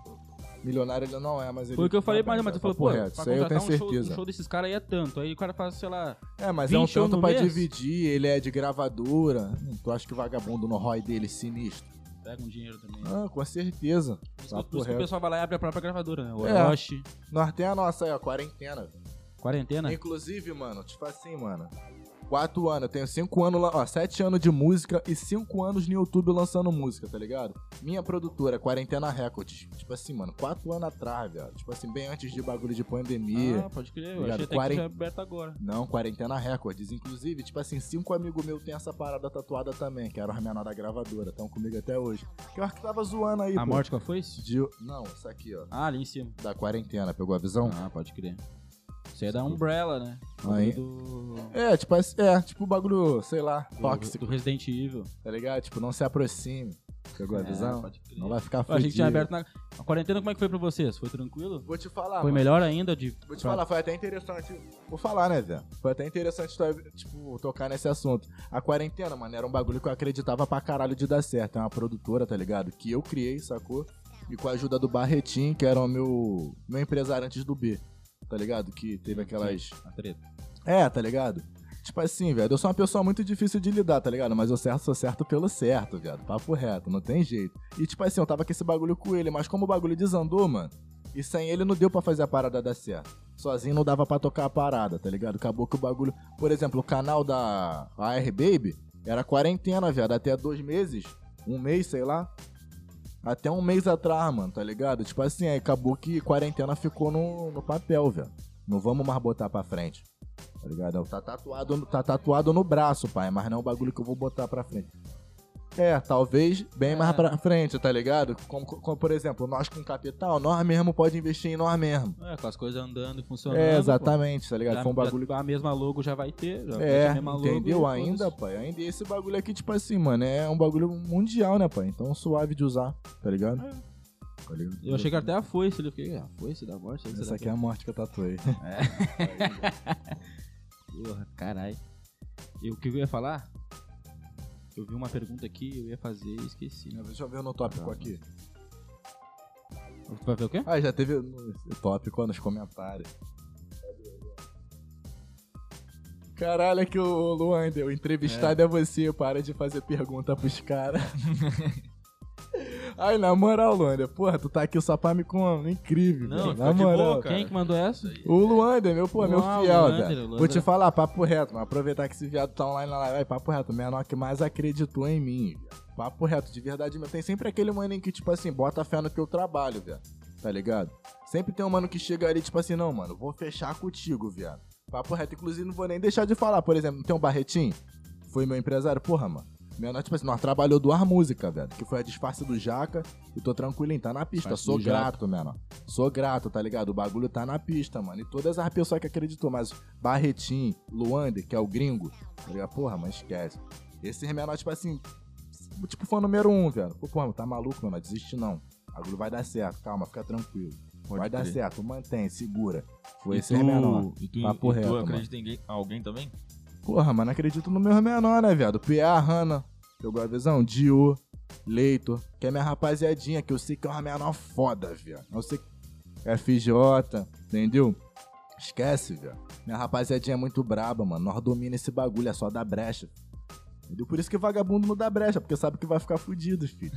C: Milionário ele não é, mas ele.
A: Foi o que eu falei pra
C: tá
A: ele,
C: bem,
A: mas ele
C: tá
A: falou, pô,
C: reto.
A: pra
C: Isso aí eu tenho
A: contratar um show,
C: certeza.
A: um show desses caras aí é tanto. Aí o cara faz, sei lá,
C: É, mas é um
A: 20 show
C: tanto
A: no
C: pra
A: mês?
C: dividir. Ele é de gravadora. Hum, tu acha que o vagabundo no ROI dele é sinistro?
A: pega um dinheiro também.
C: Ah, com certeza.
A: Por isso que- por isso que
C: Tá
A: o
C: correto.
A: pessoal vai lá e abre a própria gravadora, né? O
C: É.
A: Orochi,
C: Nós tem a nossa aí, ó, quarentena.
A: quarentena.
C: Inclusive, mano, tipo assim, mano. Quatro anos, eu tenho cinco anos, lan- ó, sete anos de música e cinco anos no YouTube lançando música, tá ligado? Minha produtora, Quarentena Records. Tipo assim, mano, quatro anos atrás, velho. Tipo assim, bem antes de bagulho de pandemia.
A: Ah, pode crer, eu
C: Obrigado.
A: achei até que
C: Quarenta-
A: tinha aberto agora.
C: Não, Quarentena Records. Inclusive, tipo assim, cinco amigos meus tem essa parada tatuada também, que era o menor da gravadora, estão comigo até hoje. Que eu acho que tava zoando aí,
A: a
C: pô.
A: morte qual foi isso?
C: De... Não, essa aqui, ó.
A: Ah, ali em cima.
C: Da quarentena, pegou a visão?
A: Ah, pode crer. Isso aí é da Umbrella, né?
C: Então. Aí.
A: Do, do-
C: É, tipo, assim, é, tipo bagulho, sei lá, tóxico.
A: do Resident Evil.
C: Tá ligado? Tipo, não se aproxime. Pegou a
A: É,
C: visão?
A: pode crer.
C: não vai ficar
A: Eu achei que tinha
C: fudido.
A: aberto na... A quarentena como é que foi pra vocês? Foi tranquilo?
C: Vou te falar,
A: foi
C: Ah, mano.
A: melhor ainda de...
C: Vou te falar, foi até interessante. Vou falar, né, Zé? Foi até interessante, tu- tipo, tocar nesse assunto. A quarentena, mano, era um bagulho que eu acreditava pra caralho de dar certo. É uma produtora, tá ligado? Que eu criei, sacou? E com a ajuda do Barretinho, que era o meu, meu empresário antes do B, tá ligado? Que teve aquelas.
A: A treta.
C: É, tá ligado? Tipo assim, velho, eu sou uma pessoa muito difícil de lidar, tá ligado? Mas eu certo, sou certo pelo certo, viado. Papo reto, não tem jeito. E tipo assim, eu tava com esse bagulho com ele, mas como o bagulho desandou, mano, e sem ele não deu pra fazer a parada dar certo. Sozinho não dava pra tocar a parada, tá ligado? Acabou que o bagulho. Por exemplo, o canal da AR Baby era quarentena, viado. Até dois meses, um mês, sei lá. Até um mês atrás, mano, tá ligado? Tipo assim, aí acabou que quarentena ficou no, no papel, velho. Não vamos mais botar pra frente. Tá ligado? Tá tatuado, no- tá tatuado no braço, pai, mas não é um bagulho que eu vou botar pra frente. É, talvez bem mais
A: É.
C: pra frente, tá ligado? Como, como, por exemplo, nós com capital, nós mesmo pode investir em nós mesmo.
A: É, com as coisas andando e funcionando.
C: É,
A: pô.
C: exatamente, tá ligado?
A: Já-
C: Foi um bagulho
A: já- A mesma logo já vai ter. Já vai ter
C: é,
A: a mesma logo
C: entendeu?
A: e
C: Ainda,
A: foda-se.
C: pai. Ainda esse bagulho aqui, tipo assim, mano, é um bagulho mundial, né, pai? Então suave de usar, tá ligado? Tá ligado?
A: É. Eu achei que até a foice. Eu fiquei, ah, foice da morte? Será
C: Essa
A: que
C: aqui é a morte que eu tatuei.
A: Porra, caralho. E o que eu ia falar? Eu vi uma pergunta aqui, eu ia fazer e esqueci. né,
C: Deixa eu ver no
A: Tá.
C: tópico aqui.
A: Tu vai ver o quê?
C: Ah, já teve no o tópico nos comentários. Caralho, é que o Luan deu. Entrevistado é. você, para de fazer pergunta pros caras. Ai, na moral, Luander, porra, tu tá aqui só pra me com incrível,
B: Não,
C: velho.
B: ficou
C: Na
B: de
C: moral.
B: boa, cara.
A: Quem que mandou essa?
C: O Luander, meu, pô, meu
A: Ah, o
C: fiel,
A: Luander, o
C: velho. Vou
A: Luander.
C: te falar, papo reto, mas aproveitar que esse viado tá online na live. Vai, papo reto, o menor que mais acreditou em mim, viado. Papo reto, de verdade, meu. Tem sempre aquele maninho que, tipo assim, bota fé no teu trabalho, velho. Tá ligado? Sempre tem um mano que chega ali, tipo assim, não, mano, vou fechar contigo, viado. Papo reto, inclusive, não vou nem deixar de falar. Por exemplo, tem um Barretinho, foi meu empresário, porra, mano. Menor, tipo assim, nós trabalhou duas músicas, velho. Que foi a disfarce do Jaca e tô tranquilinho, tá na pista.
A: Disfarce
C: Sou
A: do Jaca.
C: grato, menor. Sou grato, tá ligado? O bagulho tá na pista, mano. E todas as pessoas que acreditou, mas Barretim, Luander, que é o gringo, tá ligado? Porra, mas esquece. Esses menor, tipo assim, tipo fã número um, velho. Pô, porra, tá maluco, mano? Desiste não. O bagulho vai dar certo, calma, fica tranquilo.
B: Pode
C: vai dar
B: crer.
C: certo, mantém, segura. Foi
B: E
C: esse menor. né?
B: tu, e tu,
C: Papo
B: e tu
C: reto,
B: acredita em alguém- alguém também?
C: Porra, mano, acredito no meu menor, né, viado? P.A. Hanna, pegou a visão? Dio, Leito, que é minha rapaziadinha, que eu sei que é uma menor foda, viado. Eu sei que FJ, entendeu? Esquece, viado. Minha rapaziadinha é muito braba, mano. Nós domina esse bagulho, é só dar brecha. Entendeu? Por isso que vagabundo não dá brecha, porque sabe que vai ficar fudido, filho.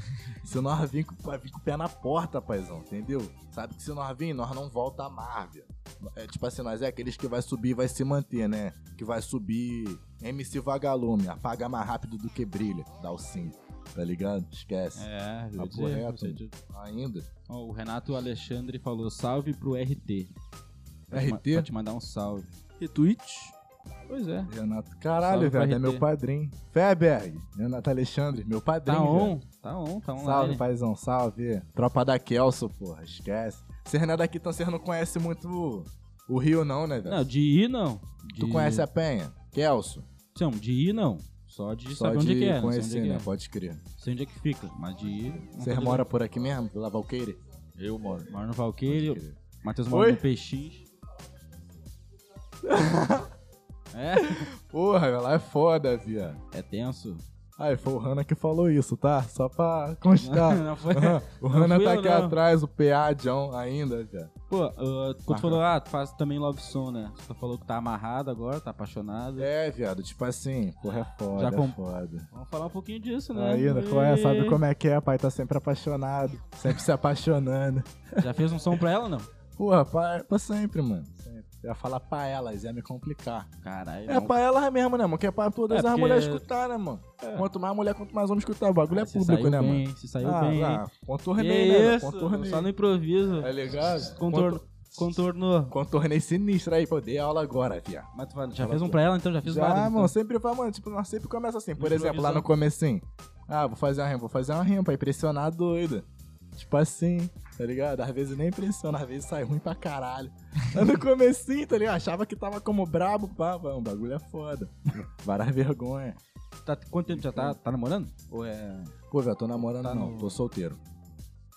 C: se nós vir, com- vai vir com o pé na porta, paizão, entendeu? Sabe que se nós vir, nós não volta à Marvel. É tipo assim, nós é aqueles que vai subir e vai se manter, né? Que vai subir MC Vagalume, apaga mais rápido do que brilha, dá o sim, tá ligado? Esquece.
A: É, eu ia
C: Papo
A: dizer,
C: reto.
A: você- tu-
C: Ainda.
A: Ó, o Renato Alexandre falou salve pro RT. Pra te ma-
C: RT?
A: Pra te mandar um salve.
D: Retweet.
A: Pois é.
C: Renato, caralho,
A: Salve pra
C: velho, é
A: RT.
C: meu padrinho. Feberg, Renato Alexandre, meu padrinho.
A: Tá
C: velho.
A: on, tá on, tá on. lá
C: Salve,
A: ele.
C: paizão, salve. Tropa da Kelso, porra, esquece. Vocês não é daqui, então vocês não conhecem muito o- o Rio, não, né, velho?
A: Não, de ir não.
C: Tu
A: De-
C: conhece a Penha? Kelso?
A: Não, de ir não. Só de
C: Só
A: saber
C: de
A: onde é que é. não
C: conhecer,
A: sei onde é
C: né?
A: que é.
C: Pode crer.
A: Sei onde é que fica, mas de ir. não tô
C: Vocês
A: ligado.
C: moram por aqui mesmo? Vila Valqueire?
B: Eu moro.
A: Moro no Valqueiro,
C: Pode crer.
A: Matheus mora
E: Oi?
A: no PX. é,
C: Porra, lá é foda, viado.
A: é tenso.
C: Aí, foi o Hanna que falou isso, tá? Só pra constar.
A: Não foi.
C: Tá. Aham, o
A: Não
C: Hanna
A: fui
C: tá
A: eu,
C: aqui
A: não.
C: atrás, o PA John ainda, viado.
A: Pô, ah, quando
C: Aham.
A: tu falou, ah, tu faz também love song, né? Tu falou que tá amarrado agora, tá apaixonado.
C: É, viado, tipo assim, porra, é foda,
A: Já
C: é
A: com-
C: foda.
A: Vamos falar um pouquinho disso, né?
C: Aí, né, qual é? Sabe
A: E-
C: como é que é, pai? Tá sempre apaixonado, sempre se apaixonando.
A: Já fez um som pra ela, não?
C: Porra, é pra, pra sempre, mano. Sempre. Eu ia falar pra elas, ia me complicar.
A: Caralho.
C: É
A: não.
C: pra elas mesmo, né, mano? Que é pra todas
A: É,
C: as
A: porque-
C: mulheres escutar, né, mano? Quanto mais mulher, quanto mais homem escutar. O bagulho é
A: Se
C: público,
A: saiu
C: né,
A: bem,
C: mano?
A: Se saiu
C: ah,
A: bem.
C: ah, contornei, né?
A: Que
C: mano?
A: isso,
C: Contornei.
A: só no improviso.
C: Tá ligado?
A: Contorno.
C: Contor-
A: Contornou.
C: Contornei sinistro aí, pô. Dei aula agora, viado.
A: Mas tu vai- já fez um pra ela, então? Já fez
C: Já,
A: vários.
C: Ah, mano,
A: então.
C: sempre vai, mano. Tipo, nós sempre começa assim. Por
B: Improvisando.
C: exemplo, lá no comecinho. Ah, vou fazer uma rima, vou fazer uma rima pra impressionar a doida. Tipo assim, tá ligado? Às vezes nem impressiona, às vezes sai ruim pra caralho. Lá no comecinho, tá ligado? Achava que tava como brabo, pá, mano, o bagulho é foda. Várias vergonha.
A: Tá, quanto tempo já tá? Tá namorando? Ou é.
C: Pô, velho, tô namorando
A: Tá
C: não,
A: no-
C: tô solteiro.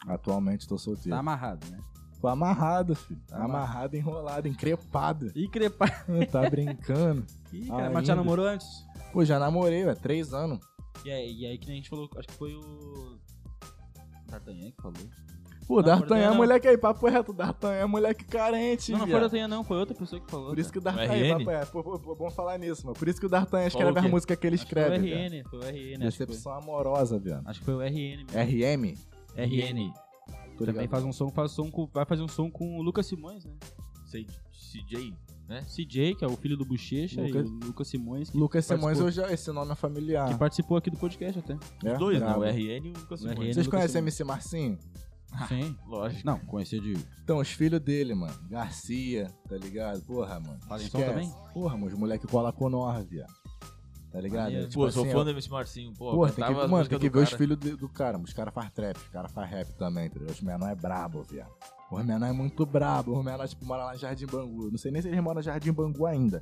C: Atualmente tô solteiro.
A: Tá amarrado, né?
C: Tô amarrado, filho.
A: Tá
C: amarrado, enrolado, encrepado.
A: Ih, crepar.
C: tá brincando.
A: Ih, cara, mas já
C: Ainda.
A: namorou antes?
C: Pô, já namorei, velho, três anos.
A: E aí, e aí que nem a gente falou, acho que foi o. D'Artagnan que falou.
C: Pô,
A: Não,
C: D'Artagnan é
A: Portela-
C: moleque aí, papo reto. D'Artagnan é moleque carente,
A: Não, não foi
C: viado.
A: D'Artagnan, não, foi outra pessoa que falou.
C: Por isso que o D'Artagnan...
B: O
C: Aí,
B: RN?
C: papo é, pô, pô, pô, bom falar nisso, mano. Por isso que o
B: Falou
C: D'Artagnan escreve
B: o
C: as
B: quê?
C: músicas que ele
A: Acho que foi o né,
C: escreve, viado.
A: RN, foi o RN, acho que foi.
C: Decepção amorosa, viado.
A: Acho que foi o RN mesmo.
C: RM?
A: RN.
C: Tô
A: Também
C: ligado.
A: faz um som, faz som com, vai fazer um som com o Lucas Simões, né?
B: Sei, CJ, né?
A: CJ, que é o filho do Bochecha,
C: Lucas-
A: e o Lucas Simões, que,
C: Lucas Simões,
A: Participou.
C: eu já... esse nome é familiar.
A: que participou aqui do podcast até.
C: É,
B: Dois, né?
C: brabo.
B: O RN e o Lucas
A: O
B: Simões.
A: RN.
C: Vocês
A: Lucas
C: conhecem
A: Simões.
C: MC Marcinho? Ah.
A: Sim. Ah,
B: Lógico.
A: Não, conhecia de
C: Então, os filhos dele, mano. Garcia, tá ligado? Porra, mano.
A: Fazem som
C: Esquece.
A: então, também?
C: Porra, mano, os moleque cola com nós, viado. Tá ligado?
A: Maneiro.
B: Pô, eu sou
C: assim,
B: fã
C: ó,
B: do MC Marcinho, pô.
C: Porra, tem
B: cantava
C: que,
B: as
C: mano, tem
B: músicas
C: que
B: do
C: ver os
B: cara.
C: filhos do, do cara. Os caras faz trap, os caras faz rap também, entendeu? Os menor é brabo, viado. Os menor é muito brabo. Os menor, tipo, mora lá em Jardim Bangu. Eu Não sei nem se eles moram em Jardim Bangu ainda.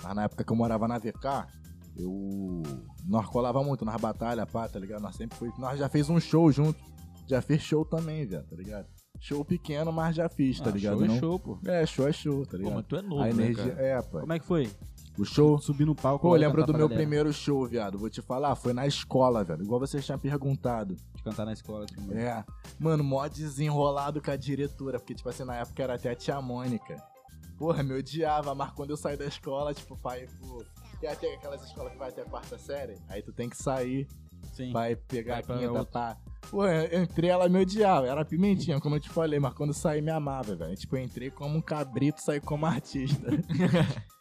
C: Mas na época que eu morava na VK, eu... Nós colava muito nas batalhas, pá, tá ligado? Nós sempre foi... Nós já fez um show junto. Já fez show também, viado, tá ligado? Show pequeno, mas já fiz, tá
A: Ah,
C: ligado?
A: Show é
C: Não-
A: show, pô.
C: É, show é show, tá
B: Pô,
C: ligado?
B: mas tu é novo,
C: a energia...
B: né, cara?
C: é, pá.
A: Como é que foi?
C: O show...
A: Subir no palco.
C: Pô,
A: lá e
C: lembra
A: cantar
C: do
A: pra
C: meu
A: galera.
C: primeiro show, viado. Vou te falar, foi na escola, velho. Igual vocês tinham perguntado.
A: De cantar na escola. Assim,
C: É. Mano, mó desenrolado com a diretora. Porque, tipo assim, na época era até a tia Mônica. Porra, me odiava, mas quando eu saí da escola, tipo, pai, pô. Tem até aquelas escolas que vai até a quarta série. Aí tu tem que sair,
A: Sim.
C: vai pegar
A: Vai pra
C: a quinta,
A: outra.
C: pá. Pô, eu entrei, ela me odiava. Era pimentinha, como eu te falei, mas quando eu saí, me amava, velho. Tipo, eu entrei como um cabrito, saí como artista.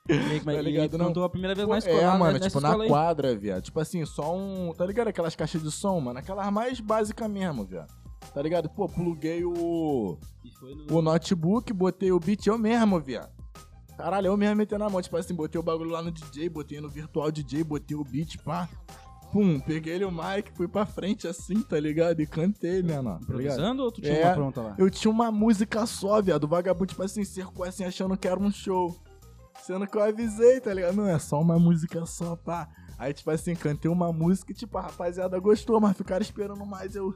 A: E aí, como é-
C: Tá
A: e
C: ligado,
A: tu
C: não?
A: cantou a primeira vez
C: Pô,
A: na escola.
C: é,
A: né? Nessa
C: mano, tipo,
A: escola
C: na
A: aí.
C: quadra, viado. Tipo assim, só um. Tá ligado? Aquelas caixas de som, mano. Aquelas mais básicas mesmo, viado. Tá ligado? Pô, pluguei o.
A: E foi no-
C: o notebook, botei o beat eu mesmo, viado. Caralho, eu mesmo metendo na mão. Tipo assim, botei o bagulho lá no DJ, botei no virtual DJ, botei o beat, pá. Pum, peguei ele o mic, fui pra frente assim, tá ligado? E cantei, né, mano? Tá ligado?
A: Improvisando ou tu tinha
C: É.
A: uma pronta lá?
C: Eu tinha uma música só, viado. O vagabundo, tipo assim, cercou assim, achando que era um show. Sendo que eu avisei, tá ligado? Não, é só uma música só, pá. Aí, tipo assim, cantei uma música e, tipo, a rapaziada gostou, mas ficaram esperando mais eu.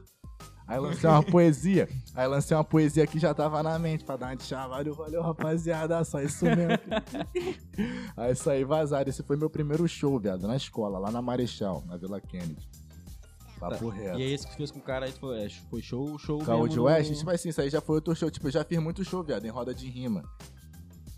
C: Aí lancei uma poesia. Aí lancei uma poesia que já tava na mente pra dar uma de chavalho. Valeu, rapaziada. Só isso mesmo. aí saí vazado. Esse foi meu primeiro show, viado, na escola, lá na Marechal, na Vila Kennedy. Papo reto.
A: E aí esse que tu fez com o cara aí, tu falou, é, foi show, show
C: Caô de
A: mesmo no-
C: West? Tipo assim, isso aí já foi outro show. Tipo, eu já fiz muito show, viado, em roda de rima.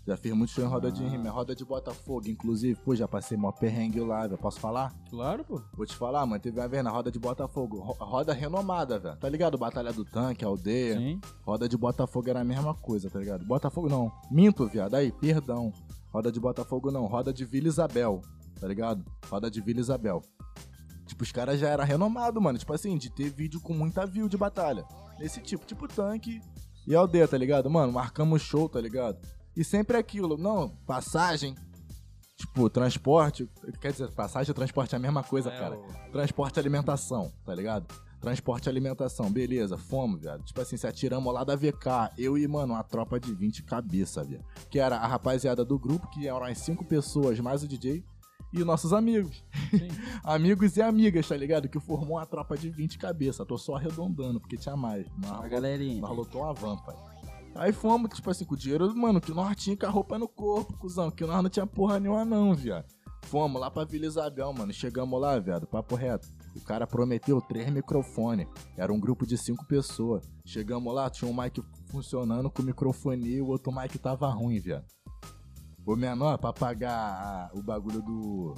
C: Já fiz muito show em roda de rima, é roda de Botafogo, inclusive. Pô, já passei mó perrengue lá, velho. Posso falar?
A: Claro, pô.
C: Vou te falar, mano. Teve uma vez na roda de Botafogo. ro- roda renomada, velho. Tá ligado? Batalha do Tanque, Aldeia.
A: Sim.
C: Roda de Botafogo era a mesma coisa, tá ligado? Botafogo não. Minto, viado. Aí, perdão. Roda de Botafogo não. Roda de Vila Isabel, tá ligado? Roda de Vila Isabel. Tipo, os caras já eram renomados, mano. Tipo assim, de ter vídeo com muita view de batalha. Nesse tipo, tipo tanque e aldeia, tá ligado? Mano, marcamos show, tá ligado? E sempre aquilo. Não, passagem. Tipo, transporte. Quer dizer, passagem e transporte é a mesma coisa,
A: É,
C: cara.
A: o-
C: Transporte e alimentação, tá ligado? Transporte e alimentação, beleza, fomos, viado. Tipo assim, se atiramos lá da VK, eu e, mano, uma tropa de 20 cabeça, viado. Que era a rapaziada do grupo, que eram as 5 pessoas, mais o DJ, e nossos amigos.
A: Sim.
C: amigos e amigas, tá ligado? Que formou uma tropa de 20 cabeça. Tô só arredondando, porque tinha mais.
A: A
C: Mas
A: galerinha.
C: nós lotou uma van, pai. Aí fomos, tipo assim, com o dinheiro, mano, que nós tinha com a roupa no corpo, cuzão, que nós não tinha porra nenhuma não, viado. Fomos lá pra Vila Isabel, mano, chegamos lá, viado, papo reto. O cara prometeu três microfones, era um grupo de cinco pessoas. Chegamos lá, tinha um mic funcionando com microfonia e o outro mic tava ruim, viado. O menor, pra pagar a- o bagulho do...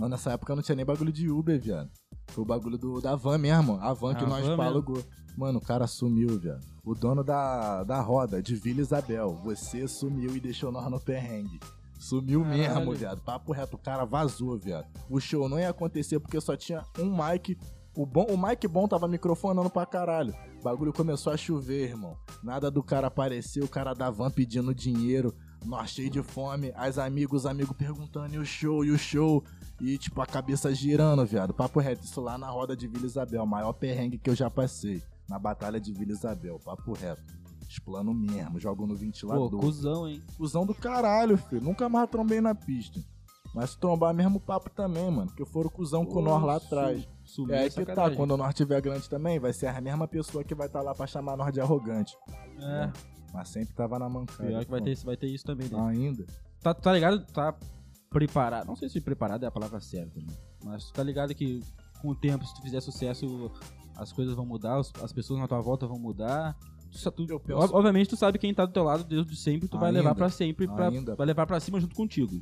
C: Não, nessa época não tinha nem bagulho de Uber, viado. Foi o bagulho do, da van mesmo, a van que
A: A
C: nós
A: van mesmo.
C: palugou. Mano, o cara sumiu, viado. O dono da, da roda, de Vila Isabel, você sumiu e deixou nós no perrengue. Sumiu mesmo,
A: Caralho.
C: viado. Papo reto, o cara vazou, viado. O show não ia acontecer porque só tinha um mic. O, bom, o mic bom tava microfonando pra caralho. O bagulho começou a chover, irmão. Nada do cara aparecer, o cara da van pedindo dinheiro. Nós cheio de fome, as amigos, os amigos perguntando, e o show, e o show. E, tipo, a cabeça girando, viado. Papo reto, isso lá na roda de Vila Isabel, maior perrengue que eu já passei. Na batalha de Vila Isabel, papo reto. Explano mesmo, jogo no
A: Pô,
C: ventilador.
A: cuzão, hein?
C: Cusão do caralho, filho. Nunca mais trombei na pista. Mas se trombar mesmo papo também, mano. Porque foram cuzão com nós lá atrás.
A: Sumiu
C: É aí
A: essa
C: que tá.
A: sacanagem.
C: Quando nós tiver grande também, vai ser a mesma pessoa que vai estar lá pra chamar nós de arrogante.
A: É,
C: Mas sempre tava na mancada.
A: pior que vai
C: pô.
A: ter, vai ter isso também. Né?
C: Ainda.
A: Tá, tá ligado? Tá preparado. Não sei se preparado é a palavra certa, né? Mas tu tá ligado que com o tempo, se tu fizer sucesso, as coisas vão mudar, os- as pessoas na tua volta vão mudar. Tu, sa- tu-
C: Eu é penso-
A: ob- obviamente tu sabe quem tá do teu lado desde sempre, tu vai
C: Ainda.
A: levar pra sempre, pra,
C: Ainda.
A: vai levar pra cima junto contigo.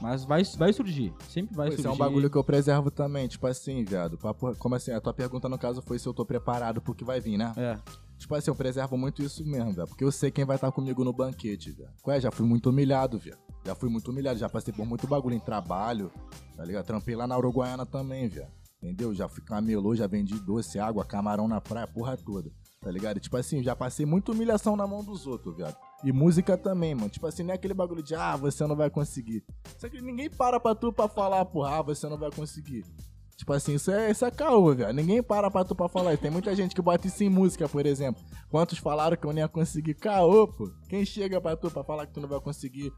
A: Mas vai, vai surgir, sempre vai
C: Isso
A: surgir.
C: é um bagulho que eu preservo também. Tipo assim, viado. Papo... Como assim? A tua pergunta, no caso, foi se eu tô preparado pro que vai vir, né?
A: É,
C: Tipo assim, eu preservo muito isso mesmo, velho. Porque eu sei quem vai estar comigo no banquete, velho. Qual é? Já fui muito humilhado, velho. Já fui muito humilhado, já passei por muito bagulho em trabalho, tá ligado? Trampei lá na Uruguaiana também, velho. Entendeu? Já fui camelô, já vendi doce, água, camarão na praia, porra toda. Tá ligado? Tipo assim, já passei muita humilhação na mão dos outros, viado. E música também, mano. Tipo assim, não é aquele bagulho de, ah, você não vai conseguir. Só que ninguém para pra tu pra falar, porra, ah, você não vai conseguir. Tipo assim, isso é, isso é caô, velho. Ninguém para pra tu pra falar isso. Tem muita gente que bota isso em música, por exemplo. Quantos falaram que eu nem ia conseguir? Caô, pô. Quem chega pra tu pra falar que tu não vai conseguir?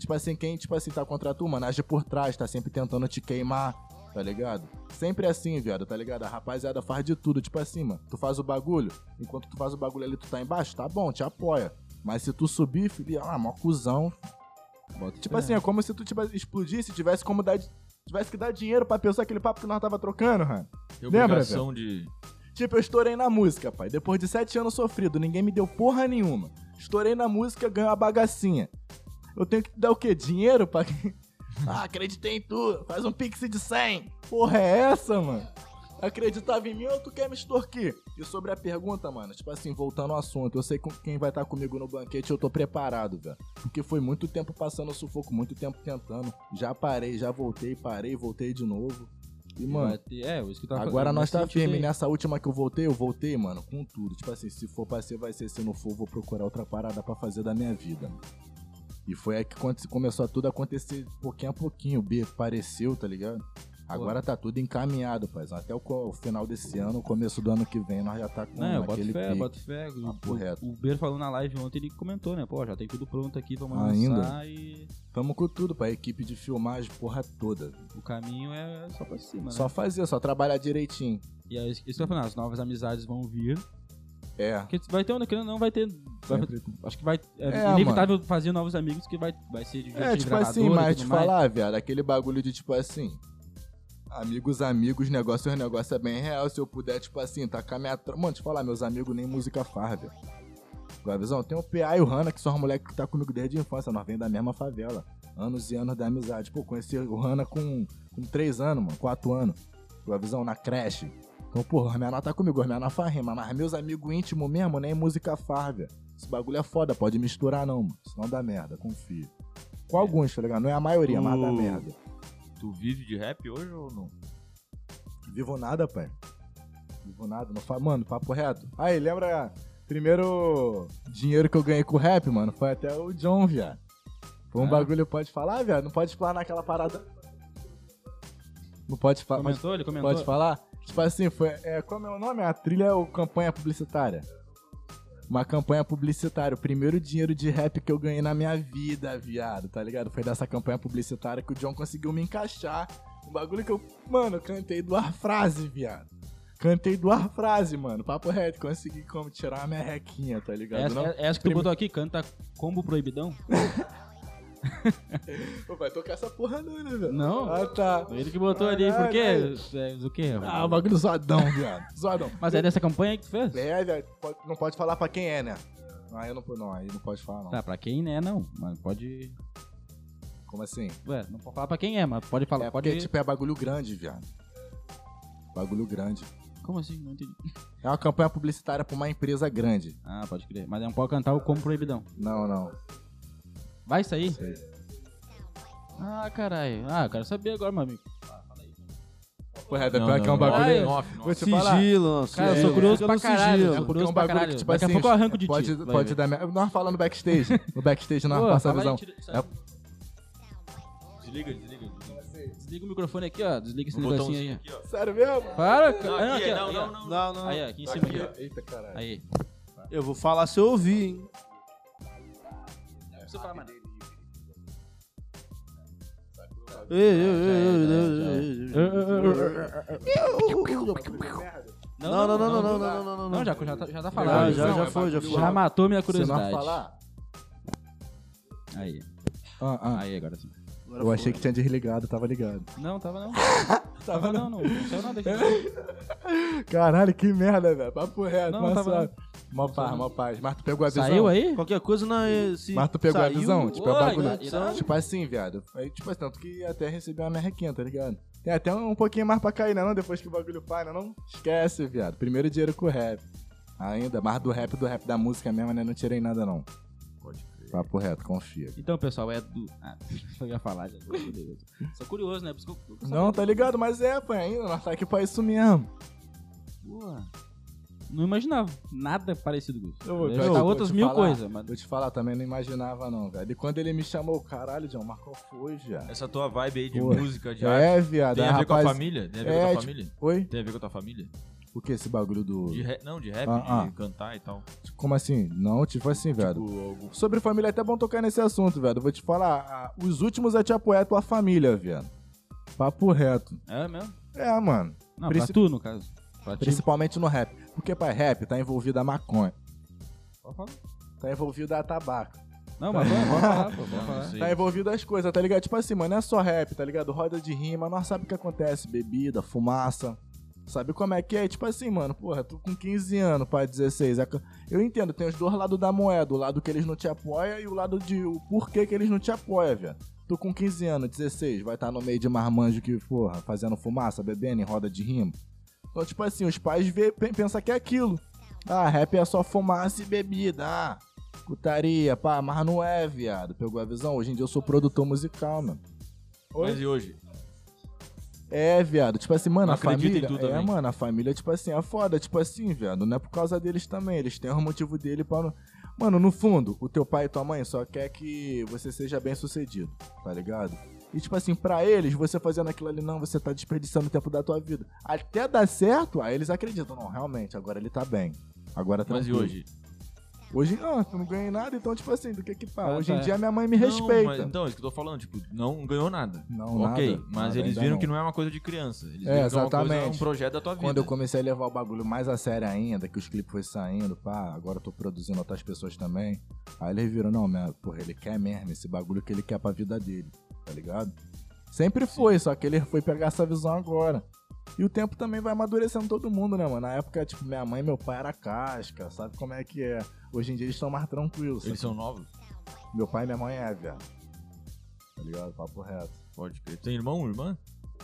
C: Tipo assim, quem, tipo assim, tá contra tu, mano, age por trás, tá sempre tentando te queimar, tá ligado? Sempre assim, viado, tá ligado? A rapaziada faz de tudo, tipo assim, mano. Tu faz o bagulho, enquanto tu faz o bagulho ali, tu tá embaixo, tá bom, te apoia. Mas se tu subir, filho, ah, mó cuzão.
A: bota
C: Tipo
A: fé.
C: assim, é como se tu tipo, explodisse, tivesse como dar. Tivesse que dar dinheiro pra pessoa aquele papo que nós tava trocando, mano.
B: Tem
C: Lembra,
B: obrigação de.
C: Tipo, eu estourei na música, pai. Depois de sete anos sofrido, ninguém me deu porra nenhuma. Estourei na música, ganho a bagacinha. Eu tenho que te dar o quê? Dinheiro pra. ah, acreditei em tu. Faz um pix de 100. Porra, é essa, mano? Acreditava em mim ou tu quer me extorquir? E sobre a pergunta, mano, tipo assim, voltando ao assunto, eu sei com quem vai estar comigo no banquete, eu tô preparado, velho. Porque foi muito tempo passando sufoco, muito tempo tentando. Já parei, já voltei, parei, voltei de novo. E, mano,
A: Vai ter- é, isso que eu tava
C: Agora
A: falando,
C: nós tá
A: nesse sentido
C: firme.
A: aí.
C: Nessa última que eu voltei, eu voltei, mano, com tudo. Tipo assim, se for pra ser, vai ser. Se não for, vou procurar outra parada pra fazer da minha vida. mano. E foi aí que quando começou a tudo acontecer pouquinho a pouquinho. O B apareceu, tá ligado? Agora tá tudo encaminhado, pai. Até o, co- o final desse ano, o começo do ano que vem, nós já tá com
A: Não, eu boto
C: aquele
A: fé,
C: pique.
A: boto fé. O,
C: Papo reto.
A: o, o Ber falou na live ontem, ele comentou, né? Pô, já tem tudo pronto aqui, vamos
C: Ainda?
A: lançar e
C: Tamo com tudo, pai. Equipe de filmagem, porra toda.
A: o caminho é só pra cima, né?
C: Só fazer, só trabalhar direitinho.
A: E aí, isso que eu ia falar, as novas amizades vão vir.
C: É.
A: Porque vai ter, ou não, querendo ou não, vai ter... vai-
C: Sempre
A: acho que vai... É
C: É,
A: inevitável fazer novos amigos, que vai, vai ser divertido.
C: É, tipo
A: gravadora
C: assim,
A: e
C: mas
A: tudo
C: te
A: mais.
C: falar, viado, aquele bagulho de tipo assim. Amigos, amigos, negócio é negócio é bem real. Se eu puder, tipo assim, tacar minha. tro- Mano, te falar, meus amigos nem música faz, velho. Guavizão, tem o PA e o Hanna, que são os moleques que tá comigo desde a infância. Nós vem da mesma favela. Anos e anos de amizade. Pô, conheci o Hanna com, com 3 anos, mano. 4 anos. Guavizão, na creche. Então, pô, a minha nota tá comigo, a minha nota farrima. Mas meus amigos íntimos mesmo, nem música fárvia. Esse bagulho é foda, pode misturar não, mano. Senão dá merda, confio. Com alguns, tá ligado? Não é a maioria, mas dá
B: Tu-
C: merda.
B: Tu vive de rap hoje ou não?
C: Vivo nada, pai. Vivo nada. Não fa... Mano, papo reto.
E: Aí, lembra?
C: Primeiro dinheiro que eu ganhei com o rap, mano, foi até o John, viado. Foi um
A: Ah.
C: bagulho, pode falar, viado? Não pode falar naquela parada. Não pode falar. mas
A: Comentou? Ele comentou?
C: Pode falar? Tipo assim, foi. É, como é o nome? A trilha ou campanha publicitária? Uma campanha publicitária. O primeiro dinheiro de rap que eu ganhei na minha vida, viado, tá ligado? Foi dessa campanha publicitária que o John conseguiu me encaixar. Um bagulho que eu. Mano, eu cantei duas frases, viado. Cantei duas frases, mano. Papo reto, consegui como tirar a minha requinha, tá ligado?
A: Essa, é-
C: não?
A: essa que tu
C: Prime-
A: botou aqui, canta combo proibidão?
C: Pô, vai tocar essa porra não, né, velho?
A: Não.
C: Ah, tá.
A: Ele que botou ali, por quê? É, o quê?
C: Ah, o bagulho zoadão, viado. Zoadão.
A: Mas é dessa campanha que tu fez?
C: É, velho, pode- não pode falar pra quem é, né? Aí eu não, não, aí não pode falar, não.
A: Tá, pra quem é, não. Mas pode.
C: Como assim?
A: Ué, não pode falar pra quem é, mas pode falar.
C: é
A: pode.
C: porque, tipo, é bagulho grande, viado. Bagulho grande.
A: Como assim? Não entendi.
C: É uma campanha publicitária pra uma empresa grande.
A: Ah, pode crer. Mas não pode cantar o combo proibidão.
C: Não, não.
A: Vai sair?
C: Sei.
A: Ah, caralho. Ah, eu quero saber agora, meu amigo.
C: Porra,
B: Não,
C: é pior que é
B: não,
C: um
B: não.
C: bagulho.
A: Ai,
B: Em off, não.
C: Vou te falar.
D: Sigilo,
A: Cara, eu
D: sigilo.
A: sou curioso
D: Fica
A: pra
D: no
A: caralho.
D: sigilo.
C: É porque é
A: Curioso
C: um
A: pra
C: bagulho
A: caralho.
C: que, tipo
A: Daqui a
C: assim,
A: pouco eu arranco de ti.
C: Pode,
A: Vai
C: pode
A: ver.
C: dar merda. Nós falamos no backstage. No backstage nós
A: Pô,
C: passa a
A: fala
C: visão.
A: aí, tira-
B: Desliga, desliga. desliga.
A: Desliga o microfone aqui, ó. Desliga esse
B: Vou botar
A: negocinho
B: um
A: aí.
B: aqui, ó.
E: Sério mesmo?
A: Para,
C: Ah,
B: Não,
A: cara.
B: aqui,
A: Aqui,
C: é,
A: ó,
B: não,
A: aí,
B: não,
A: ó.
B: não.
D: Não, não.
A: Aí, ó, aqui em cima.
B: Aqui,
A: aqui,
B: ó.
E: Eita, caralho.
A: ó. Aí.
D: Eu vou falar se eu ouvir, hein?
A: Não precisa falar mais.
D: Ei, ei, ei, ei, ei, Não, não, não, não, não, não, não, não.
A: Não, já, já, tá, já tá
D: Já,
A: falado.
D: já,
A: já,
D: já foi, já foi.
A: matou minha
C: Se nós
A: curiosidade.
C: falar.
A: Aí,
C: Ah, ah.
A: aí, agora sim.
D: Agora
C: Eu
D: foi.
C: achei que tinha desligado, tava ligado.
A: Não, tava não. tava não, não. Não saiu nada aqui.
C: Caralho, que merda, velho. Papo reto,
A: Não,
C: mas
A: tava
B: tá
C: só.
A: não.
C: Mó paz, mó paz. Mas tu pegou a visão.
A: Saiu aí?
D: Qualquer coisa na. Se
C: Mas tu pegou a
D: saiu,
C: visão, tipo, é o
A: Oi,
C: bagulho.
A: irado, irado.
C: Tipo assim, viado. Aí, tipo assim, tanto que até recebi uma merrequinha, tá ligado? Tem até um, um pouquinho mais pra cair, né? Não, depois que o bagulho pai, né? Não esquece, viado. Primeiro dinheiro com o rap. Ainda, mas do rap, do rap da música mesmo, né? Não tirei nada, não.
B: Pode crer.
C: Papo reto, confia.
A: Então, pessoal, é do. Ah, eu ia falar já. meu Deus. Sou curioso, né? Por isso que eu- eu quero
C: Não,
A: saber.
C: tá ligado? Mas é, pai, ainda. Nós tá aqui pra isso mesmo.
A: Porra. Não imaginava nada parecido com isso.
C: Eu vou-
A: Eu
C: eu
A: ia
C: vou te
A: chutar outras mil
C: falar.
A: coisas, mano.
C: Vou te falar, também não imaginava, não, velho. E quando ele me chamou, caralho, John, mas qual foi, viado?
B: Essa tua vibe aí de
C: Pô.
B: música, de arte,
C: É, viado.
B: tem
C: é,
B: a ver com a
C: rapaz-
B: família? Tem a ver com a
C: É,
B: tua
C: tipo-
B: família?
C: Oi?
B: Tem a ver com a tua família?
C: O que esse bagulho do.
B: De rap, não, de rap,
C: Ah,
B: de cantar e tal.
C: Como assim? Não, tipo assim, velho. Sobre família, é até bom tocar nesse assunto, velho. Vou te falar, a- os últimos a te apoiar é tua família, velho. Papo reto.
A: É mesmo?
C: É, mano.
A: Não,
C: Princi-
A: pra tu, no caso. Pra ti.
C: Principalmente no rap. Porque, pai, rap tá envolvido a maconha.
A: Pode falar.
C: Tá envolvido a tabaco.
A: Não, mas vamos vamos falar, pô. Vamos
B: Não, não
A: falar.
B: sei.
C: Tá envolvido as coisas, tá ligado? Tipo assim, mano, não é só rap, tá ligado? Roda de rima, nós sabe o que acontece. Bebida, fumaça. Sabe como é que é? Tipo assim, mano, porra, tu com 15 anos, pai, 16. é ca- Eu entendo, tem os dois lados da moeda. O lado que eles não te apoiam e o lado de o porquê que eles não te apoiam, velho. Tu com 15 anos, 16, vai estar no meio de marmanjo que, porra, fazendo fumaça, bebendo em roda de rima. Então, tipo assim, os pais vê, pe- pensam que é aquilo. Ah, rap é só fumaça e bebida. Ah, putaria, pá, mas não é, viado. Pegou a visão? Hoje em dia eu sou produtor musical, mano.
B: Mas e hoje?
C: Tá É, viado. Tipo assim, mano,
B: Não
C: a
B: acredita em
C: família.
B: tu
C: é,
B: também.
C: mano, a família, tipo assim, é foda. Tipo assim, viado. Não é por causa deles também. Eles têm o motivo dele pra. não- Mano, no fundo, o teu pai e tua mãe só quer que você seja bem sucedido, tá ligado? E tipo assim, pra eles, você fazendo aquilo ali, não, você tá desperdiçando o tempo da tua vida. Até dar certo, aí eles acreditam, não, realmente, agora ele tá bem. Agora tá
B: Mas e hoje?
C: Hoje, ah, eu não ganhei nada, então, tipo assim, do que que pá?
A: Ah,
C: Hoje
A: tá.
C: em dia minha mãe me
B: Não, mas,
C: respeita.
B: então, é isso que eu tô falando, tipo, não ganhou nada.
C: Não,
B: ok,
C: nada,
B: mas
C: nada,
B: eles
C: ainda
B: viram
C: não.
B: que não é uma coisa de criança. Eles viram que é
C: É,
B: uma coisa, é um
C: exatamente.
B: projeto da tua vida.
C: Quando eu comecei a levar o bagulho mais a sério ainda, que os clipes foi saindo, pá, agora eu tô produzindo outras pessoas também. Aí eles viram, não, minha, porra, ele quer mesmo esse bagulho que ele quer pra vida dele, tá ligado? Sempre foi, só que ele foi pegar essa visão agora. E o tempo também vai amadurecendo todo mundo, né, mano? Na época, tipo, minha mãe e meu pai era casca, sabe como é que é? Hoje em dia eles estão mais tranquilos.
B: Eles são novos?
C: Meu pai e minha mãe é, velho. Tá ligado? Papo reto.
B: Pode crer. Tem irmão, irmã?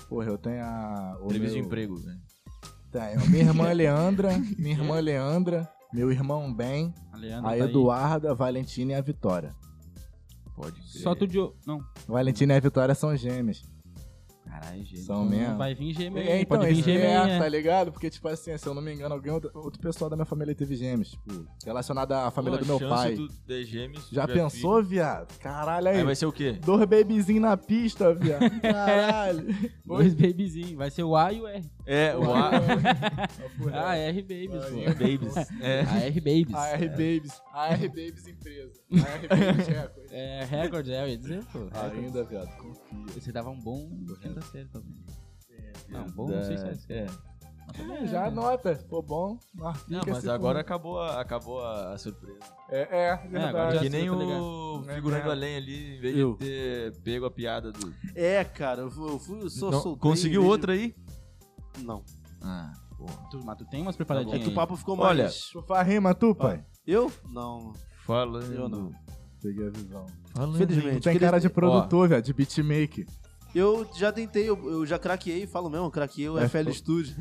C: Porra, eu tenho a. o
B: Entrevista
C: meu-
B: de emprego, né?
C: Tenho. Minha irmã Leandra, minha irmã Leandra, meu irmão Ben,
A: A Leandra
C: a
A: tá aí.
C: Eduarda, a Valentina e a Vitória.
B: Pode crer.
A: Só tu de. o- Não.
C: Valentina e a Vitória são gêmeas.
A: Caralho, gêmeo.
C: São
A: Então
C: mesmo.
A: Vai vir gêmeo.
C: É,
A: aí,
C: então,
A: pode vir
C: isso
A: gêmeo. aí,
C: é,
A: né?
C: tá ligado? Porque, tipo assim, se eu não me engano, alguém, outro, outro pessoal da minha família teve gêmeos, tipo, relacionado à família
B: Pô,
C: do meu
B: chance
C: pai.
B: Tu ter gêmeos, tu
C: Já
B: tiver
C: pensou, viado? Caralho,
B: filho.
C: aí.
B: Aí vai ser o quê?
C: Dois babyzinhos na pista, viado. Caralho.
A: Dois babyzinhos. Vai ser o A e o R.
B: É, o A.
C: Papo reto.
A: A R babies, pô.
B: Babies. É.
A: A R babies.
C: AR Babies. AR Babies empresa. AR Babies Records.
A: É, Record, é, eu ia dizer, pô. Record.
C: Ainda, viado, confia.
A: Você dava um bom quinta série, talvez. Não, bom, não sei se é.
B: É.
C: Já anota. Ficou bom. Não,
B: Não, mas agora acabou a, acabou a, a surpresa.
E: É, é,
A: É, agora
E: verdade.
A: já
B: que
A: sei,
B: nem
A: tá
B: o
E: ligado.
B: figurando
E: É.
B: além ali, em vez de
A: Eu.
B: ter pego a piada do.
D: É, cara, eu fui, eu fui eu sou
C: Então,
B: Não,
D: solteiro.
B: conseguiu outra aí?
D: Não.
B: Ah, porra.
A: Tu, mas tu tem
C: Tá
A: umas
D: É
A: preparadinhas.
D: que o papo ficou mais.
B: Olha.
C: Tu faz rima, tu, pai?
D: Eu? Não.
B: Falando.
D: Eu não.
C: Peguei a visão.
B: Falando.
D: Felizmente.
C: Tu tem cara de produtor, velho, de beatmaker.
D: Eu já tentei, eu, eu já craqueei, falo mesmo, craqueei o
C: É,
D: FL
C: pô.
D: Studio.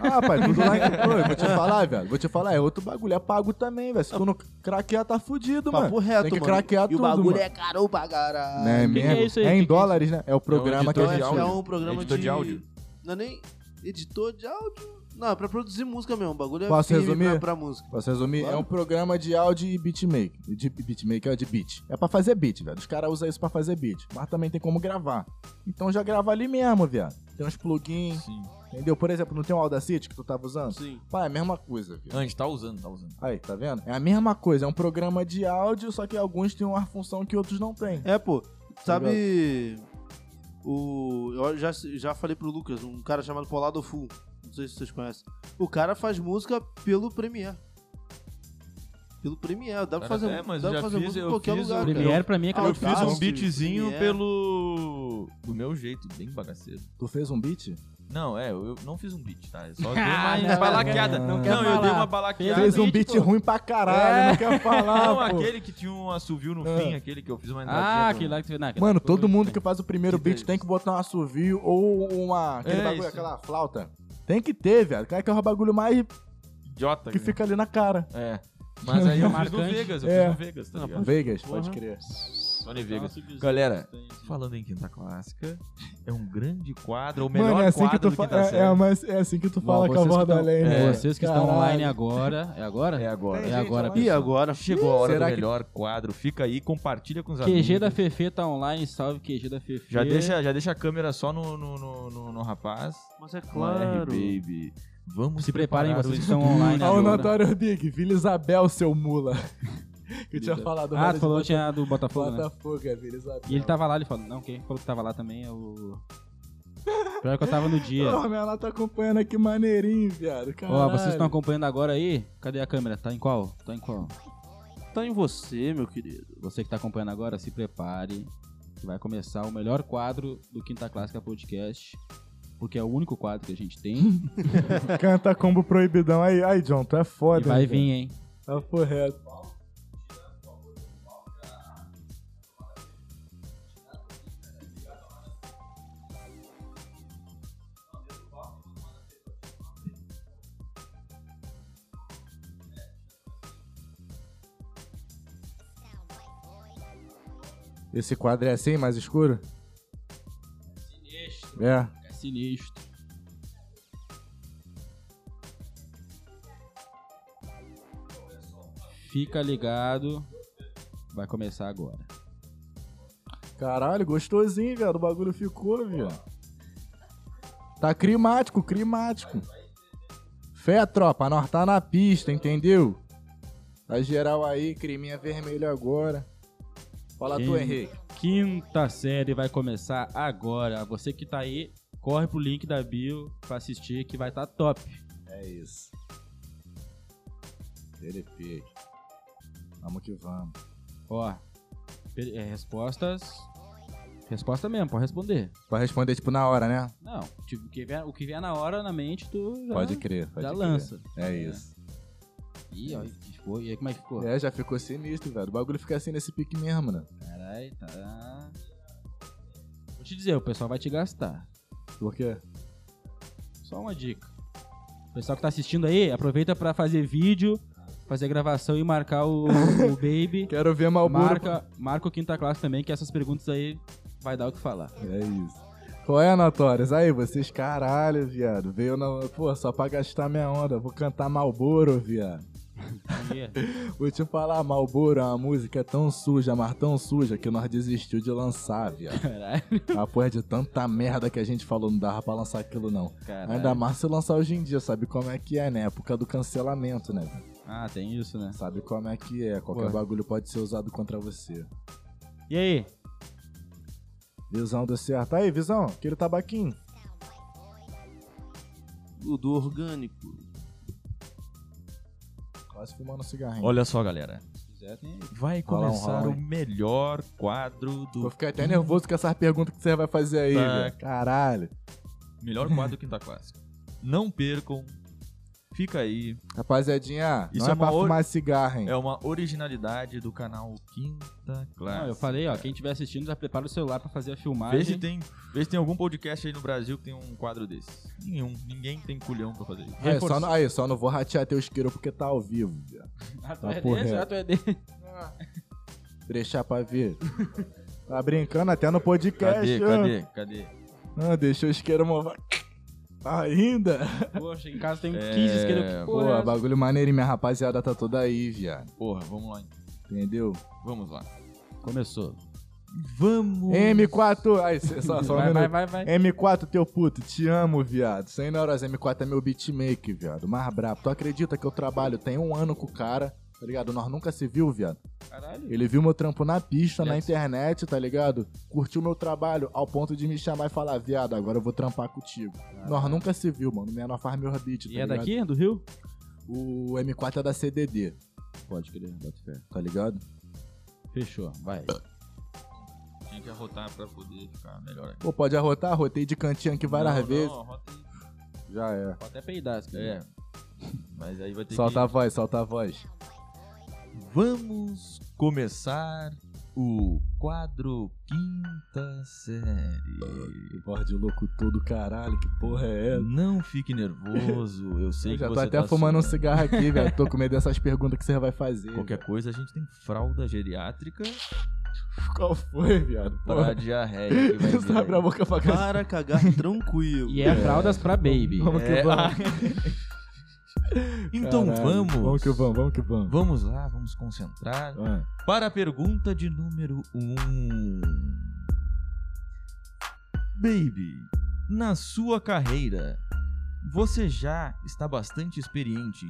C: Ah, pai, tudo lá que foi. Vou te falar, velho. Vou te falar, é outro bagulho. É pago também, velho. Se tu não craquear, tá fudido, mano.
D: Papo reto,
C: Tem que
D: mano.
C: craquear
D: e
C: tudo,
D: o bagulho
C: mano.
D: é caro pra caralho.
C: Não é
A: que
C: mesmo?
A: é isso aí?
C: É
A: Que que é
C: em
A: isso?
C: dólares, né? É o programa que
B: editor
D: Então,
B: de áudio.
D: é, é um programa
B: Editor
D: de...
B: de áudio.
D: Não é nem editor de áudio. Não, é pra produzir música mesmo. O bagulho é
C: Posso
D: firme
C: resumir?
D: Pra, pra música.
C: Posso resumir?
D: Claro.
C: É um programa de áudio e beatmaker. De beatmaker, é de beat. É pra fazer beat, velho. Os caras usam isso pra fazer beat. Mas também tem como gravar. Então já grava ali mesmo, viado. Tem uns plugins,
B: Sim.
C: entendeu? Por exemplo, não tem o Audacity que tu tava usando?
D: Sim.
C: Pá, é a mesma coisa, viado.
B: Ah, a gente tá usando, tá usando.
C: Aí, tá vendo? É a mesma coisa. É um programa de áudio, só que alguns têm uma função que outros não têm.
D: É, pô. Sabe... O... Eu já, já falei pro Lucas, um cara chamado Paulado Full. Não sei se vocês conhecem. O cara faz música pelo Premiere. Pelo Premiere. Dá pra
B: Cara,
D: fazer,
B: é, mas
D: dá
B: eu
D: pra
B: já
D: fazer
B: fiz-
D: música em
B: eu
D: qualquer
B: fiz
D: lugar,
B: o
A: O
D: cara.
A: Premiere pra mim é
D: Ah,
A: aquela
B: Eu
D: eu
B: fiz
D: faço,
B: um beatzinho
D: é.
B: pelo. do meu jeito, bem bagaceiro.
C: Tu fez um beat?
B: Não, é, eu eu não fiz um beat, tá? Eu só dei
A: Ah,
B: uma
A: não,
B: balaqueada.
C: não, não
B: Não,
C: quer
B: eu dei
A: falar.
B: uma balaqueada.
C: fez um
A: É beat,
C: beat
A: pô.
C: ruim pra caralho,
A: É.
C: não quer falar,
B: Não,
C: pô.
B: aquele que tinha um assovio no
C: Ah.
B: fim, aquele que eu fiz uma
A: Ah,
B: entradinha.
A: aquele lá que tu fez. não, aquele lá
C: Mano,
A: foi
C: todo mundo
A: muito
C: que faz o primeiro
D: Que
C: beat
D: delícia.
C: tem que botar um assovio ou uma. Aquele
B: É
C: bagulho,
B: isso. Tá
C: aquela flauta. Tem que ter, velho. Cara, que é o bagulho mais
B: idiota.
C: que
B: né?
C: fica ali na cara.
B: É. Mas aí eu fiz no
A: Marcante.
B: Vegas, eu
C: É.
B: fiz no Vegas, tá
A: Não,
B: ligado?
C: Vegas,
A: Porra.
C: pode crer.
B: Sony
A: bom.
B: Vegas.
A: Nossa,
B: Galera,
A: que isso.
B: falando em Quinta Clássica, é um grande quadro, é o melhor
C: Mano, é assim, que
B: quadro
C: tu
B: do
C: fa-
B: Quinta
C: é, é,
B: Série.
C: mas é assim que tu
A: Bom,
C: fala com a
A: vocês que
C: voz da
A: tão-
C: lei,
A: é,
C: né?
A: Vocês que estão
C: Caralho.
A: online agora. É agora?
B: É agora.
A: É agora,
D: E
A: pessoal.
D: agora?
B: Chegou a hora
C: Será
B: do
C: que-
B: melhor quadro. Fica aí, compartilha com os amigos.
A: QG da Fefe tá online. Salve, QG da Fefe.
B: já, deixa, já deixa a câmera só no, no, no, no- no rapaz.
D: Mas é
B: No R,
D: claro.
B: baby. Vamos
A: Se preparem,
B: preparar
A: vocês
B: o
A: estão online
C: Olha o
A: agora.
C: Notório Big, Vila Isabel, seu mula. que eu tinha falado
A: Ah,
C: várias
A: tu falou que
C: vezes.
A: tinha do Botafogo, né?
C: Botafogo, é Vila Isabel.
A: E ele tá tava lá, ele falou, não, quem falou que tava lá também é o... Pior que eu tava no dia.
C: Porra, mas ela tá acompanhando aqui maneirinho, viado. Caralho.
A: Ó, vocês estão acompanhando agora aí? Cadê a câmera? Tá em qual? Tá em qual?
D: Tá em você, meu querido.
A: Você que tá acompanhando agora, se prepare. Que vai começar o melhor quadro do Quinta Clássica Podcast. Porque é o único quadro que a gente tem.
C: Canta combo proibidão aí. Aí, John, tu é
A: e
C: foda.
A: vai
C: hein,
A: vir, hein?
C: cara. Papo reto. Esse quadro é assim, mais escuro?
A: Sinistro.
C: É.
A: É sinistro. Fica ligado. Vai começar agora.
C: Caralho, gostosinho, velho. O bagulho ficou, velho. Tá climático, climático. Fé, tropa, nós tá na pista, entendeu? Tá geral aí, creminha vermelha agora. Fala tu,
A: Quem-
C: Henrique.
A: Quinta série vai começar agora. Você que tá aí, corre pro link da bio pra assistir que vai tá top.
C: É isso. Telepique. Vamos que vamos.
A: Ó, per- é, respostas. Resposta mesmo, pode responder.
C: Pra responder, tipo, na hora, né?
A: Não, tipo, o que vier, o que vier na hora, na mente, tu já,
C: Pode crer, pode
A: já
C: crer.
A: lança.
C: É isso.
A: Ih, ó, ficou. E aí, como é que ficou?
C: É, já ficou sinistro, velho. O bagulho fica assim nesse pique mesmo, né?
A: Caralho, tá. Vou te dizer, o pessoal vai te gastar.
C: Por quê?
A: Só uma dica. O pessoal que tá assistindo aí, aproveita pra fazer vídeo, fazer gravação e marcar o, o Baby.
C: Quero ver Malboro.
A: Marca, marca o Quinta Classe também, que essas perguntas aí vai dar o que falar.
C: É isso. Qual é, Notórios? Aí, vocês, caralho, viado. Veio na. Pô, só pra gastar minha onda. Vou cantar Malboro, viado.
A: Aí,
C: Vou te falar, Malboro é uma música tão suja, mas tão suja, que nós desistiu de lançar, viado.
A: Caralho,
C: A porra de tanta merda que a gente falou, não dava pra lançar aquilo, não. Ainda
A: caralho.
C: mais se lançar hoje em dia, sabe como é que é, né? Época do cancelamento, né? velho?
A: Ah, tem isso, né?
C: Sabe como é que é. Qualquer
A: Ué.
C: bagulho pode ser usado contra você.
A: E aí?
C: Visão do certo. Aí, Visão, aquele tabaquinho.
D: O do orgânico.
C: Quase fumando um cigarrinho.
B: Olha só, galera.
A: Se quiser, tem aí.
B: Vai
C: Rola um,
B: começar
C: rola um,
B: o melhor quadro
C: Vou
B: do.
C: ficar até nervoso com essas perguntas que você vai fazer aí,
B: Tá.
C: velho. Caralho.
B: Melhor quadro do Quinta Clássica. Não percam. Fica aí.
C: Rapaziadinha,
B: Isso
C: não
B: é
C: é,
B: uma
C: pra
B: or-
C: fumar cigarro, hein?
B: É uma originalidade do canal Quinta Clássica.
A: Não, eu falei, ó, quem estiver assistindo já prepara o celular pra fazer a filmagem.
B: Vê se, tem, vê se tem algum podcast aí no Brasil que tem um quadro desse. Nenhum. Ninguém tem culhão pra fazer isso.
C: Aí, só
B: Reforça-
C: não, aí, só não vou ratear teu isqueiro porque tá ao vivo, velho.
A: Ah, tu
C: Ah,
A: é
C: porra,
A: desse?
C: é.
A: Ah, tu é desse.
C: Deixar pra ver. Tá brincando até no podcast.
B: Cadê,
C: ó.
B: cadê,
A: é.
B: cadê?
C: Ah, deixou o isqueiro movar. Ainda?
A: Poxa, em casa tem 15 isqueiro. Que
C: Pô,
A: porra é essa?
C: bagulho maneirinho, minha rapaziada tá toda aí, viado.
B: Porra, vamos lá. então.
C: Entendeu?
B: Vamos lá.
A: Começou.
B: Vamos!
C: M4, aí, cê- só, só um
A: vai,
C: minuto.
A: vai, vai, vai.
C: M4, teu puto, te amo, viado. Sem neuras, M4 é meu beatmaker, viado. Mais brabo. Tu acredita que eu trabalho tem um ano com o cara, tá ligado? Nós nunca se viu, viado.
A: Caralho.
C: Ele viu meu trampo na pista, na
A: Yes.
C: internet, tá ligado? Curtiu meu trabalho ao ponto de me chamar e falar, viado, agora eu vou trampar contigo. Nós nunca se viu, mano. Menor faz meu beat, tá
A: E é
C: ligado?
A: daqui, do Rio?
C: O M4 é da CDD,
A: Pode crer, bota fé.
C: tá ligado?
A: Fechou, vai.
B: Tinha que arrotar pra poder ficar melhor aqui.
C: Pô, pode arrotar, rotei de cantinho aqui várias
B: Não, não,
C: vezes.
B: arrota aí.
C: Já é.
A: Pode até peidar, se quiser.
B: É. Mas aí vai ter
C: Solta a voz, solta a voz.
B: que... Vamos começar o quadro Quinta Série.
C: Voz de louco todo, caralho, que porra é essa?
B: Não fique nervoso, eu sei
C: Eu
B: que
C: já tô
B: você
C: até
B: tá
C: fumando um
B: suando.
C: cigarro aqui, velho. Tô com medo dessas perguntas que você vai fazer.
B: Qualquer coisa, a gente tem fralda geriátrica
C: velho. Qual foi, viado?
B: pra diarreia que vai vir
C: Isso
B: aí.
C: abre a boca pra cá.
D: Para cagar tranquilo.
A: E é fraldas pra baby.
C: Vamos que
B: É,
C: vamos.
B: ah. Então
C: Caralho.
B: vamos.
C: Vamos que vamos, vamos que vamos.
B: Vamos lá, vamos concentrar.
C: Ah,
B: Para a pergunta de número 1. Um. Baby, na sua carreira, você já está bastante experiente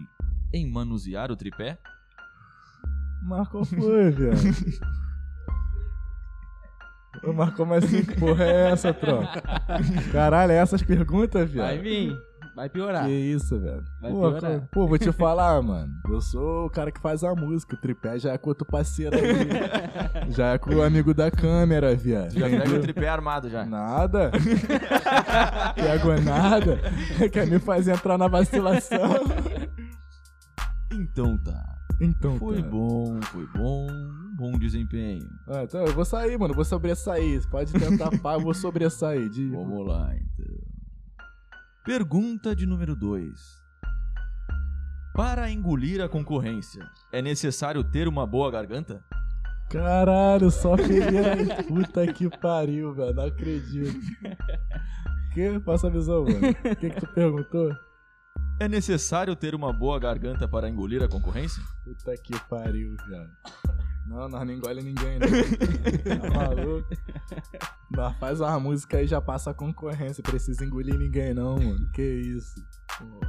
B: em manusear o tripé?
C: Mas qual foi, viado? Ô, Mas como assim? Que porra é essa, troca? Caralho, é essas perguntas, viado?
A: Vai vir. Vai piorar.
C: Que isso, velho.
A: Vai
C: pô,
A: piorar.
C: co- pô, vou te falar, mano. Eu sou o cara que faz a música. O tripé já é com outro parceiro aí. já é com o amigo da câmera, viado.
B: Já pega o tripé armado já.
C: Nada. Pego nada. Quer me fazer entrar na vacilação.
B: Então tá.
C: Então,
B: Foi
C: tá.
B: bom, foi bom. um Bom desempenho.
C: Ah, então, eu vou sair, mano. Vou sobressair. Você Pode tentar pá, eu vou sobressair. De...
B: Vamos lá, então. Pergunta de número 2. Para engolir a concorrência, é necessário ter uma boa garganta?
C: Caralho, só ferreira. Puta que pariu, velho. Não acredito. Que? Passa a visão, mano. O que, que tu perguntou?
B: É necessário ter uma boa garganta para engolir a concorrência?
C: Puta que pariu, viado. Não, nós não engole ninguém, né? Tá maluco? Nós faz uma música e já passa a concorrência. Precisa engolir ninguém, não, mano. Que isso? Pô,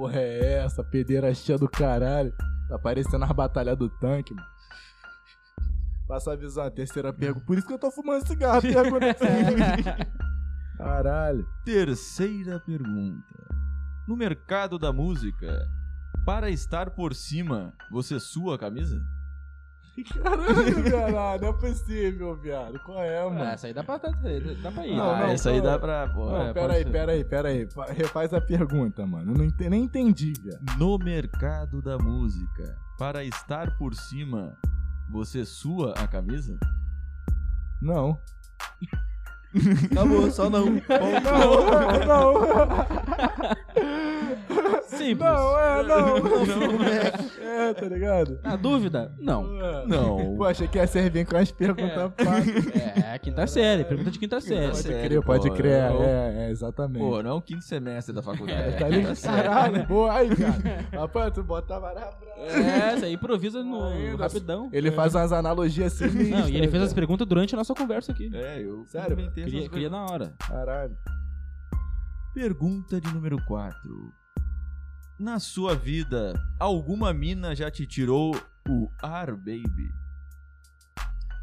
C: Porra, é essa? Pedeira cheia do caralho. Tá parecendo as batalhas do tanque, mano. Passa a visão, a terceira pergunta. Por isso que eu tô fumando cigarro, pergunta. Caralho.
B: Terceira pergunta. No mercado da música, para estar por cima, você sua a camisa?
E: Caralho, viado, não é possível, viado. Qual é, mano?
A: Ah, essa aí dá pra, dá pra ir.
E: Não,
B: ah,
E: não,
B: essa aí
E: não.
B: dá pra. pô,
E: Não,
B: é,
E: pera
B: pode
E: aí,
B: ser.
E: pera aí, pera aí. Pa-
C: Refaz a pergunta, mano. Eu não ente- nem entendi, velho.
B: No mercado da música, para estar por cima, você sua a camisa?
C: Não.
D: Acabou, só não.
E: Não,
A: Simples.
E: não, é, não.
B: Não.
E: É, tá ligado?
A: Na dúvida? Não.
B: Não.
C: Pô, achei que ia servir com as perguntas fáceis.
A: É, quinta série. Pergunta de quinta série.
B: Pode
C: Pode crer, pode crer. É, é, exatamente.
B: Pô, é. não é o quinto semestre da faculdade.
C: Tá ligado? Caralho, boa aí, cara.
E: Rapaz, tu bota a vara branca.
A: É, essa aí improvisa no
E: Ainda.
A: rapidão.
C: Ele faz umas analogias sinistras.
A: Não, e ele fez
C: velho.
A: as perguntas durante a nossa conversa aqui.
B: É, eu.
E: Sério,
B: inventei essas
A: Queria, queria
B: coisas.
A: na hora.
E: Caralho.
B: Pergunta de número 4. Na sua vida, alguma mina já te tirou o ar, baby?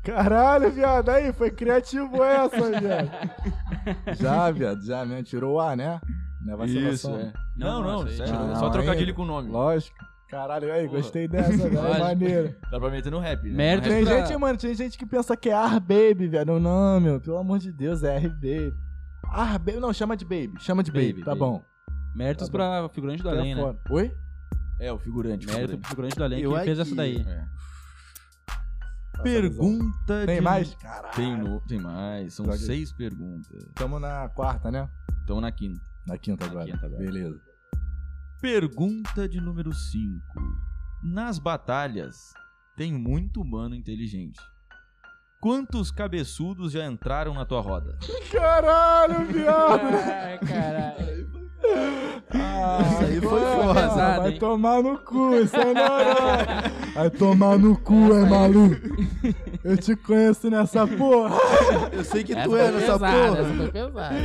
E: Caralho, viado. Aí, foi criativo essa, viado.
C: Já, viado, já, né? Tirou o ar, né? Não é vacilação.
B: é.
A: Não,
B: Não, não, é.
A: não, isso aí
B: sério,
C: não.
B: só
C: Não,
B: trocadilho
C: aí-
B: com o nome.
C: Lógico.
E: Caralho, aí,
B: Porra.
E: gostei dessa, velho.
A: Lógico.
E: Maneiro.
B: Dá pra meter no rap, né?
A: Mérito
C: Tem
A: pra-
C: gente, mano, tem gente que pensa que é ar baby, velho. Não, meu, pelo amor de Deus, é R baby. Ar baby, não, chama de baby. Chama de baby,
A: Baby,
C: tá
A: baby.
C: bom.
A: Méritos
C: Tá bom.
A: pra figurante do além,
C: Tá
A: né?
C: fora. Oi?
B: É, o figurante.
A: Mérito
B: o figurante.
A: pro figurante do além
D: Eu
A: que fez
D: aqui.
A: essa daí.
B: É.
C: Nossa,
B: Pergunta
C: Tem
B: de...
C: mais? Caralho.
B: Tem, no... Tem mais. São
C: Droga.
B: seis perguntas.
C: Tamo na quarta, né?
B: Então na quinta.
C: Na quinta
A: Na
C: agora.
A: quinta agora.
C: Beleza.
B: Pergunta de número 5. Nas batalhas, tem muito humano inteligente. Quantos cabeçudos já entraram na tua roda?
E: Caralho, viado.
A: Ai, caralho. É.
E: Ah,
D: Essa aí foi
E: agora,
D: foda,
E: ah,
A: hein?
E: Vai tomar no cu, isso é normal.
C: Vai tomar no cu, é maluco. Eu te conheço nessa porra.
D: Eu sei que
A: Essa
D: tu é
A: foi
D: nessa
A: pesada,
D: porra.
A: Essa foi pesada.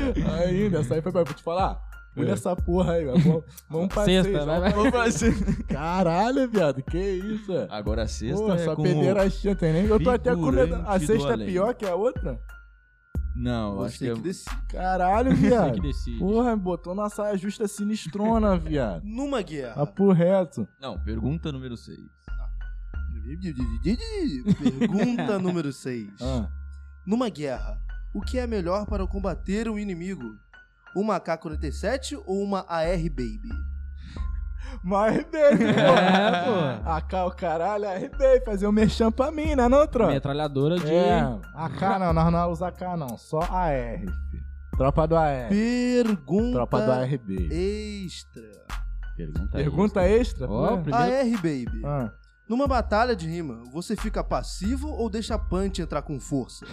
C: Ainda, essa aí foi pra vou te falar.
B: É.
C: Olha essa porra aí, velho. Vamos- Vamos pra
A: Sexta, né?
C: seis,
A: vai,
C: vamos
A: vai.
C: pra- Caralho, viado, que isso? é?
B: Agora a sexta
C: Pô,
B: é
C: só
B: com
C: perderam
B: o...
C: a chance, nem. Eu tô até com medo.
B: figurante
C: A
B: do
C: sexta é
B: além.
C: pior que a outra?
B: Não, acho que
D: Você
B: é...
D: que decide.
C: Caralho,
A: Você que
C: viado.
A: decide.
C: Porra, botou na saia justa sinistrona, viado.
D: Numa guerra.
C: Papo reto.
B: Não, pergunta número Tá, 6.
D: Pergunta número 6.
C: Ah,
D: Numa guerra, o que é melhor para combater um inimigo? Um Uma AK-47 ou uma AR Baby?
C: Mas bem,
A: É,
C: pô.
A: pô.
C: A K, o caralho, arrebei. Fazer um merchan pra mim, né, não, tropa?
A: Metralhadora de. Tá
C: É, AK não, nós não usamos AK não, só AR, filho. Tropa do AR.
D: Pergunta
C: Tropa do ARB.
D: extra.
A: Pergunta Tá aí.
C: Pergunta extra?
A: Ó,
C: pô.
A: primeiro.
D: AR Baby.
C: Ah,
D: Numa batalha de rima, você fica passivo ou deixa a punch entrar com força?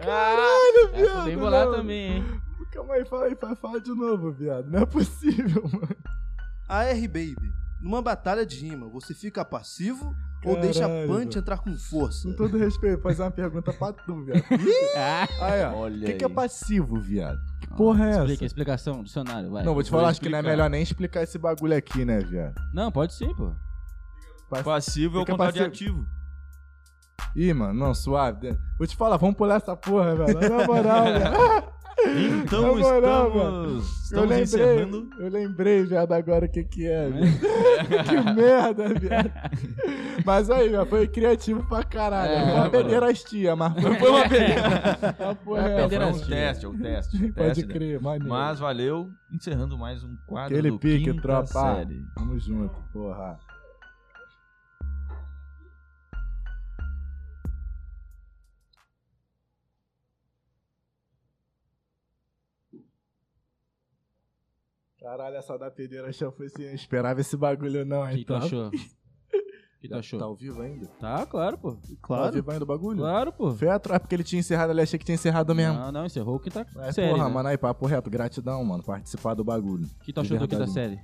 A: Ah, Essa eu dei bolar também, hein?
C: calma aí, fala aí, fala, fala de novo, viado. Não é possível, mano.
D: AR Baby. Numa batalha de rima, você fica passivo ou deixa a
C: Caralho,
D: punch
C: mano.
D: entrar com força?
C: Com todo respeito, fazer uma pergunta pra tu, viado.
A: Ah,
C: Aí, ó. O
B: Olha
C: que, que é
B: aí.
C: passivo, viado? Que porra é
A: explica,
C: essa?
A: explicação, dicionário, vai.
C: Não, vou te
B: Vou
C: falar, acho que não é
B: explicar.
C: melhor nem explicar esse bagulho aqui, né, viado?
A: Não, pode sim, pô.
B: Passivo é o
C: Fica
B: contrário de
C: passivo.
B: ativo.
C: Ih, mano, não, suave. Vou te falar, vamos pular essa porra, velho. Na moral, velho.
B: Então
C: Na moral,
B: estamos,
C: Eu
B: estamos
C: lembrei,
B: encerrando. Né?
C: eu lembrei, viado, agora o que que é, viado. que merda, viado. Mas aí, velho, foi criativo pra caralho.
A: É,
C: foi uma
A: mano.
C: pederastia, mas foi,
B: Foi uma pergunta.
C: uma porra.
A: Uma
C: é,
B: Foi um
A: pederastia.
B: teste, é um teste. é um
C: Pode
B: teste, né?
C: crer, maneiro.
B: Mas valeu, encerrando mais um quadro
C: Aquele
B: do
C: pique,
B: Quinta
C: tropa.
B: Série.
C: Tamo junto, porra. Caralho, essa da pederastia foi assim. Eu esperava esse bagulho, não,
A: O que
C: hein?
A: tu
C: tropa?
A: achou? O que tu
C: Tá
A: achou?
C: ao vivo ainda?
A: Tá, claro, pô.
C: Tá ao vivo ainda o bagulho?
A: Claro, pô.
C: Foi a tropa que ele tinha encerrado ali, achei que tinha encerrado mesmo.
A: Não, não, encerrou o quinta
C: É,
A: série.
C: porra,
A: né?
C: mano, aí papo reto, gratidão, mano, participar do bagulho.
A: O que tu achou do
C: Verdade.
A: quinta série?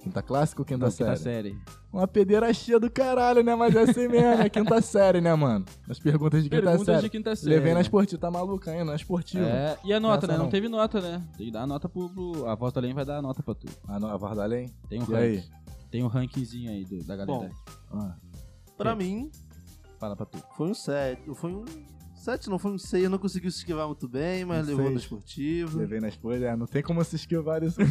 C: Quinta clássica ou quinta
A: Não,
C: série?
A: quinta série.
C: Uma pederastia do caralho, né? Mas é assim mesmo, é quinta série, né, mano? As perguntas de quinta
A: Perguntas
C: série.
A: de quinta série.
C: Levei na esportiva, tá maluco ainda, na esportiva.
A: É, e a nota,
C: Essa
A: né? Não.
C: não.
A: teve nota, né? Tem que dar a nota pro, pro- A voz da Lem vai dar a nota pra tu.
C: A nova da Além.
A: Tem um
C: E aí?
A: ranking. Tem um rankingzinho aí do- da galera.
D: Bom.
C: Ah,
D: Pra mim,
C: fala pra tu.
D: foi um 7. Foi um 7, não foi um 6. Eu não consegui se esquivar muito bem, mas
C: Um
D: levou no
C: seis. é,
D: esportivo.
C: Levei na esportiva, é, não tem como se esquivar disso.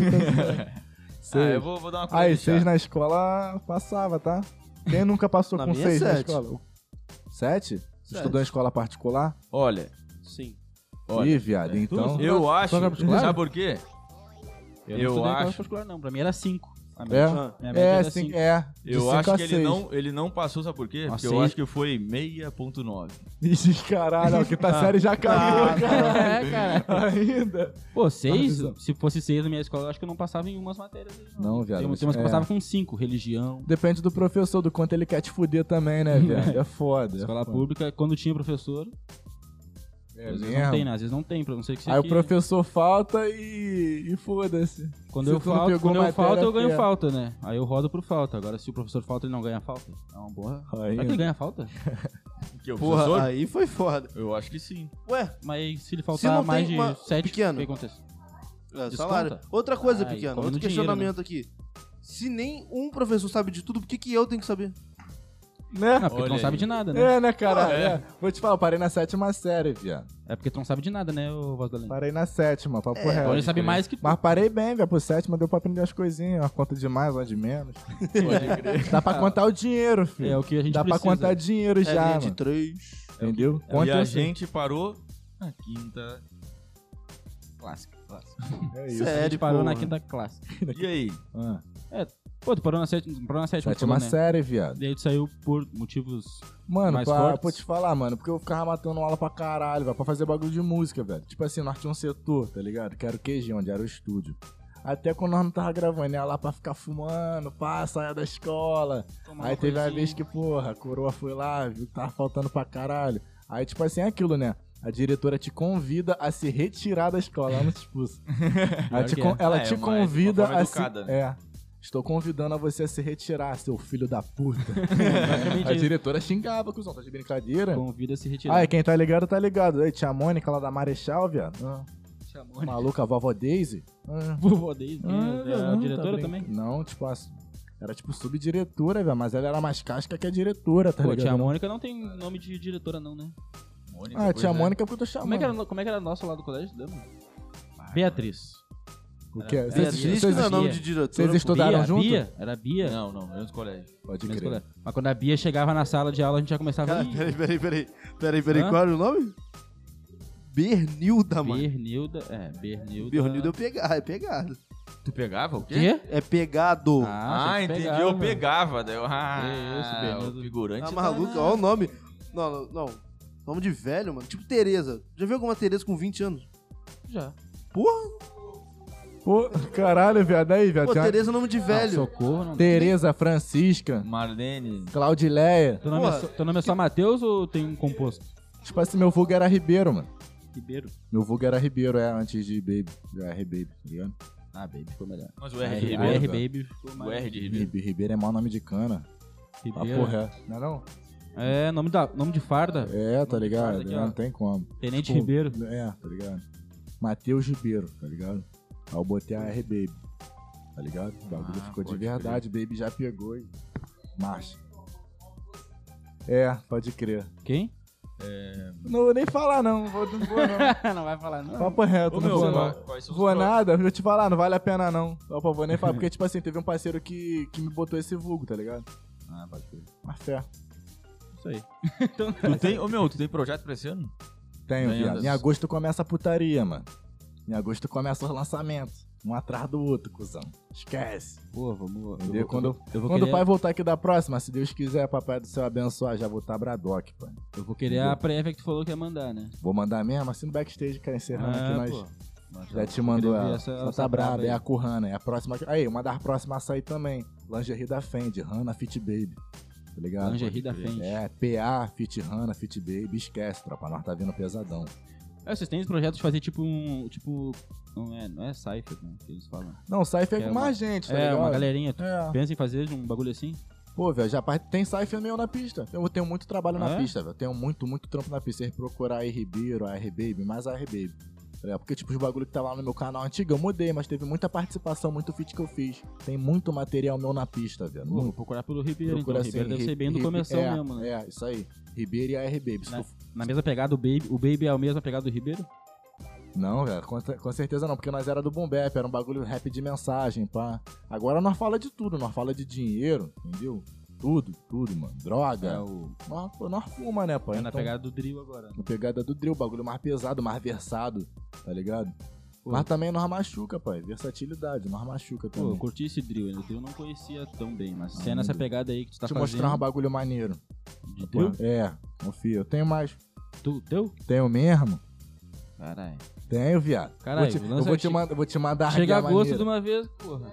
B: Ah,
C: Seis.
B: eu vou, vou dar uma
C: Aí,
B: de chá.
C: seis na escola passava, tá? Quem nunca passou
D: Na
C: com
D: minha,
C: seis na
D: sete.
C: escola? Sete? Você
D: Sete.
C: Estudou em escola particular?
B: Olha,
D: Sim.
B: olha. assim.
F: Ih, viado, então.
B: Eu acho.
C: Só na particular?
B: Sabe por quê?
A: Eu,
B: Eu
A: não estudei acho...
B: acho-
A: particular, não. Pra mim era 5.
C: É?
D: Ah,
A: Minha média
C: É,
A: era
C: sim,
A: cinco.
C: é. De
B: assim. Eu
C: cinco
B: acho
C: a
B: que ele
C: seis.
B: não, ele não passou, sabe por quê?
A: Ah,
B: Porque
A: seis.
B: eu acho que foi 6.9.
C: Ixi, caralho, a quinta
B: Ah,
C: série
B: tá,
C: já caiu,
A: É, cara.
C: cara. Ainda.
A: Pô, seis?
C: Marcos,
A: Se fosse seis na minha escola, eu acho que eu não passava em umas matérias. aí,
F: Não, viado,
A: Tem umas
F: mas-
A: tem umas
F: é.
A: que eu passava com cinco. Religião,
C: Depende do professor, do quanto ele quer te fuder também, né,
F: É,
C: velho?
F: é foda. é
A: escola
F: foda.
A: pública. Quando tinha professor,
C: É
A: às vezes
C: mesmo?
A: não tem, né? Às vezes não tem, pra não ser que você
C: Aí o
A: que-
C: professor falta e, e foda-se.
A: Quando
C: se
A: eu
C: tu não
A: falto,
C: pegou
A: quando eu
C: matéria,
A: falto, eu ganho
C: é.
A: falta, né? Aí eu rodo por falta. Agora, se o professor falta, ele não ganha falta. É uma boa. Será que ele ganha falta?
B: Que eu
D: Porra,
B: professor?
D: aí foi foda.
B: Eu acho que sim.
D: Ué,
A: Mas se ele
D: Se
A: faltar
D: não
A: mais
D: tem
A: de
D: uma-
A: sete,
D: pequeno.
A: o que acontece?
D: é,
A: Desconta.
D: salário. Outra coisa,
A: Ah, e
D: pequeno,
A: come no
D: outro
A: dinheiro,
D: questionamento aqui. Se nem um professor sabe de tudo, por que, que eu tenho que saber?
C: Né?
A: Não, porque tu
B: Olha
A: não sabe
B: aí.
A: de nada, né?
C: É, né, cara?
B: Ah, é.
C: É. Vou te falar, eu parei na sétima série, viado.
A: É porque tu não sabe de nada, né, ô Voz da Lenda?
C: Parei na sétima, papo reto.
A: Então ele sabe mais que tu.
C: é, Mas parei bem, velho. Pro sétima deu pra aprender as coisinhas. Uma conta de mais, uma de menos.
B: Pode crer.
C: Dá pra contar o dinheiro, filho.
A: É o que a gente
C: Dá
A: precisa. É,
C: pra contar dinheiro É já,
D: Regrinha de
A: tá-
C: mano.
D: três.
C: Entendeu?
B: e
C: Conta
B: a
C: assim.
B: gente parou na quinta. Clássica, clássica.
C: É
D: Sério,
C: isso.
A: A gente parou na quinta classe.
B: E aí?
C: Ah,
A: Pô, tu parou na sétima, parou na sétima, tu
C: sétima
A: falou, né?
C: série, viado.
A: E aí tu saiu por motivos...
C: Mano,
A: Mais
C: pra,
A: fortes?
C: pra te falar, mano, porque eu ficava matando aula pra caralho, velho, pra fazer bagulho de música, velho. Tipo assim, nós tinha um setor, tá ligado? Que era o QG, onde era o estúdio. Até quando nós não tava gravando, ia lá pra ficar fumando, pá, saia da escola. Aí teve
A: assim.
C: uma vez que, porra, a coroa foi lá, viu que tava faltando pra caralho. Aí, tipo assim, é aquilo, né? A diretora te convida a se retirar da escola, ela não te expulsa. ela te,
A: que
C: con-
A: é.
C: ela
B: Ah, é
C: te
B: uma- é uma
C: convida
B: forma
C: a se...
B: educada, né?
C: É. Estou convidando a você a se retirar, seu filho da puta. né?
A: Basicamente
C: a
A: isso.
C: diretora xingava, cuzão, tá de brincadeira?
A: Convida a se retirar.
C: Ah, e quem tá ligado, tá ligado. Aí, tia Mônica lá da Marechal, viado. Ah,
A: Chamou, né?
C: maluca, a vovó Daisy. Ah.
A: Vovô Deise, quem
C: Ah,
A: é?
C: não,
A: a
C: tá
A: diretora
C: brinca-
A: também?
C: Não, tipo, a- era tipo subdiretora, velho, mas ela era mais casca que a diretora, tá
A: Pô,
C: ligado?
A: tia Mônica não tem nome de diretora não, né?
B: Mônica,
C: Ah,
B: pois
C: tia
B: é.
C: Mônica é porque eu tô
A: Como
C: chamando.
A: é que era, no- como é que era nosso lá do colégio? Lembra? Beatriz.
C: O quê?
A: Era- né?
C: Vocês-
A: Beatriz,
C: vocês-
D: Diz que não é
A: existia.
D: nome de diretor.
C: Vocês estudaram
A: Bia,
C: junto?
A: Bia? Era Bia?
B: Não, não, eu no colégio.
C: Pode
A: Mesmo
C: crer.
A: colégio. Mas né? quando a Bia chegava na sala de aula, a gente já começava
D: Cara,
A: a
D: peraí, peraí, peraí. Peraí, peraí,
A: Hã?
D: qual era o nome? Bernilda, mano.
A: Bernilda. É, Bernilda.
D: Bernilda é pegar, é pegado.
B: Tu pegava o quê?
A: Quê?
D: É pegado. Ah,
B: Ah,
A: achei que
B: entendi.
A: pegava.
B: eu pegava. Daí eu, ah,
A: Que isso, Bernardo.
B: o figurante. tá
D: maluco,
B: na-
D: olha o nome. Não, não, não. Nome de velho, mano. Tipo Tereza. Já viu alguma Tereza com 20 anos?
A: Já.
D: Porra,
C: Pô, caralho, viado. Aí, viado.
D: pô,
C: tem uma-
D: Tereza é nome de velho.
A: Não, Ah, socorro, não.
C: Tereza, Francisca,
B: Marlene.
C: Claudileia.
A: Teu nome,
D: Porra.
A: é, só- teu nome é só Matheus ou tem um composto?
C: Tipo assim, meu vulgo era Ribeiro, mano.
A: Ribeiro.
C: Meu vulgo era Ribeiro, é, antes de Baby. Já é Baby, tá ligado?
A: Ah, Baby ficou melhor.
B: Mas
C: É
B: o R de
A: A
B: Ribeiro.
A: R Baby ficou
B: O
A: mais.
B: R de Ribeiro.
C: Ribe- Ribeiro é mau nome de cana. A
A: Ribeiro.
C: porra é. Não é não?
A: É, nome, da, nome de farda.
C: É, tá ligado?
A: Aqui,
C: É,
A: ó.
C: não tem como.
A: Tenente
C: Tipo,
A: Ribeiro.
C: É, tá ligado? Matheus Ribeiro, tá ligado? Aí eu botei a R Baby. Tá ligado? O bagulho
B: Ah,
C: ficou de
B: pode crer.
C: verdade, Baby já pegou e. Marcha. É, pode crer.
A: Quem?
C: Não vou nem falar, não. Vou, não vou, não.
A: não vai falar, não.
C: Papo reto,
B: Ô,
C: não
B: meu,
C: vou, não.
B: quais- quais são os
C: Vou
B: próximos?
C: nada, deixa eu te falar, não vale a pena, não. Opa, vou nem falar, porque, tipo assim, teve um parceiro que, que me botou esse vulgo, tá ligado?
B: Ah, pode crer.
C: Mas fé.
A: Isso aí.
B: Tu tem, ô meu, tu tem projeto pra esse ano?
C: Tenho,
B: Vendas.
C: viado. Em agosto começa a putaria, mano. Em agosto começa os lançamentos. Um atrás do outro, cuzão. Esquece.
A: Pô, vamos.
C: Entendeu? Quando-
A: eu vou
C: Quando
A: querer-
C: o pai voltar aqui da próxima, se Deus quiser, papai do céu abençoar, já vou tá estar Bradock, pai.
A: Eu vou querer a prévia que tu falou que ia mandar, né?
C: Vou mandar mesmo, assim no backstage, cara, encerrando
A: Ah,
C: que nós
A: pô.
C: já te mandou
A: Queria ver
C: ela.
A: essa-
C: Ela
A: essa
C: tá braba,
A: braba
C: é
A: aí.
C: a Kurhana, é a próxima. Aí, uma das próximas a sair também. Lingerie da Fendi, Hana Fit Baby. Tá ligado?
A: Lingerie da frente.
C: É, PA, Fit Hana, Fit Baby, esquece, tropa, nós tá vindo pesadão.
A: É, vocês têm esse projeto de fazer tipo um. Tipo. Não é, não é Cypher, né? Que eles falam.
C: Não, sai feio
A: É
C: com
A: uma-
C: mais gente, tá
A: é,
C: ligado?
A: uma galerinha. Tu
C: É.
A: pensa em fazer de um bagulho assim?
C: Pô, velho, já par- tem Cypher meu na pista. Eu tenho muito trabalho na
A: É?
C: pista, velho. Tenho muito, muito trampo na pista. Vocês procurar aí Ribeiro, a R-Baby, mais a R-Baby. Tá ligado? Porque, tipo, os bagulho que tava lá no meu canal antigo, eu mudei, mas teve muita participação, muito feat que eu fiz. Tem muito material meu na pista, velho.
A: Pô, vou
C: Muito.
A: procurar pelo Ribeiro,
C: Procura
A: então. O Ribeiro
C: assim,
A: deve ser
C: Ri-
A: bem do
C: Ri-
A: começão
C: é,
A: mesmo, né?
C: É, isso aí. Ribeiro e a R-Baby. Se
A: Né?
C: tu-
A: Na mesma pegada, o Baby. O Baby é a mesma pegada do Ribeiro?
C: Não, velho, com, cer- com certeza não, porque nós era do Bombep, era um bagulho rap de mensagem, pá. Agora nós fala de tudo, nós fala de dinheiro, entendeu? Tudo, tudo, mano. Droga.
A: É o...
C: Nós, nós fuma, né, pô?
A: É na
C: Então,
A: pegada do drill agora.
C: na pegada do drill, bagulho mais pesado, mais versado, tá ligado? Mas também nós machuca, pai. Versatilidade, nós machuca
A: Pô, eu
C: também.
A: curti esse drill, né? O drill eu não conhecia tão bem, mas se
C: Ah,
A: é nessa
C: meu
A: pegada aí que tu tá
C: Te
A: fazendo...
C: mostrar um bagulho maneiro.
A: De drill?
C: É, confia. Eu tenho mais.
A: Tu, teu?
C: Tenho mesmo?
A: Caralho.
C: Tenho, viado.
A: Caralho,
C: vou te,
A: o lance
C: eu vou
A: é
C: te,
A: che-
C: mand- eu vou te mandar
A: Chega
C: a
A: a gosto de
C: maneira.
A: uma vez, porra.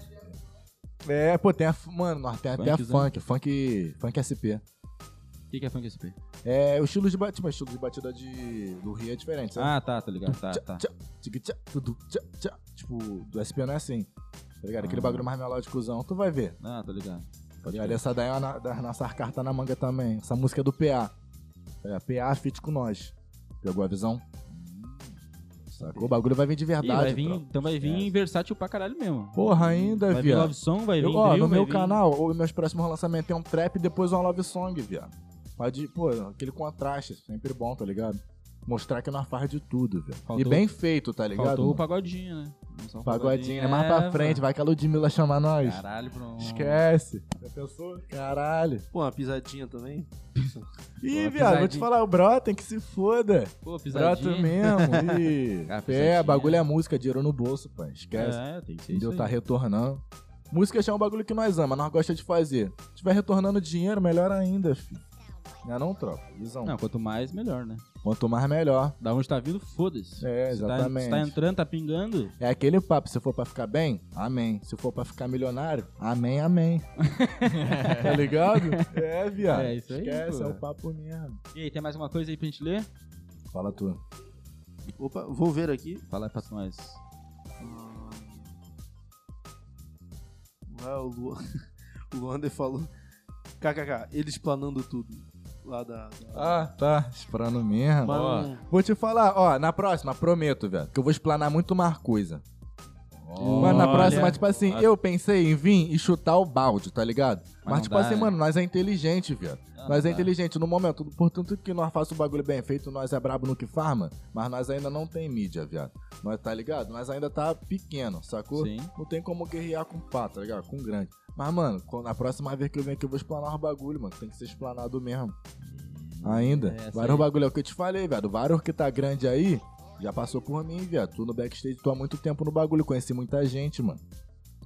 C: É, pô, tem a. f- Mano, nós tem até
A: Funkzão.
C: funk, funk. Funk SP.
A: O que, que é funk SP?
C: É, o estilo de batida. Tipo, o estilo de batida de, do Rio é diferente, sabe?
A: Ah, tá, tá ligado, tá,
C: Tchá,
A: tá.
C: tchá, tique, tchá, tudu, tchá, tchá. Tipo, do SP não é assim. Tá ligado? Aquele
A: Ah.
C: bagulho mais melódicozão. Tu vai ver.
A: Ah, tá ligado.
C: Tá ligado? Essa daí é uma na- das nossas cartas na manga também. Essa música é do PA. É, PA fit com nós. Pegou a visão? Sacou? O bagulho vai vir de
A: Hum, Ih,
C: verdade.
A: vai vir,
C: tropa.
A: então vai vir versátil pra caralho mesmo.
C: Porra, ainda,
A: vai vir
C: viado.
A: Love Song, vai vir
C: Eu, ó,
A: drill,
C: no
A: vai
C: meu
A: vir-
C: canal, os meus próximos lançamentos tem um trap e depois uma love song, viado. Pode, pô, aquele contraste, sempre bom, tá ligado? Mostrar que nós faz de tudo, viado. E
A: Faltou-
C: bem feito, tá ligado?
A: Faltou o
C: mano?
A: pagodinho, né? Lançar um
C: pagodinho, é mais pra
A: É,
C: frente, vai que a Ludmilla chama nós.
A: Caralho, pronto.
C: Esquece. Já pensou? Caralho.
D: Pô, uma pisadinha também.
C: Ih,
A: Uma
C: viado, vou te
A: pisadinha.
C: falar, o bro tem que se foda.
A: Pô,
C: Broto
A: pisadinha.
C: mesmo. Ih.
A: Ah, pisadinha.
C: É, bagulho é música, dinheiro no bolso, pai. Esquece.
A: É, tem que ser isso
C: Entendeu?
A: aí.
C: Tá retornando. Música já é um bagulho que nós ama, nós gosta de fazer. Se tiver retornando dinheiro, melhor ainda, filho. Não é não, tropa? Visão.
A: Não, quanto mais, melhor, né?
C: Quanto mais, melhor.
A: Da onde tá vindo, foda-se.
C: É,
A: Se tá-
C: exatamente.
A: Se tá, entrando, tá pingando,
C: É aquele papo, se for pra ficar bem, amém. Se for pra ficar milionário, amém, amém. tá ligado? É, viado.
A: É isso aí,
C: Esquece,
A: pô.
C: é o papo mesmo.
A: E aí, tem mais uma coisa aí pra gente ler?
C: Fala tu.
D: Opa, vou ver aqui.
A: Fala aí pra nós.
D: Ah, o Lu- o Luander falou. KKK, eles planando tudo. Lá da. da-
C: Ah, tá. Esperando mesmo.
D: Mano,
C: Vou te falar, ó, na próxima, prometo, velho, que eu vou explanar muito mais coisa.
A: Ó.
C: Mas na
A: Olha.
C: próxima, tipo assim, eu pensei em vir e chutar o balde, tá ligado? Mas,
A: não
C: tipo
A: dá,
C: assim,
A: né?
C: mano, nós é inteligente, velho.
A: Ah,
C: nós é
A: tá.
C: inteligente no momento. Portanto que nós faço o bagulho bem feito, nós é brabo no que farma, mas nós ainda não tem mídia, viado. Nós, tá ligado? Nós ainda tá pequeno, sacou?
A: Sim.
C: Não tem como guerrear com pato, tá ligado? Com grande. Mas, mano, quando- na próxima vez que eu venho aqui, eu vou explanar os bagulho, mano. Tem que ser explanado mesmo. Ainda.
A: É, essa
C: vários
A: aí.
C: bagulho é o que eu te falei, velho. Vários que tá grande aí, já passou por mim, viado. Tu no backstage, tu há muito tempo no bagulho. Conheci muita gente, mano.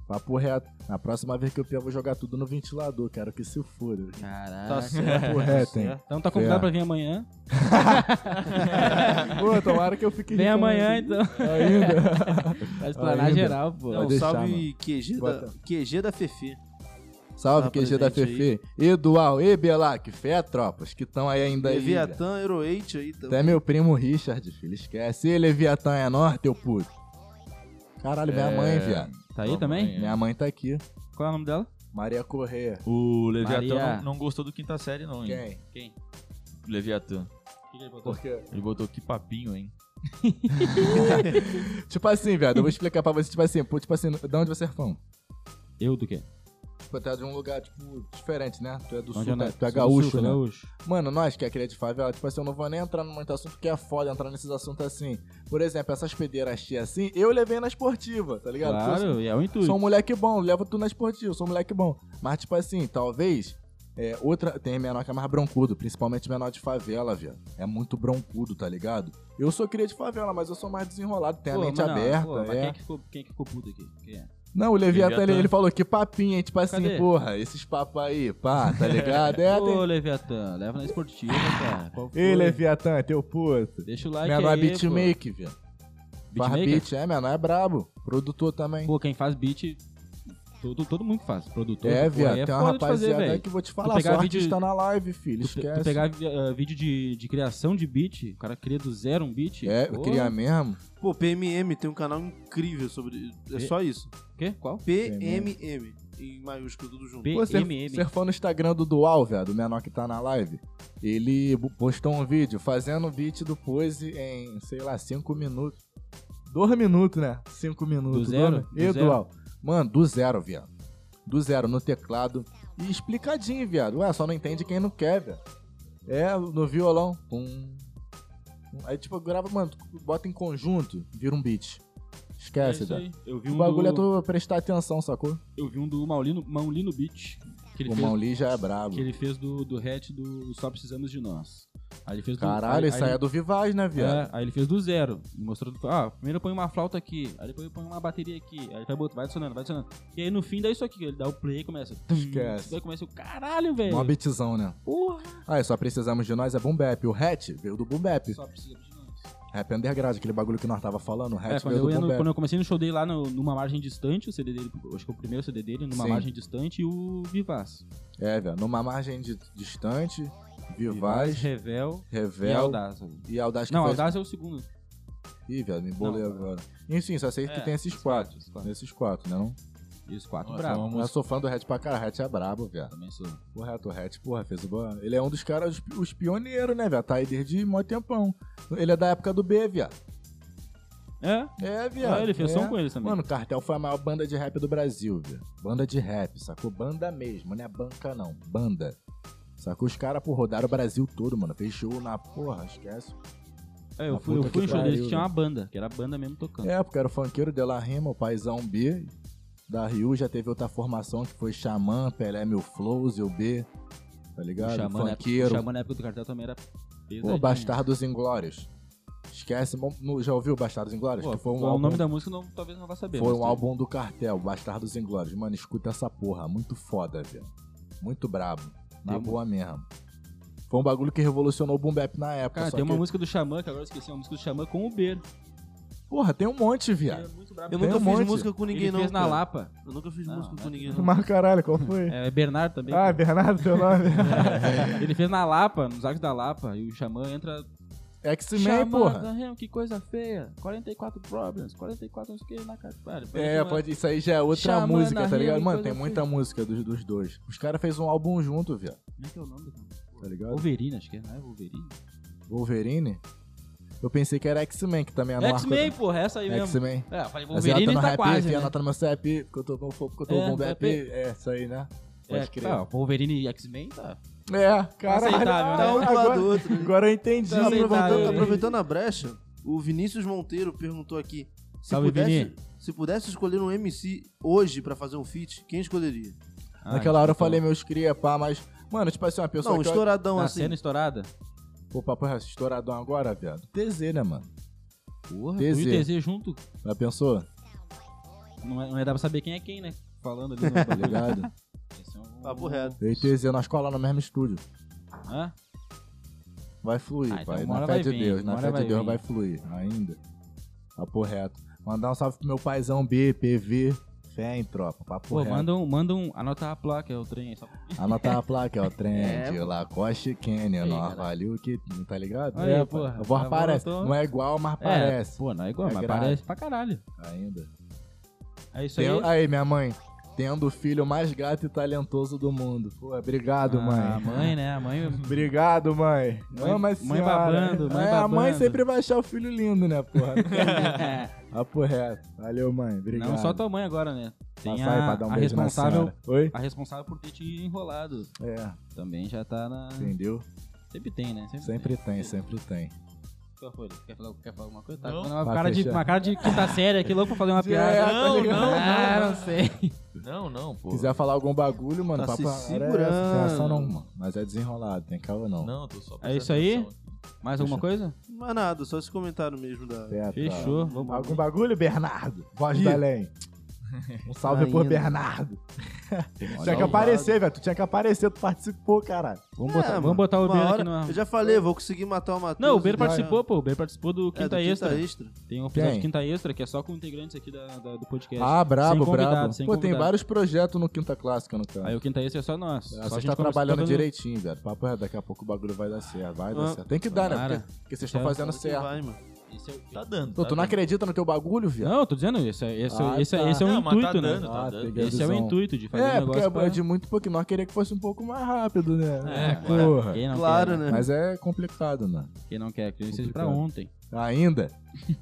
C: Papo reto. Na próxima vez que eu vier, eu vou jogar tudo no ventilador. Quero que se foda.
A: Caraca.
B: é.
D: tá certo.
C: Papo reto, hein?
D: certo.
A: Então tá convidado
C: É.
A: pra vir amanhã.
C: Pô, tomara que é eu fique
A: Vem
C: rico
A: amanhã,
C: ainda.
A: então.
C: Ainda.
A: Vai explanar
C: Ainda.
A: geral, pô.
C: Pode
D: Não,
C: deixar,
D: salve QG da,
C: Bota.
D: QG da Fefe.
C: Salve,
D: Tá
C: QG da
D: presente
C: Fefe. Edual e Belac, fé, é tropas, que estão aí ainda aí. viado.
D: Leviatã Hero 8 aí também.
C: Até meu primo Richard, filho. Esquece. Ele, Leviatã, é nós, teu puto. Caralho, minha
B: É.
C: mãe, viado.
A: Tá aí
B: Tua
A: também?
B: mãe,
C: Minha mãe tá aqui.
A: Qual é o nome dela?
C: Maria Correia.
B: O Leviatã
A: Maria.
B: não, não gostou do quinta série, não, hein?
C: Quem?
A: Quem? O
B: Leviatã.
A: que, que ele botou?
C: Por quê?
B: Ele botou que papinho, hein?
C: Tipo assim, viado, eu vou explicar pra você, tipo assim, pô, tipo assim, de onde você é fã?
A: Eu do quê?
C: Tipo, tu é de um lugar, tipo, diferente, né? Tu é do
A: Onde
C: sul,
A: eu
C: né?
A: nasci?
C: tu é
A: Sou do sul,
C: gaúcho,
A: sou
C: né?
A: gaúcho.
C: Mano, nós que é cria de favela, tipo assim, eu não vou nem entrar no muito assunto, porque é foda entrar nesses assuntos assim. Por exemplo, essas pedeiras cheias assim, eu levei na esportiva, tá ligado? Porque eu sou-
A: Claro, e é o intuito.
C: Sou um moleque bom, levo tudo na esportiva, sou um moleque bom. Mas, tipo assim, talvez. é, outra. Tem menor que é mais broncudo, principalmente menor de favela, viado. É muito broncudo, tá ligado? Eu sou cria de favela, mas eu sou mais desenrolado, tenho
A: Pô,
C: a mente
A: mas não,
C: aberta.
A: pô, mas
C: é.
A: quem, que ficou, quem que ficou puto aqui? Quem é?
C: Não, o Leviathan,
B: Leviatã.
C: Ele, ele falou que papinho, hein? Tipo assim,
A: Cadê?
C: porra, esses papos aí, pá, tá ligado? É,
A: Ô,
C: tem...
A: Leviatã, leva na esportiva, cara. Qual foi?
C: Ei, Leviatã, é teu puto.
A: Deixa o like
C: Menor é
A: aí,
C: beatmake, viado.
A: pô.
C: Faz
A: Beatmaker?
C: beat, é, menor é brabo. Produtor também.
A: Pô, quem faz beat, todo, todo mundo que faz. Produtor,
C: é,
A: pô, aí
C: viado,
A: é
C: tem uma
A: foda de fazer,
C: rapaziada aí
A: velho.
C: que eu vou te falar,
A: pegar
C: só
A: vídeo-
C: artista na live, filho,
A: Tu, tu
C: esquece.
A: pegar ah, vídeo de, de criação de beat, o cara cria do zero um beat.
C: É,
A: pô.
C: eu queria mesmo.
D: Pô, PMM tem um canal incrível sobre. É
A: E-
D: só isso.
A: Quê? Qual?
D: PMM. Em maiúsculo, tudo junto.
A: P-
C: Pô, você
A: MM.
C: você foi no Instagram do Dual, velho, do menor que tá na live. Ele bo- postou um vídeo fazendo o beat do Pose em, sei lá, 5 minutos. 2 minutos, né? 5 minutos.
A: zero?
C: Dois... E
A: Do zero?
C: Dual? Mano, do zero, viado. Do zero, no teclado. E explicadinho, viado. Ué, só não entende quem não quer, velho. É, no violão. Pum. Aí, tipo, grava, mano, tu bota em conjunto, vira um beat.
A: É
C: Esquece,
A: isso
C: velho.
A: aí. Eu vi
C: O
A: um
C: bagulho é
A: do,
C: tu prestar atenção, sacou?
A: eu vi um do Maulino, Maulino Beach, que ele
C: O
A: fez
C: Mauli já é brabo.
A: Que ele fez do, do hatch do Só Precisamos de Nós. Aí ele fez do,
C: Caralho,
A: aí,
C: isso
A: aí,
C: aí é do Vivaz, né, viado?
A: é, aí ele fez do zero. Ele Mostrou. do- Ah, primeiro põe uma flauta aqui. Aí depois põe uma bateria aqui. Aí ele vai, botando- vai adicionando, vai adicionando. E aí no fim dá isso aqui. Ele dá o play e começa.
C: Esquece.
A: Aí começa o caralho, velho.
C: Mó beatzão, né?
A: Porra.
C: Aí só precisamos de nós é Boom Bap. O Hatch veio do Boom Bap.
A: Só Precisamos de Nós.
C: Rap underground, aquele bagulho que nós tava falando. O Hatch
A: É, quando,
C: veio
A: eu
C: do
A: ia
C: Boom
A: no-
C: Bap.
A: quando eu comecei no show dele lá no- numa margem distante, o CD dele, acho que é o primeiro CD dele, numa
C: Sim.
A: margem distante, e o Vivaz.
C: É, velho. Numa margem de- distante, Vivaz,
A: Revel e
C: Revel
A: Audaz.
C: e Audaz que
A: Não,
C: foi...
A: Audaz é o segundo.
C: Ih, velho, me embolei
A: Não.
C: agora. Enfim, só sei
A: É,
C: que tem esses
A: esses
C: quatro. é
A: quatro, esses
C: Esses quatro, né? Não?
A: E os quatro
B: Nossa,
A: bravos.
B: uma
C: Eu
B: música-
C: sou fã do Hatch pra caralho. Hatch é brabo, velho.
A: Também sou.
C: Porra, é, o Hatch, porra, fez o ban. Ele é um dos caras, os, os pioneiros, né, velho? Tá aí desde mó tempão. Ele é da época do B, viado.
A: É?
C: É, viado.
A: Ah, ele fez
C: é.
A: som com eles também.
C: Mano, o Cartel foi a maior banda de rap do Brasil, velho. Banda de rap, sacou? Banda mesmo, não é banca não, banda. Sacou? Os caras, pô, rodaram o Brasil todo, mano. Fechou na porra, esquece.
A: É, eu
C: na
A: fui, eu
C: puta
A: fui
C: que
A: em show deles
C: pariu,
A: que tinha uma banda, que era a banda mesmo tocando.
C: É, porque era o funkeiro de La Rima, o paizão B. Da Rio já teve outra formação que foi Xamã, Pelé Mil Flows e o B. Tá
A: o,
C: ligado?
A: Xamã na época, o
C: funkeiro.
A: Xamã é na época do cartel também era né?
C: Pô,
A: pesadinho.
C: Bastardos Inglórios. Esquece, mo- no- já ouviu Bastardos Inglórios?
A: Pô,
C: Que foi um
A: o
C: álbum-
A: nome da música não, talvez não vá saber.
C: Foi
A: mas
C: um
A: tá-
C: álbum do cartel, Bastardos Inglórios. Mano, escuta essa porra. Muito foda, velho. Muito brabo. Na
A: Tem- um
C: boa mesmo. Foi um bagulho que revolucionou o Boom Bap na época.
A: Cara,
C: só
A: tem uma
C: que-
A: música do Xamã, que agora eu esqueci, é uma música do Xamã com o Ber.
C: Porra, tem um monte,
A: É
C: viado.
A: muito brabo.
D: Eu
C: Tem
D: nunca
C: um
D: fiz
C: monte.
D: música com ninguém,
A: Ele
D: não.
A: fez na
D: cara.
A: Lapa.
D: Eu nunca fiz
A: Não,
D: música
A: não
D: com
A: é
D: ninguém,
A: que-
D: não.
C: Mas caralho, qual foi? Ah,
A: É, Bernardo também.
D: Ah,
C: Bernardo, teu nome.
A: Ele fez na Lapa, nos Arcos da Lapa, e o Xamã entra... É.
C: X-Men, porra.
A: Xamã, que coisa feia. 44 problems, 44 não sei o que na cara. Cara,
C: É,
A: Xamã.
C: pode, isso aí já é outra
A: Xamã na
C: música, tá
A: rima,
C: ligado? Mano,
A: coisa assim.
C: tem muita música dos, dos dois. Os caras fez um álbum junto, viado.
A: Como é que é o nome do cara?
C: Tá ligado?
A: Wolverine, acho que é, não é Wolverine?
C: Wolverine. Eu pensei que era X-Men, que também é no arco
A: X-Men, porra, essa aí
C: do-
A: mesmo.
C: X-Men.
A: É, eu falei
C: Mas ela tá
A: Wolverine
C: no
A: tá
C: rap,
A: quase,
C: enfia
A: né?
C: ela tá no meu rap, porque eu tô bom, porque eu tô
A: É,
C: bom
A: no
C: rap.
A: rap.
C: É, isso aí, né? Pode
A: É,
C: crer.
A: tá, Wolverine e X-Men, tá.
C: É, caralho.
A: Aceitável, né?
C: Ah,
D: Tá um do lado do
C: Agora,
D: outro.
C: agora eu entendi.
A: Tá aceitável,
C: mano.
D: Aproveitando,
A: hein?
D: aproveitando a brecha, o Vinícius Monteiro perguntou aqui. Se,
A: Salve,
D: pudesse,
A: Vini.
D: se pudesse escolher um MC hoje pra fazer um feat, quem escolheria?
A: Ah,
C: Naquela
A: então
C: hora eu
A: tá
C: falei meus cria, pá, mas... Mano, tipo assim, uma pessoa
D: não, um
C: que... eu-
D: estouradão
A: na
D: assim.
A: cena estourada.
C: Pô, papo reto, estouradão agora, viado. TZ, né, mano?
A: Porra,
C: TZ.
A: tu e o TZ junto,
C: Já pensou?
A: não é, não é dar pra saber quem é quem, né? Falando ali no
C: Tá
A: bagulho.
C: ligado?
A: Esse é um-
D: Papo reto.
C: Eu e TZ na escola, no mesmo estúdio.
A: Hã?
C: Vai fluir,
A: Ah, então
C: pai.
A: uma
C: Na
A: hora
C: fé
A: vai
C: de
A: vir,
C: Deus,
A: uma
C: na
A: hora
C: fé de
A: vai
C: Deus
A: vir.
C: vai fluir ainda. Papo reto. Mandar um salve pro meu paizão B, PV. Fé em tropa, papo
A: Pô,
C: reto.
A: manda um, manda um. Anota a placa, é o trem. é Só...
C: Anotar a placa, é o trend,
A: É,
C: Lacoste Canyon,
A: Aí,
C: não
A: cara.
C: avaliou que, tá ligado?
A: Aí,
C: é,
A: porra,
C: A voz
A: tá bom,
C: parece,
A: tô-
C: não é igual, mas
A: É,
C: parece
A: pô, não é igual,
C: É
A: mas
C: grave.
A: parece pra caralho.
C: ainda.
A: É isso aí.
C: Tem- aí, minha mãe, tendo o filho mais gato e talentoso do mundo. Pô, obrigado,
A: A
C: mãe.
A: mãe, né? A mãe.
C: Obrigado, mãe.
A: Mãe-
C: Ama a
A: mãe
C: senhora.
A: babando, mãe
C: é, A mãe
A: babando.
C: sempre vai achar o filho lindo, né, porra? Papo reto. Valeu, mãe. Obrigado.
A: É, não só tua mãe agora, né? Tem
C: Passa aí
A: a,
C: pra dar um
A: a
C: beijo na
A: responsável.
C: senhora. Oi?
A: A responsável por ter te enrolado.
C: É,
A: Também já tá na.
C: entendeu?
A: Sempre tem, né? Sempre,
C: Sempre tem, sempre tem.
A: Qual foi? Quer falar, quer falar alguma coisa? Tá
B: Não.
A: falando uma
C: Vai
A: cara, de,
C: fechar.
A: uma cara de quinta série aqui, louco pra fazer uma
C: Já
A: piada.
C: é, tá
B: Não,
C: ligado?
B: não,
A: ah,
B: não,
A: não sei.
B: Não, não, pô.
C: quiser falar algum bagulho, mano,
D: Tá se
C: papo-
D: segurando.
C: É, essa, essa não, mano. Mas é desenrolado, tem calma não.
B: Não, tô só
A: É isso
B: prestando
A: aí?
B: atenção aqui.
A: Mais alguma coisa?
D: Mas nada, só esse comentário mesmo da.
A: É,
C: Certo,
A: Fechou. Vamos
C: tá. Algum bagulho, Bernardo? Voz
D: Ih.
C: do além. Um salve por
D: Ainda.
C: Bernardo. tinha que
D: Salvado.
C: aparecer, velho. Tu tinha que aparecer, tu participou, caralho.
A: Vamos
D: É,
A: botar,
D: mano,
A: vamos botar o
D: uma
A: Beiro
D: hora-
A: aqui no.
D: Eu já falei, vou conseguir matar o Matheus.
A: é um- Não, o Beiro
D: e-
A: participou, pô. O Beiro participou do
D: É, do
A: Quinta Extra.
D: Extra.
A: Tem um episódio
C: Quem?
A: de Quinta Extra que é só com integrantes aqui da, da- do podcast.
C: Ah, brabo,
A: convidado,
C: brabo. Pô,
A: sem
C: tem
A: convidado.
C: vários projetos no Quinta Clássica, no caso.
A: Aí o Quinta Extra é só nós.
C: Ah,
A: Só a
C: Vocês
A: gente
C: tá
A: conversa-
C: trabalhando
A: tá dando-
C: direitinho, velho. Papo é, daqui a pouco o bagulho vai dar certo. Vai dar
D: Ah.
C: certo. Tem que dar, né?
A: Tomara.
C: Porque, porque vocês estão
A: Certo.
C: fazendo
D: Fala que
C: certo.
D: vai, mano.
A: Esse é o-
B: Tá dando.
C: Pô,
B: tá
C: tu não
B: dando.
C: acredita no teu bagulho, viado?
A: Não, eu tô dizendo, esse é, esse, é-
C: Ah,
A: esse é-
C: tá.
A: esse é o
B: Não, mas tá
A: intuito, né?
B: dando. Tá dando.
C: peguei a
A: Esse é o
C: visão.
A: intuito de fazer
C: É,
A: um
C: porque
A: negócio pra...
C: é de muito pouquinho. Nós queria que fosse um pouco mais rápido, né?
B: É,
C: porra.
A: Quem não
D: Claro,
A: quer, né?
D: né?
C: Mas é complicado, mano.
A: Quem não quer, que seja pra
C: Complicado.
A: ontem.
C: Ainda?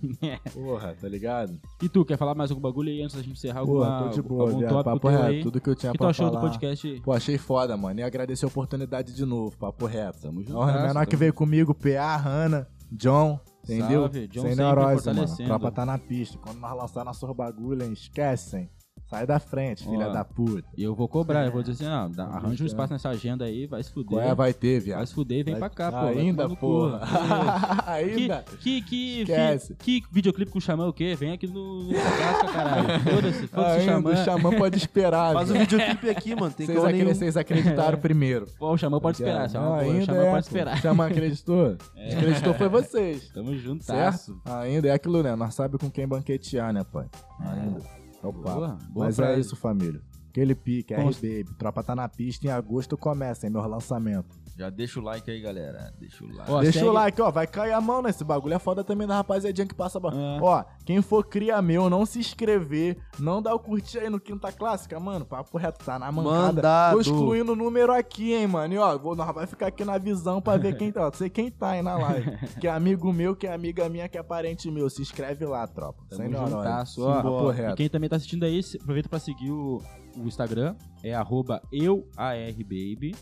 C: Porra, tá ligado?
A: E tu, quer falar mais algum bagulho aí antes da gente encerrar
C: Porra,
A: alguma,
C: tô de boa,
A: algum
C: viado.
A: tópico
C: Papo
A: teu
C: reto,
A: aí?
C: tudo que eu tinha
A: O que tu
C: pra
A: achou do
C: falar.
A: podcast?
C: Pô, achei foda, mano. E agradecer a oportunidade de novo, papo reto.
A: Um Tamo junto.
C: Ó, O menor que veio comigo, PA, Hanna. John, entendeu?
A: Salve, John
C: Sem
A: sempre
C: neurose, mano. A
A: fortalecendo.
C: tropa tá na pista. Quando nós lançar nossos bagulho, hein? Esquecem. Sai da frente, filha
A: Ó.
C: da puta.
A: E eu vou cobrar, eu vou dizer assim, ah, dá- arranja um espaço nessa agenda aí, vai se fuder.
C: É. Qual é? Vai ter, viado.
A: Vai se fuder e vem pra cá, pô. vai
C: Ainda,
A: tomar no cu.
C: porra. Ainda.
A: Que, que, que,
C: Esquece.
A: que, que videoclipe com o Xamã é o quê? Vem aqui no, no Casca, caralho. Foda-se, foda-se o
C: Ainda.
A: Xamã.
C: O Xamã pode esperar,
D: Faz o
A: um
C: viado.
D: videoclipe aqui, mano. Tem
C: Vocês
D: coisa
C: acre-
D: nenhuma.
C: vocês acreditaram primeiro. tá
A: Ó, O Xamã pode esperar,
C: Não,
A: Xamã, pô, o Xamã
C: é,
A: pode
C: pô.
A: esperar. É. Tá.
C: Xamã acreditou? Acreditou foi vocês.
A: Tamo juntasso.
C: Certo? Ainda é aquilo, né? Nós sabe com quem banquetear, né, pai? Ainda. É o papo.
A: Boa, boa
C: Mas é
A: frase.
C: isso, família. Aquele pique,
A: Bom,
C: R-Baby. Tropa tá na pista, em agosto começa, hein, meus lançamentos.
B: Já deixa o like aí, galera. Deixa o like.
A: Ó,
C: Deixa
A: segue-
C: o like, ó. Vai cair a mão nesse bagulho. É foda também da rapaziadinha que passa. ba-
A: É.
C: Ó, quem for cria meu, não se inscrever, não dá o curtir aí no Quinta Clássica, mano. Papo reto, tá na mancada. Tô
D: Mandado.
C: excluindo o número aqui, hein, mano. E ó, vou, nós vai ficar aqui na visão pra ver quem tá. ó, Sei quem tá aí na live. Que é amigo meu, que é amiga minha, que é parente meu. Se inscreve lá, tropa.
A: Tamo
C: Sem neurose.
A: juntasso, ó.
C: Papo
A: E
C: reto.
A: quem também tá assistindo aí, se- aproveita pra seguir o, o Instagram, é arroba euarbaby.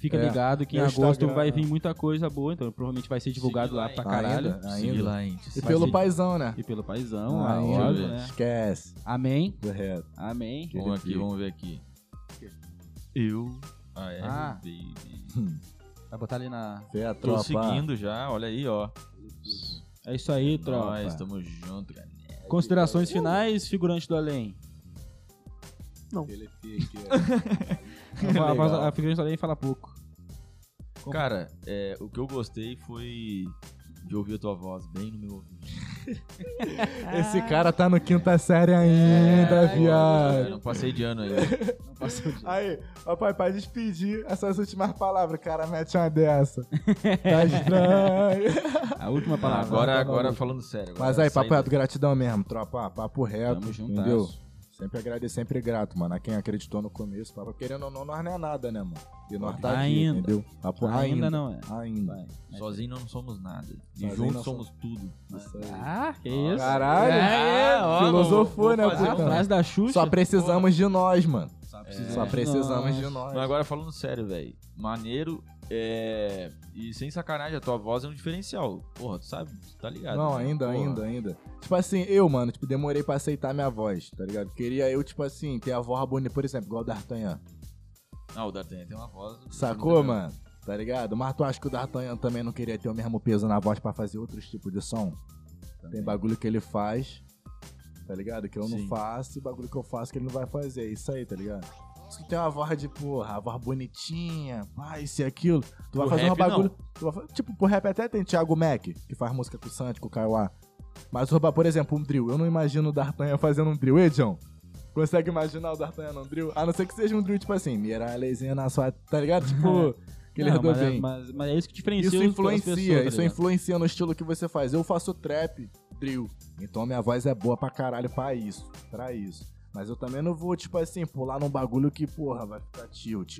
A: Fica
C: É,
A: ligado que em
C: meu
A: agosto
C: Instagram,
A: vai
C: é.
A: vir muita coisa boa, então provavelmente vai ser divulgado
B: Seguir
A: lá
B: lá,
A: pra
B: hein?
A: caralho.
C: Ainda,
B: Segue
C: ainda.
B: lá, gente.
C: E
A: Vai
C: pelo
A: ser-
C: paizão, né?
A: E pelo paizão,
C: Ainda.
A: ah, óbvio, né?
C: Esquece.
A: Amém,
C: Papo reto.
A: amém.
B: Vamos aqui,
C: pique.
B: vamos ver aqui. Eu. A R,
A: Ah.
B: baby.
A: Vai botar ali na...
C: Fé a
B: Tô
C: tropa.
B: seguindo já, olha aí, ó.
A: É isso aí, tropa.
B: Nós estamos junto, galera.
A: Considerações finais, figurante do além.
C: Aquele pique, ó.
A: é? A, voz-
C: Legal.
A: a figurante do além fala pouco. Como-
B: Cara, é, o que eu gostei foi de ouvir a tua voz bem no meu ouvido.
C: Esse cara tá no quinta série ainda,
A: É,
C: viado.
B: Eu Não passei de ano ainda.
C: Aí, ó, pai, pra despedir essas últimas palavras, cara, mete uma dessa. Tá estranho.
A: A última
B: Ah,
A: palavra.
B: agora,
C: tá
B: agora
C: maluco.
B: falando sério. agora
C: Mas aí, papo
B: saída.
C: reto, gratidão mesmo, tropa. Papo reto,
A: Tamo juntasso.
C: entendeu? Sempre agradecer, sempre grato, mano. A quem acreditou no começo, papo. Querendo ou não, nós não é nada, né, mano? E nós tá aqui,
A: Ainda.
C: entendeu? Papo
A: Ainda
C: ainda.
A: não é.
C: Ainda.
A: Vai.
B: Sozinho não somos nada. E
C: Sozinho
B: juntos
C: não
B: somos tudo.
C: Isso aí.
A: Ah, que isso.
C: Caralho.
A: É,
B: ó,
C: Filosofou,
B: vou-
C: né,
B: vou
A: Ah,
B: fazer
C: puta?
A: a frase da Xuxa.
C: Só precisamos de nós, mano.
B: Só
C: Só precisamos de um
B: Mas
C: nós.
B: agora falando sério, velho. Maneiro é. E sem sacanagem, a tua voz é um diferencial. Porra, tu sabe, tu tá ligado.
C: Não,
B: né?
C: ainda,
B: Porra.
C: ainda, ainda. Tipo assim, eu, mano, tipo, demorei pra aceitar minha voz, tá ligado? Queria eu, tipo assim, ter a voz bonita, por exemplo, igual o D'Artagnan.
B: Não, o D'Artagnan tem uma voz.
C: Sacou, mano? Tá ligado? Mas tu acha que o D'Artagnan também não queria ter o mesmo peso na voz pra fazer outros tipos de som? Tem bagulho que ele faz, tá ligado? Que eu não
B: Sim.
C: faço, e bagulho que eu faço que ele não vai fazer. É isso aí, tá ligado? Se tu tem uma voz de, porra, a voz bonitinha, pá, isso e aquilo, tu vai
B: Pro
C: fazer um
B: rap,
C: bagulho. tu vai fa- tipo, pro rap até tem Thiago Mac, que faz música com o Santi, com o Kaiowá. Mas, o Roba, por exemplo, um drill. Eu não imagino o D'Artagnan fazendo um drill, Ei, John? Consegue imaginar o D'Artagnan num drill? A não ser que seja um drill, tipo assim, mira a lesinha na sua. Tá ligado? Tipo, que ele
A: Não,
C: rodou
A: mas, é-
C: bem.
A: mas, mas é isso que diferencia
C: Isso
A: as pessoas,
C: influencia,
A: tá
C: isso
A: ligado?
C: influencia no estilo que você faz. Eu faço trap, drill. Então minha voz é boa pra caralho pra isso, pra isso. Mas eu também não vou, tipo assim, pular num bagulho que, porra, vai ficar tilt.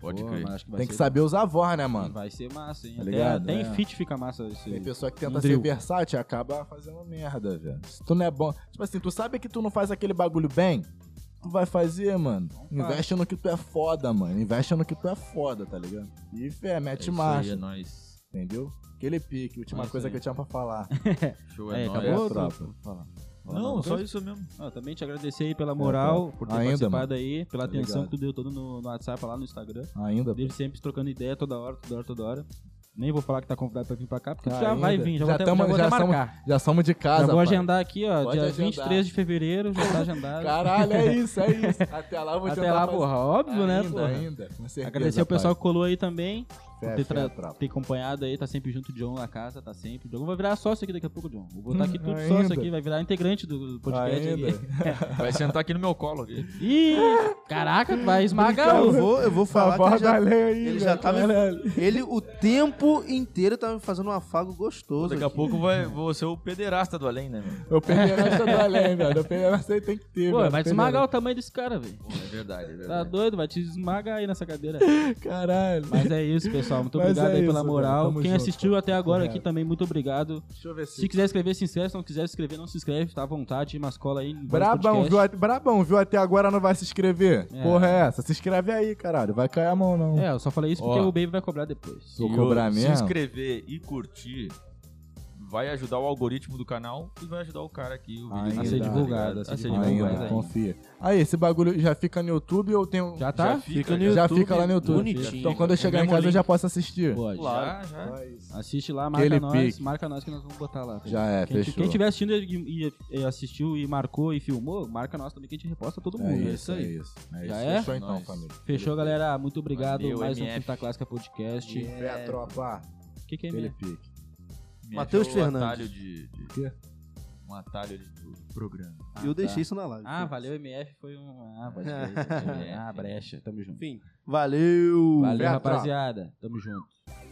B: Pode
A: Pô,
B: crer.
A: mas acho vai
C: Tem que
A: ser-
C: saber usar a voz, né,
A: Sim,
C: mano?
A: Vai ser massa, hein?
C: Tá
A: até
C: ligado?
A: até
C: É.
A: em fit fica massa esse.
C: Tem pessoa que
A: Um
C: tenta
A: drill.
C: ser versátil e acaba fazendo merda, velho. Se tu não é bom. Tipo assim, tu sabe que tu não faz aquele bagulho bem, tu vai fazer, mano. Investe no que tu é foda, mano. Investe no que tu é foda, tá ligado? E fé,
B: É
C: mete
B: isso aí,
C: marcha,
B: é nóis.
C: entendeu? Aquele pique, última
A: É isso
C: coisa
A: aí.
C: que eu tinha pra falar.
B: Show
A: É,
B: é, nóis.
A: acabou?
C: É,
A: Outro?
C: tropa.
A: Fala. Fala
B: Não,
A: alguma
B: só
A: coisa?
B: isso mesmo.
A: Ah, também te agradecer aí pela moral, por ter
C: Ainda,
A: participado aí, pela
C: É, Tá
A: atenção
C: ligado.
A: que tu deu todo no, no WhatsApp, lá no Instagram.
C: Ainda,
A: Dele sempre trocando ideia toda hora, toda hora, toda hora. Nem vou falar que tá convidado pra vir pra cá, porque tu já
C: Tá Ainda.
A: vai vir, já,
C: Já
A: vou até,
C: tamo-
A: já vou
C: já
A: até
C: somos-
A: marcar.
C: Já somos de
A: Já
C: casa.
A: vou
C: pai.
A: agendar aqui, ó,
C: Pode
A: dia
C: agendar.
A: 23 de fevereiro, já tá agendado.
C: Caralho, é isso, é isso. Até lá eu vou
A: Até
C: tentar
A: lá,
C: fazer-
A: porra, óbvio, né,
C: tá Ainda,
A: porra?
C: ainda. Com certeza,
A: Agradecer o
C: pai.
A: pessoal que colou aí também,
C: Fé,
A: ter,
C: fé,
A: tra-
C: tropa.
A: ter acompanhado aí, tá sempre junto o John na casa, tá sempre. O John vai virar sócio aqui daqui a pouco, John. Vou botar aqui tudo
C: Hum, Ainda.
A: sócio aqui, vai virar integrante do do podcast
C: Ainda.
A: aqui.
B: Vai sentar aqui no meu colo. aqui.
A: Ih, caraca, tu vai esmagar
D: Eu
A: o...
D: vou, eu vou
C: A
D: falar que
C: voz
D: ele já,
C: da lei aí,
D: ele
C: velho,
D: já tá tava-
C: caralho.
D: ele o tempo inteiro tá me fazendo um afago gostoso.
B: Daqui a
D: aqui.
B: pouco vai, vou ser o pederasta do além, né, mano?
C: Eu perdi a nossa da lei, velho. Eu perdi a nossa aí, tem que ter,
A: Pô,
C: velho.
A: vai te
C: Perdi a
A: esmagar o tamanho desse cara, velho.
B: Pô, é verdade, é
A: Tá
B: verdade.
A: doido? Vai te esmagar aí nessa cadeira.
C: nossa. Caralho.
A: Mas é isso, pessoal. Muito
C: Mas
A: obrigado
C: é
A: aí
C: isso,
A: pela
C: cara.
A: moral.
C: Tamo
A: Quem
C: junto,
A: assistiu até agora aqui
C: Obrigado.
A: também, muito obrigado.
C: Deixa eu ver
A: Se quiser escrever, se insere. Se não quiser escrever, não se inscreve. Tá à vontade, mas cola aí. em vários
C: Brabão
A: podcasts.
C: viu, at- Brabão, viu até agora não vai se inscrever?
A: É.
C: Porra é essa? Se inscreve aí, caralho. Vai cair a mão, não.
A: É, eu só falei isso
B: Ó.
A: porque o Baby vai cobrar depois.
C: Vou
B: E
C: cobrar
B: o-
C: mesmo?
B: Se inscrever e curtir vai ajudar o algoritmo do canal e vai ajudar o cara aqui. O vídeo
C: Ainda.
B: dele,
C: A ser
B: tá
A: divulgado,
B: ligado?
A: a ser divulgado.
C: Ainda,
A: vai.
C: confia. Aí, esse bagulho já fica no YouTube ou tem um...
A: Já tá?
B: Já fica,
D: no
B: já.
C: Já
D: YouTube,
C: fica lá no YouTube.
D: Bonitinho.
C: Então quando eu
B: É
C: chegar em
B: mesmo
C: casa eu
B: link.
C: já posso assistir.
A: Pode.
B: Já, já.
C: Só isso.
A: Assiste lá, marca
C: Aquele
A: nós,
C: pique.
A: marca nós que nós vamos botar lá. tá
C: Já é,
A: Quem,
C: fechou.
A: quem tiver assistindo e, e- e assistiu e marcou e filmou, marca nós também que a gente reposta todo mundo.
C: É
A: né?
C: isso, é isso. É
A: Já
C: isso.
A: é?
C: Fechou então,
B: Nós.
C: família.
A: Fechou, galera. Muito obrigado.
B: Valeu,
A: Mais um
B: MF.
A: Quinta Clássica Podcast. O
D: é,
C: Pé, tropa.
A: que, que é
C: Aquele
A: MF?
C: pique.
B: Me
D: Matheus
B: achou
D: Fernandes.
B: Um atalho de, de-
C: quê?
B: um atalho de do programa.
A: Ah,
D: eu
A: tá.
D: deixei isso na live.
A: Ah, valeu, MF. Foi um. Ah, pode ver, pode ver. Ah, brecha. Tamo junto.
D: Valeu.
A: Valeu,
C: Beatriz.
A: rapaziada. Tamo junto.